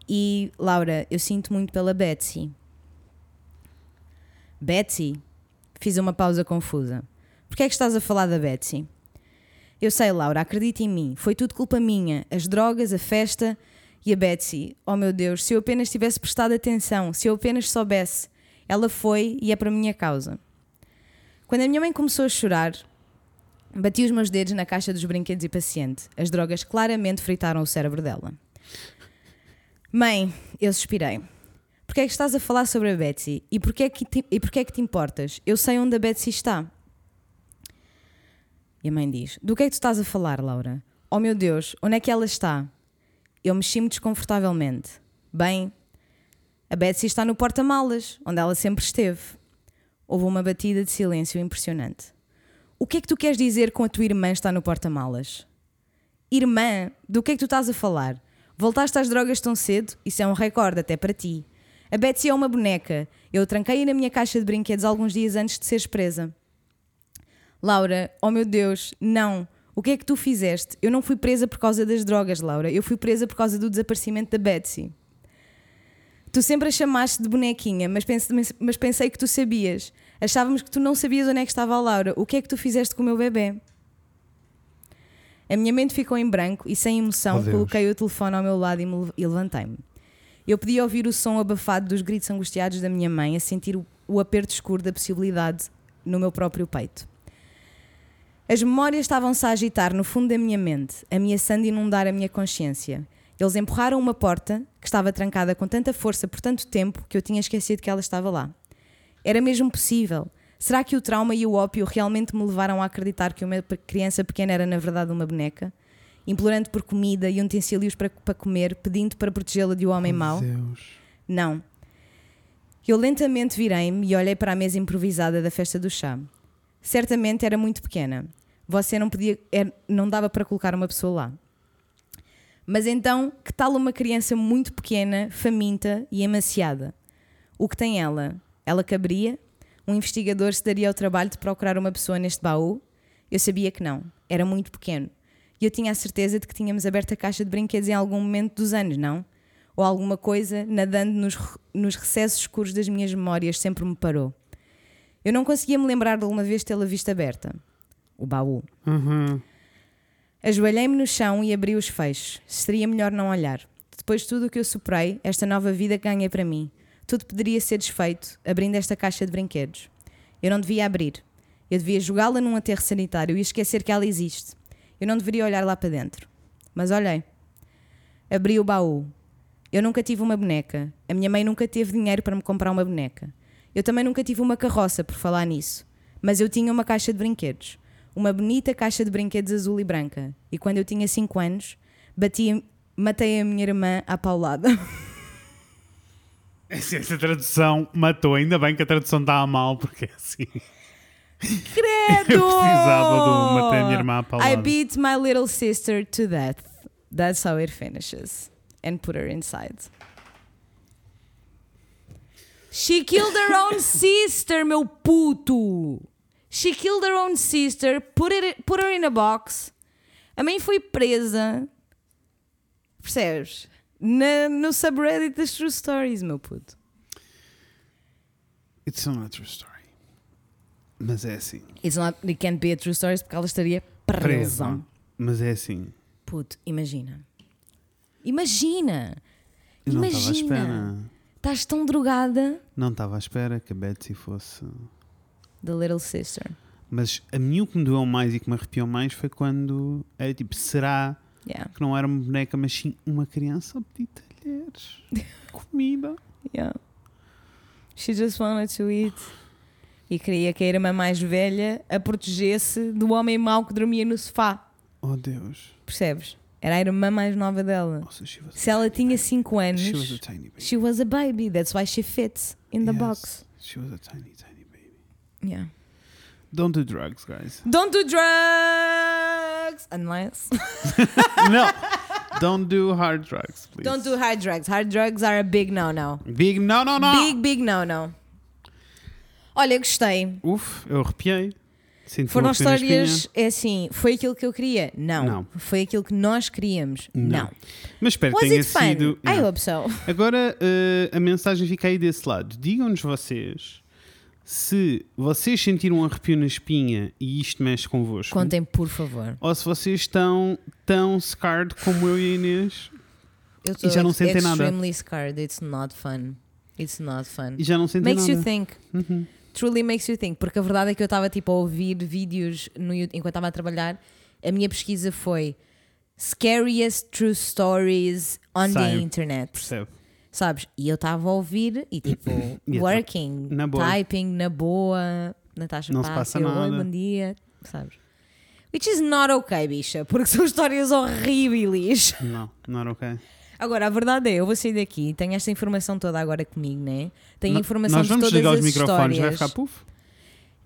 [SPEAKER 2] E, Laura, eu sinto muito pela Betsy. Betsy? Fiz uma pausa confusa. Porquê é que estás a falar da Betsy? Eu sei, Laura, acredita em mim. Foi tudo culpa minha. As drogas, a festa e a Betsy. Oh meu Deus, se eu apenas tivesse prestado atenção, se eu apenas soubesse. Ela foi e é para minha causa. Quando a minha mãe começou a chorar, bati os meus dedos na caixa dos brinquedos e paciente. As drogas claramente fritaram o cérebro dela. Mãe, eu suspirei. Porquê é que estás a falar sobre a Betsy? E porquê é que te, e porquê é que te importas? Eu sei onde a Betsy está. E a mãe diz: Do que é que tu estás a falar, Laura? Oh meu Deus, onde é que ela está? Eu mexi-me desconfortavelmente. Bem, a Betsy está no porta-malas, onde ela sempre esteve. Houve uma batida de silêncio impressionante. O que é que tu queres dizer com a tua irmã está no porta-malas? Irmã, do que é que tu estás a falar? Voltaste às drogas tão cedo? Isso é um recorde até para ti. A Betsy é uma boneca. Eu tranquei-a na minha caixa de brinquedos alguns dias antes de seres presa. Laura, oh meu Deus, não. O que é que tu fizeste? Eu não fui presa por causa das drogas, Laura. Eu fui presa por causa do desaparecimento da Betsy. Tu sempre a chamaste de bonequinha, mas, pense- mas- mas pensei que tu sabias. Achávamos que tu não sabias onde é que estava a Laura. O que é que tu fizeste com o meu bebê? A minha mente ficou em branco e sem emoção
[SPEAKER 1] Oh, Deus.
[SPEAKER 2] coloquei o telefone ao meu lado e, me- e levantei-me. Eu podia ouvir o som abafado dos gritos angustiados da minha mãe, a sentir o, o aperto escuro da possibilidade no meu próprio peito. As memórias estavam-se a agitar no fundo da minha mente, ameaçando inundar a minha consciência. Eles empurraram uma porta que estava trancada com tanta força por tanto tempo que eu tinha esquecido que ela estava lá. Era mesmo possível. Será que o trauma e o ópio realmente me levaram a acreditar que uma pe- criança pequena era, na verdade, uma boneca? Implorando por comida e utensílios para, para comer, pedindo para protegê-la de um homem mau?
[SPEAKER 1] Deus.
[SPEAKER 2] Não. Eu lentamente virei-me e olhei para a mesa improvisada da festa do chá. Certamente era muito pequena. Você não podia, era- não dava para colocar uma pessoa lá. Mas então, que tal uma criança muito pequena, faminta e emaciada? O que tem ela? Ela caberia? Um investigador se daria ao trabalho de procurar uma pessoa neste baú? Eu sabia que não. Era muito pequeno. E eu tinha a certeza de que tínhamos aberto a caixa de brinquedos em algum momento dos anos, não? Ou alguma coisa, nadando nos, re- nos recessos escuros das minhas memórias, sempre me parou. Eu não conseguia me lembrar de uma vez tê-la vista aberta. O baú.
[SPEAKER 1] Uhum.
[SPEAKER 2] Ajoelhei-me no chão e abri os feixes. Seria melhor não olhar. Depois de tudo o que eu superei, esta nova vida que ganhei para mim, tudo poderia ser desfeito abrindo esta caixa de brinquedos. Eu não devia abrir. Eu devia jogá-la num aterro sanitário e esquecer que ela existe. Eu não deveria olhar lá para dentro. Mas olhei. Abri o baú. Eu nunca tive uma boneca. A minha mãe nunca teve dinheiro para me comprar uma boneca. Eu também nunca tive uma carroça, por falar nisso. Mas eu tinha uma caixa de brinquedos. Uma bonita caixa de brinquedos azul e branca. E quando eu tinha 5 anos, bati, matei a minha irmã à paulada. [laughs]
[SPEAKER 5] Essa tradução matou, ainda bem que a tradução está mal, porque é assim. [laughs]
[SPEAKER 2] Credo!
[SPEAKER 5] Eu precisava do matei a minha irmã à paulada.
[SPEAKER 2] I beat my little sister to death. That's how it finishes. And put her inside. She killed her
[SPEAKER 5] [laughs]
[SPEAKER 2] own sister, meu puto! She killed her own sister, put, it, put her in a box. A mãe foi presa. Percebes? Na- no subreddit das True Stories, meu puto.
[SPEAKER 1] It's another story. Mas é assim.
[SPEAKER 2] It's not, it can't be a true stories porque ela estaria presa.
[SPEAKER 1] Presa. Mas é assim.
[SPEAKER 2] Puto, imagina. Imagina!
[SPEAKER 1] Eu não estava à
[SPEAKER 2] Imagina!
[SPEAKER 1] espera.
[SPEAKER 2] Estás tão drogada.
[SPEAKER 1] Não estava à espera que a Betsy fosse.
[SPEAKER 2] The Little Sister.
[SPEAKER 1] Mas a mim o que me doeu mais e que me arrepiou mais foi quando era tipo, será
[SPEAKER 2] Yeah,
[SPEAKER 1] que não era uma boneca, mas sim uma criança a pedir
[SPEAKER 2] [laughs]
[SPEAKER 1] talheres, comida?
[SPEAKER 2] yeah. She just wanted to eat. E queria que a irmã mais velha a protegesse do homem mau que dormia no sofá.
[SPEAKER 1] Oh Deus.
[SPEAKER 2] Percebes? Era a irmã mais nova dela.
[SPEAKER 1] Nossa, she was,
[SPEAKER 2] Se ela tinha 5
[SPEAKER 1] she was a
[SPEAKER 2] anos,
[SPEAKER 1] tiny baby.
[SPEAKER 2] she was a baby. That's why she fits in the
[SPEAKER 1] Yes,
[SPEAKER 2] box.
[SPEAKER 1] She was a tiny, tiny baby.
[SPEAKER 2] Yeah.
[SPEAKER 1] Don't do drugs, guys.
[SPEAKER 2] Don't do drugs! Unless.
[SPEAKER 1] no. Don't do hard drugs, please.
[SPEAKER 2] Don't do hard drugs. Hard drugs are a big no-no.
[SPEAKER 1] Big no, no, no.
[SPEAKER 2] Big, big no-no. Olha, eu gostei.
[SPEAKER 1] Uf, eu arrepiei. Senti
[SPEAKER 2] Foram
[SPEAKER 1] uma pequena
[SPEAKER 2] histórias,
[SPEAKER 1] espinha.
[SPEAKER 2] é assim, foi aquilo que eu queria? Não.
[SPEAKER 1] Não.
[SPEAKER 2] Foi aquilo que nós queríamos? Não.
[SPEAKER 1] Mas espero que
[SPEAKER 2] Was
[SPEAKER 1] tenha
[SPEAKER 2] it fun?
[SPEAKER 1] sido.
[SPEAKER 2] I
[SPEAKER 1] Yeah.
[SPEAKER 2] hope so.
[SPEAKER 1] Agora eh, a mensagem fica aí desse lado. Digam-nos vocês se vocês sentiram um arrepio na espinha e isto mexe convosco.
[SPEAKER 2] Contem, por favor.
[SPEAKER 1] Ou se vocês estão tão scarred como eu e a Inês
[SPEAKER 2] Eu
[SPEAKER 1] E já não
[SPEAKER 2] estou
[SPEAKER 1] sentem nada.
[SPEAKER 2] extremely scarred. It's not fun. It's not fun.
[SPEAKER 1] e já não sentem
[SPEAKER 2] Makes
[SPEAKER 1] nada.
[SPEAKER 2] you think.
[SPEAKER 1] Uhum.
[SPEAKER 2] Truly makes you think. Porque a verdade é que eu estava tipo a ouvir vídeos no YouTube, enquanto estava a trabalhar. A minha pesquisa foi Scariest True Stories on the
[SPEAKER 1] Sai.
[SPEAKER 2] Internet.
[SPEAKER 1] Percebe?
[SPEAKER 2] Sabes? E eu estava a ouvir e
[SPEAKER 1] [laughs]
[SPEAKER 2] tipo,
[SPEAKER 1] E então,
[SPEAKER 2] working,
[SPEAKER 1] na boa.
[SPEAKER 2] typing, na boa, Natasha
[SPEAKER 1] Não se passa
[SPEAKER 2] Pássio, oi,
[SPEAKER 1] nada."
[SPEAKER 2] bom dia, sabes? Which is not okay, bicha, porque [laughs] são histórias horríveis.
[SPEAKER 1] Não, não era ok.
[SPEAKER 2] Agora, a verdade é, eu vou sair daqui, tenho esta informação toda agora comigo, né? Tenho
[SPEAKER 1] No-
[SPEAKER 2] informação
[SPEAKER 1] Nós
[SPEAKER 2] de
[SPEAKER 1] vamos
[SPEAKER 2] todas
[SPEAKER 1] desligar
[SPEAKER 2] as
[SPEAKER 1] os microfones,
[SPEAKER 2] histórias.
[SPEAKER 1] vai ficar puff.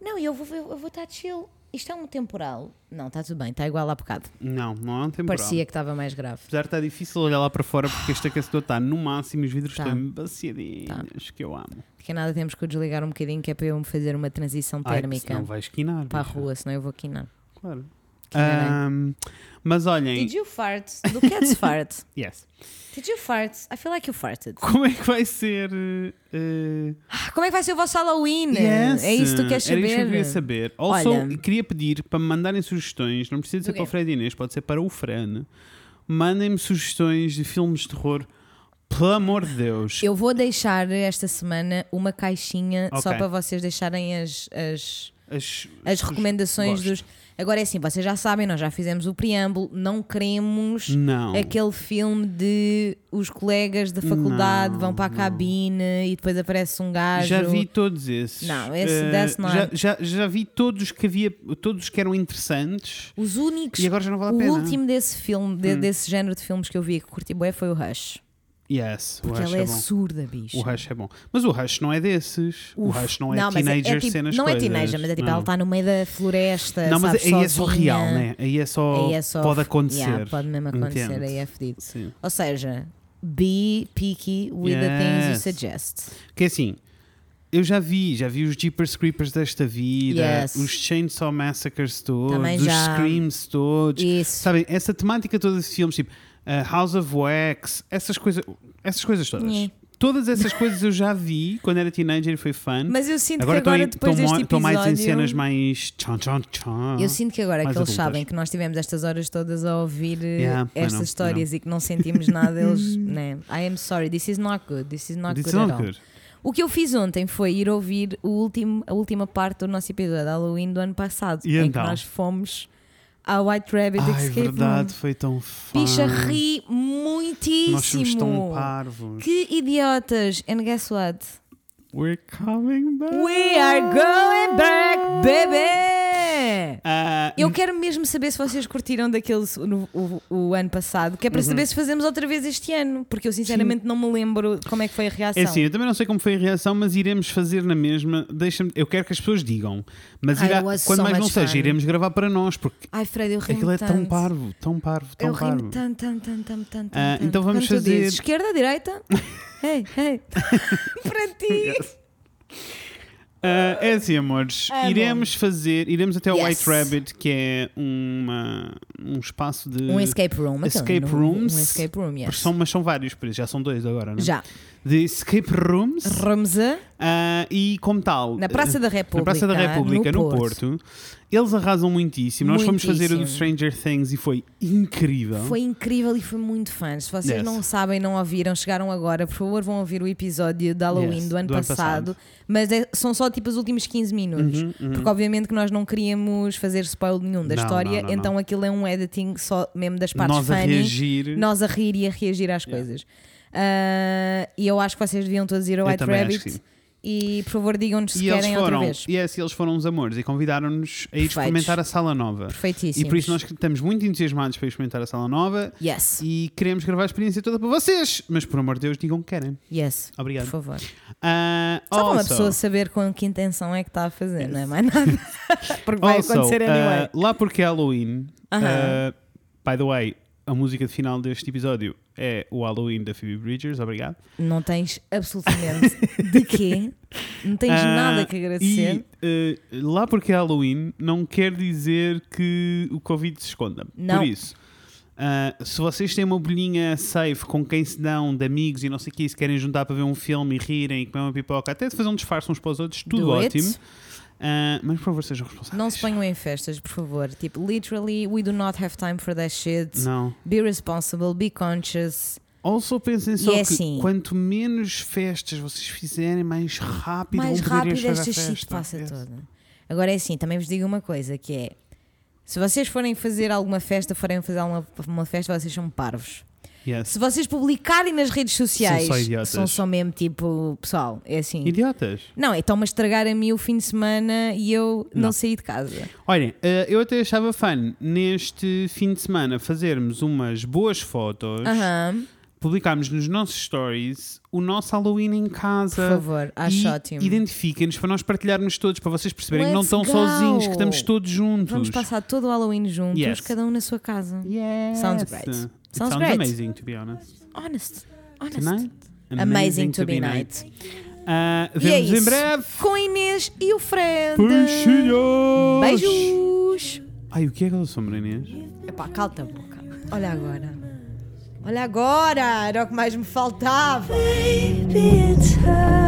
[SPEAKER 2] Não, eu vou, eu vou estar chill. Isto é um temporal. Não, está tudo bem, está igual há bocado.
[SPEAKER 1] Não, não é um temporal.
[SPEAKER 2] Parecia que estava mais grave.
[SPEAKER 1] Apesar de estar difícil olhar lá para fora porque este aquecedor está no máximo e os vidros
[SPEAKER 2] Tá.
[SPEAKER 1] estão embaciadinhos, que eu amo.
[SPEAKER 2] Porque nada temos que o desligar um bocadinho, que é para eu me fazer uma transição
[SPEAKER 1] Ai,
[SPEAKER 2] térmica
[SPEAKER 1] senão vai esquinar.
[SPEAKER 2] para a
[SPEAKER 1] bicha.
[SPEAKER 2] rua, senão eu vou aqui não.
[SPEAKER 1] Claro.
[SPEAKER 2] Que né? enganei.
[SPEAKER 1] Ahm, mas olhem,
[SPEAKER 2] Did you fart? Do [laughs] cats fart?
[SPEAKER 1] yes. [laughs]
[SPEAKER 2] Did you fart? I feel like you farted.
[SPEAKER 1] como é que vai ser? eh,
[SPEAKER 2] Como é que vai ser o vosso Halloween?
[SPEAKER 1] yes.
[SPEAKER 2] É isso que tu queres
[SPEAKER 1] Era isso que eu
[SPEAKER 2] saber?
[SPEAKER 1] queria saber. Also,
[SPEAKER 2] Olha.
[SPEAKER 1] queria pedir para me mandarem sugestões, não precisa ser
[SPEAKER 2] Do
[SPEAKER 1] para o
[SPEAKER 2] quê?
[SPEAKER 1] Fred Inês, pode ser para o Fran. Mandem-me sugestões de filmes de terror, pelo amor de Deus.
[SPEAKER 2] Eu vou deixar esta semana uma caixinha só
[SPEAKER 1] Ok.
[SPEAKER 2] para vocês deixarem as, as,
[SPEAKER 1] as,
[SPEAKER 2] as recomendações
[SPEAKER 1] gosto.
[SPEAKER 2] dos. Agora é assim, vocês já sabem, nós já fizemos o preâmbulo, não queremos
[SPEAKER 1] Não.
[SPEAKER 2] aquele filme de os colegas da faculdade vão para a cabine e depois aparece um gajo.
[SPEAKER 1] Já vi todos esses.
[SPEAKER 2] Não, é. esse
[SPEAKER 1] Eh,
[SPEAKER 2] that's not-
[SPEAKER 1] já, já, já vi todos os que havia, todos os que eram interessantes.
[SPEAKER 2] Os únicos.
[SPEAKER 1] E agora já não vale a
[SPEAKER 2] o
[SPEAKER 1] pena.
[SPEAKER 2] último desse filme, de- desse género de filmes que eu vi que curti bué foi o Rush.
[SPEAKER 1] Yes, o
[SPEAKER 2] Porque
[SPEAKER 1] Rush
[SPEAKER 2] ela
[SPEAKER 1] é
[SPEAKER 2] é,
[SPEAKER 1] bom.
[SPEAKER 2] surda, bicho.
[SPEAKER 1] O Rush é bom. Mas o Rush não é desses. o
[SPEAKER 2] Uf.
[SPEAKER 1] Rush não é
[SPEAKER 2] mas
[SPEAKER 1] teenager
[SPEAKER 2] tipo-
[SPEAKER 1] cenas
[SPEAKER 2] Não
[SPEAKER 1] coisas.
[SPEAKER 2] é teenager, mas é tipo,
[SPEAKER 1] não.
[SPEAKER 2] ela está no meio da floresta.
[SPEAKER 1] Não, mas
[SPEAKER 2] sabe,
[SPEAKER 1] aí é só
[SPEAKER 2] sozinha.
[SPEAKER 1] real, né? Aí é só.
[SPEAKER 2] Aí é só-
[SPEAKER 1] pode acontecer.
[SPEAKER 2] Yeah, pode mesmo acontecer,
[SPEAKER 1] Entende?
[SPEAKER 2] aí é fedido.
[SPEAKER 1] Sim.
[SPEAKER 2] Ou seja, be picky with the things you
[SPEAKER 1] Yes.
[SPEAKER 2] suggest.
[SPEAKER 1] Porque assim, eu já vi, já vi os Jeepers Creepers desta vida,
[SPEAKER 2] Yes.
[SPEAKER 1] os Chainsaw Massacres todos,
[SPEAKER 2] Também
[SPEAKER 1] os
[SPEAKER 2] já.
[SPEAKER 1] Screams todos.
[SPEAKER 2] Isso.
[SPEAKER 1] Sabem, essa temática toda desses filmes, tipo uh, House of Wax, essas coisas, essas coisas todas.
[SPEAKER 2] Nhé.
[SPEAKER 1] Todas essas coisas eu já vi quando era teenager e foi fã.
[SPEAKER 2] Mas eu sinto
[SPEAKER 1] agora
[SPEAKER 2] que agora, depois
[SPEAKER 1] estou
[SPEAKER 2] deste
[SPEAKER 1] mo- estou
[SPEAKER 2] episódio...
[SPEAKER 1] mais em cenas mais tchan tchan tchan.
[SPEAKER 2] Eu sinto que agora é que
[SPEAKER 1] mais
[SPEAKER 2] eles
[SPEAKER 1] adultas.
[SPEAKER 2] sabem que nós tivemos estas horas todas a ouvir eh,
[SPEAKER 1] Yeah, I
[SPEAKER 2] estas
[SPEAKER 1] know, I
[SPEAKER 2] histórias e que não sentimos
[SPEAKER 1] [laughs]
[SPEAKER 2] nada, eles. Né? I am sorry, this is not good, this is not
[SPEAKER 1] This
[SPEAKER 2] good
[SPEAKER 1] is not
[SPEAKER 2] at all.
[SPEAKER 1] good.
[SPEAKER 2] O que eu fiz ontem foi ir ouvir o último, a última parte do nosso episódio de Halloween do ano passado,
[SPEAKER 1] E
[SPEAKER 2] em
[SPEAKER 1] então?
[SPEAKER 2] que nós fomos à White Rabbit
[SPEAKER 1] Ai,
[SPEAKER 2] Escape
[SPEAKER 1] verdade,
[SPEAKER 2] Room.
[SPEAKER 1] foi tão fã.
[SPEAKER 2] Bicha, ri
[SPEAKER 1] Nós somos tão
[SPEAKER 2] muitíssimo.
[SPEAKER 1] parvos.
[SPEAKER 2] Que idiotas! And guess what?
[SPEAKER 1] We're coming back.
[SPEAKER 2] We are going back, baby!
[SPEAKER 1] Ah,
[SPEAKER 2] Eu quero mesmo saber se vocês curtiram daquele s- no- o, o ano passado, que é para
[SPEAKER 1] Uhum.
[SPEAKER 2] saber se fazemos outra vez este ano, porque eu sinceramente não me lembro como é que foi a reação.
[SPEAKER 1] É assim, eu também não sei como foi a reação, mas iremos fazer na mesma. Deixa-me, eu quero que as pessoas digam, mas
[SPEAKER 2] Ai,
[SPEAKER 1] irá,
[SPEAKER 2] it was
[SPEAKER 1] quando
[SPEAKER 2] so
[SPEAKER 1] mais não
[SPEAKER 2] much
[SPEAKER 1] seja,
[SPEAKER 2] fun.
[SPEAKER 1] iremos gravar para nós, porque
[SPEAKER 2] Ai, Fred, eu ri
[SPEAKER 1] aquilo é
[SPEAKER 2] tanto.
[SPEAKER 1] tão parvo, tão parvo, tão
[SPEAKER 2] eu
[SPEAKER 1] parvo.
[SPEAKER 2] ri-me tanto, tanto, tanto, tanto, tanto.
[SPEAKER 1] Ah,
[SPEAKER 2] tanto.
[SPEAKER 1] então vamos
[SPEAKER 2] Quando tu dizes
[SPEAKER 1] fazer- [laughs]
[SPEAKER 2] esquerda, direita? hey, hey. [laughs] para ti!
[SPEAKER 1] Ah, é assim, amores,
[SPEAKER 2] Amo.
[SPEAKER 1] iremos fazer, iremos até ao
[SPEAKER 2] Yes.
[SPEAKER 1] White Rabbit, que é uma, um espaço de.
[SPEAKER 2] Um escape room. então,
[SPEAKER 1] escape
[SPEAKER 2] um-
[SPEAKER 1] rooms.
[SPEAKER 2] Um escape room, yes.
[SPEAKER 1] São, mas são vários, por isso, já são dois agora, não é?
[SPEAKER 2] Já.
[SPEAKER 1] De escape rooms
[SPEAKER 2] Ramza,
[SPEAKER 1] ah, e como tal. eh,
[SPEAKER 2] na Praça da República.
[SPEAKER 1] Na Praça da República, no, Porto. Eles arrasam muitíssimo. Nós fomos fazer o do
[SPEAKER 2] Muitíssimo.
[SPEAKER 1] Stranger Things e foi incrível.
[SPEAKER 2] Foi incrível e foi muito fã. Se vocês
[SPEAKER 1] então. Yes.
[SPEAKER 2] não sabem, não ouviram, chegaram agora, por favor, vão ouvir o episódio de Halloween
[SPEAKER 1] Yes,
[SPEAKER 2] do, ano,
[SPEAKER 1] do ano
[SPEAKER 2] passado,
[SPEAKER 1] passado.
[SPEAKER 2] Mas é- são só tipo os últimos 15
[SPEAKER 1] Uhum,
[SPEAKER 2] minutos. Porque obviamente que nós não queríamos fazer spoiler nenhum da
[SPEAKER 1] Não,
[SPEAKER 2] história,
[SPEAKER 1] não, não,
[SPEAKER 2] então aquilo é um editing só mesmo das partes
[SPEAKER 1] Nós a
[SPEAKER 2] funny.
[SPEAKER 1] reagir.
[SPEAKER 2] Nós a rir e a reagir às coisas. Ah, e eu acho que vocês deviam todos ir ao
[SPEAKER 1] Eu
[SPEAKER 2] White
[SPEAKER 1] também acho que
[SPEAKER 2] Rabbit
[SPEAKER 1] sim.
[SPEAKER 2] e por favor digam-nos se
[SPEAKER 1] e eles
[SPEAKER 2] querem outra
[SPEAKER 1] foram,
[SPEAKER 2] vez.
[SPEAKER 1] yes, eles foram os amores e convidaram-nos a ir
[SPEAKER 2] Perfeitos.
[SPEAKER 1] experimentar a sala nova.
[SPEAKER 2] Perfeitíssimos.
[SPEAKER 1] E por isso nós que estamos muito entusiasmados para experimentar a sala nova
[SPEAKER 2] Yes,
[SPEAKER 1] e queremos gravar a experiência toda para vocês. Mas por amor de Deus, digam que querem.
[SPEAKER 2] yes.
[SPEAKER 1] Obrigado.
[SPEAKER 2] Por favor.
[SPEAKER 1] Ah,
[SPEAKER 2] Só para uma
[SPEAKER 1] also-
[SPEAKER 2] pessoa assim saber com que intenção é que está a fazer, não é mais
[SPEAKER 1] [laughs]
[SPEAKER 2] nada. Porque vai
[SPEAKER 1] Also,
[SPEAKER 2] acontecer anyway.
[SPEAKER 1] ah, lá porque é Halloween.
[SPEAKER 2] Aham.
[SPEAKER 1] ah, by the way, a música de final deste episódio é o Halloween da Phoebe Bridgers. Obrigado.
[SPEAKER 2] Não tens absolutamente de quê? Não tens
[SPEAKER 1] Ah,
[SPEAKER 2] nada que agradecer.
[SPEAKER 1] E, ah, lá porque é Halloween não quer dizer que o Covid se esconda.
[SPEAKER 2] Não.
[SPEAKER 1] Por isso. ah, se vocês têm uma bolinha safe com quem se dão, de amigos e não sei o que, se querem juntar para ver um filme e rirem e comer uma pipoca, até se fazer um disfarce uns para os outros, tudo
[SPEAKER 2] Do it.
[SPEAKER 1] ótimo. Ah, mas por favor, sejam responsáveis.
[SPEAKER 2] Não se ponham em festas, por favor. Tipo, literally, we do not have time for that shit.
[SPEAKER 1] Não.
[SPEAKER 2] Be responsible, be conscious.
[SPEAKER 1] Also pensem só
[SPEAKER 2] E é
[SPEAKER 1] que
[SPEAKER 2] assim.
[SPEAKER 1] quanto menos festas vocês fizerem, mais rápido
[SPEAKER 2] mais
[SPEAKER 1] vão poder ir
[SPEAKER 2] rápido
[SPEAKER 1] fazer a
[SPEAKER 2] esta shit
[SPEAKER 1] festa.
[SPEAKER 2] passa
[SPEAKER 1] Yes.
[SPEAKER 2] toda. Agora é assim, também vos digo uma coisa que é se vocês forem fazer alguma festa, forem fazer alguma uma festa, vocês são parvos.
[SPEAKER 1] Yes.
[SPEAKER 2] Se vocês publicarem nas redes sociais,
[SPEAKER 1] São só idiotas.
[SPEAKER 2] são só mesmo tipo, pessoal, é assim.
[SPEAKER 1] Idiotas.
[SPEAKER 2] Não, estão-me a estragar a mim o fim de semana e eu não,
[SPEAKER 1] Não.
[SPEAKER 2] saí de casa.
[SPEAKER 1] Olhem, eh, eu até achava fun neste fim de semana fazermos umas boas fotos,
[SPEAKER 2] Aham,
[SPEAKER 1] publicarmos nos nossos stories o nosso Halloween em
[SPEAKER 2] por
[SPEAKER 1] casa.
[SPEAKER 2] favor, acho ótimo.
[SPEAKER 1] E identifiquem-nos para nós partilharmos todos, para vocês perceberem que não
[SPEAKER 2] Let's
[SPEAKER 1] estão
[SPEAKER 2] go!
[SPEAKER 1] sozinhos, que estamos todos juntos.
[SPEAKER 2] Vamos passar todo o Halloween juntos,
[SPEAKER 1] Yes.
[SPEAKER 2] cada um na sua casa.
[SPEAKER 1] Yes.
[SPEAKER 2] Sounds great.
[SPEAKER 1] It
[SPEAKER 2] Sounds
[SPEAKER 1] sounds
[SPEAKER 2] great.
[SPEAKER 1] amazing, to be honest.
[SPEAKER 2] Honest, honest.
[SPEAKER 1] Tonight?
[SPEAKER 2] Amazing, to be night.
[SPEAKER 1] Ah,
[SPEAKER 2] E é
[SPEAKER 1] vemos em
[SPEAKER 2] isso.
[SPEAKER 1] breve.
[SPEAKER 2] Com a Inês e o Fred.
[SPEAKER 1] Beijinhos!
[SPEAKER 2] Beijos.
[SPEAKER 1] Ai, o que é que eu sou, Inês?
[SPEAKER 2] Epá, calta a boca. Olha agora. Olha agora, era o que mais me faltava.
[SPEAKER 3] Baby, it's her.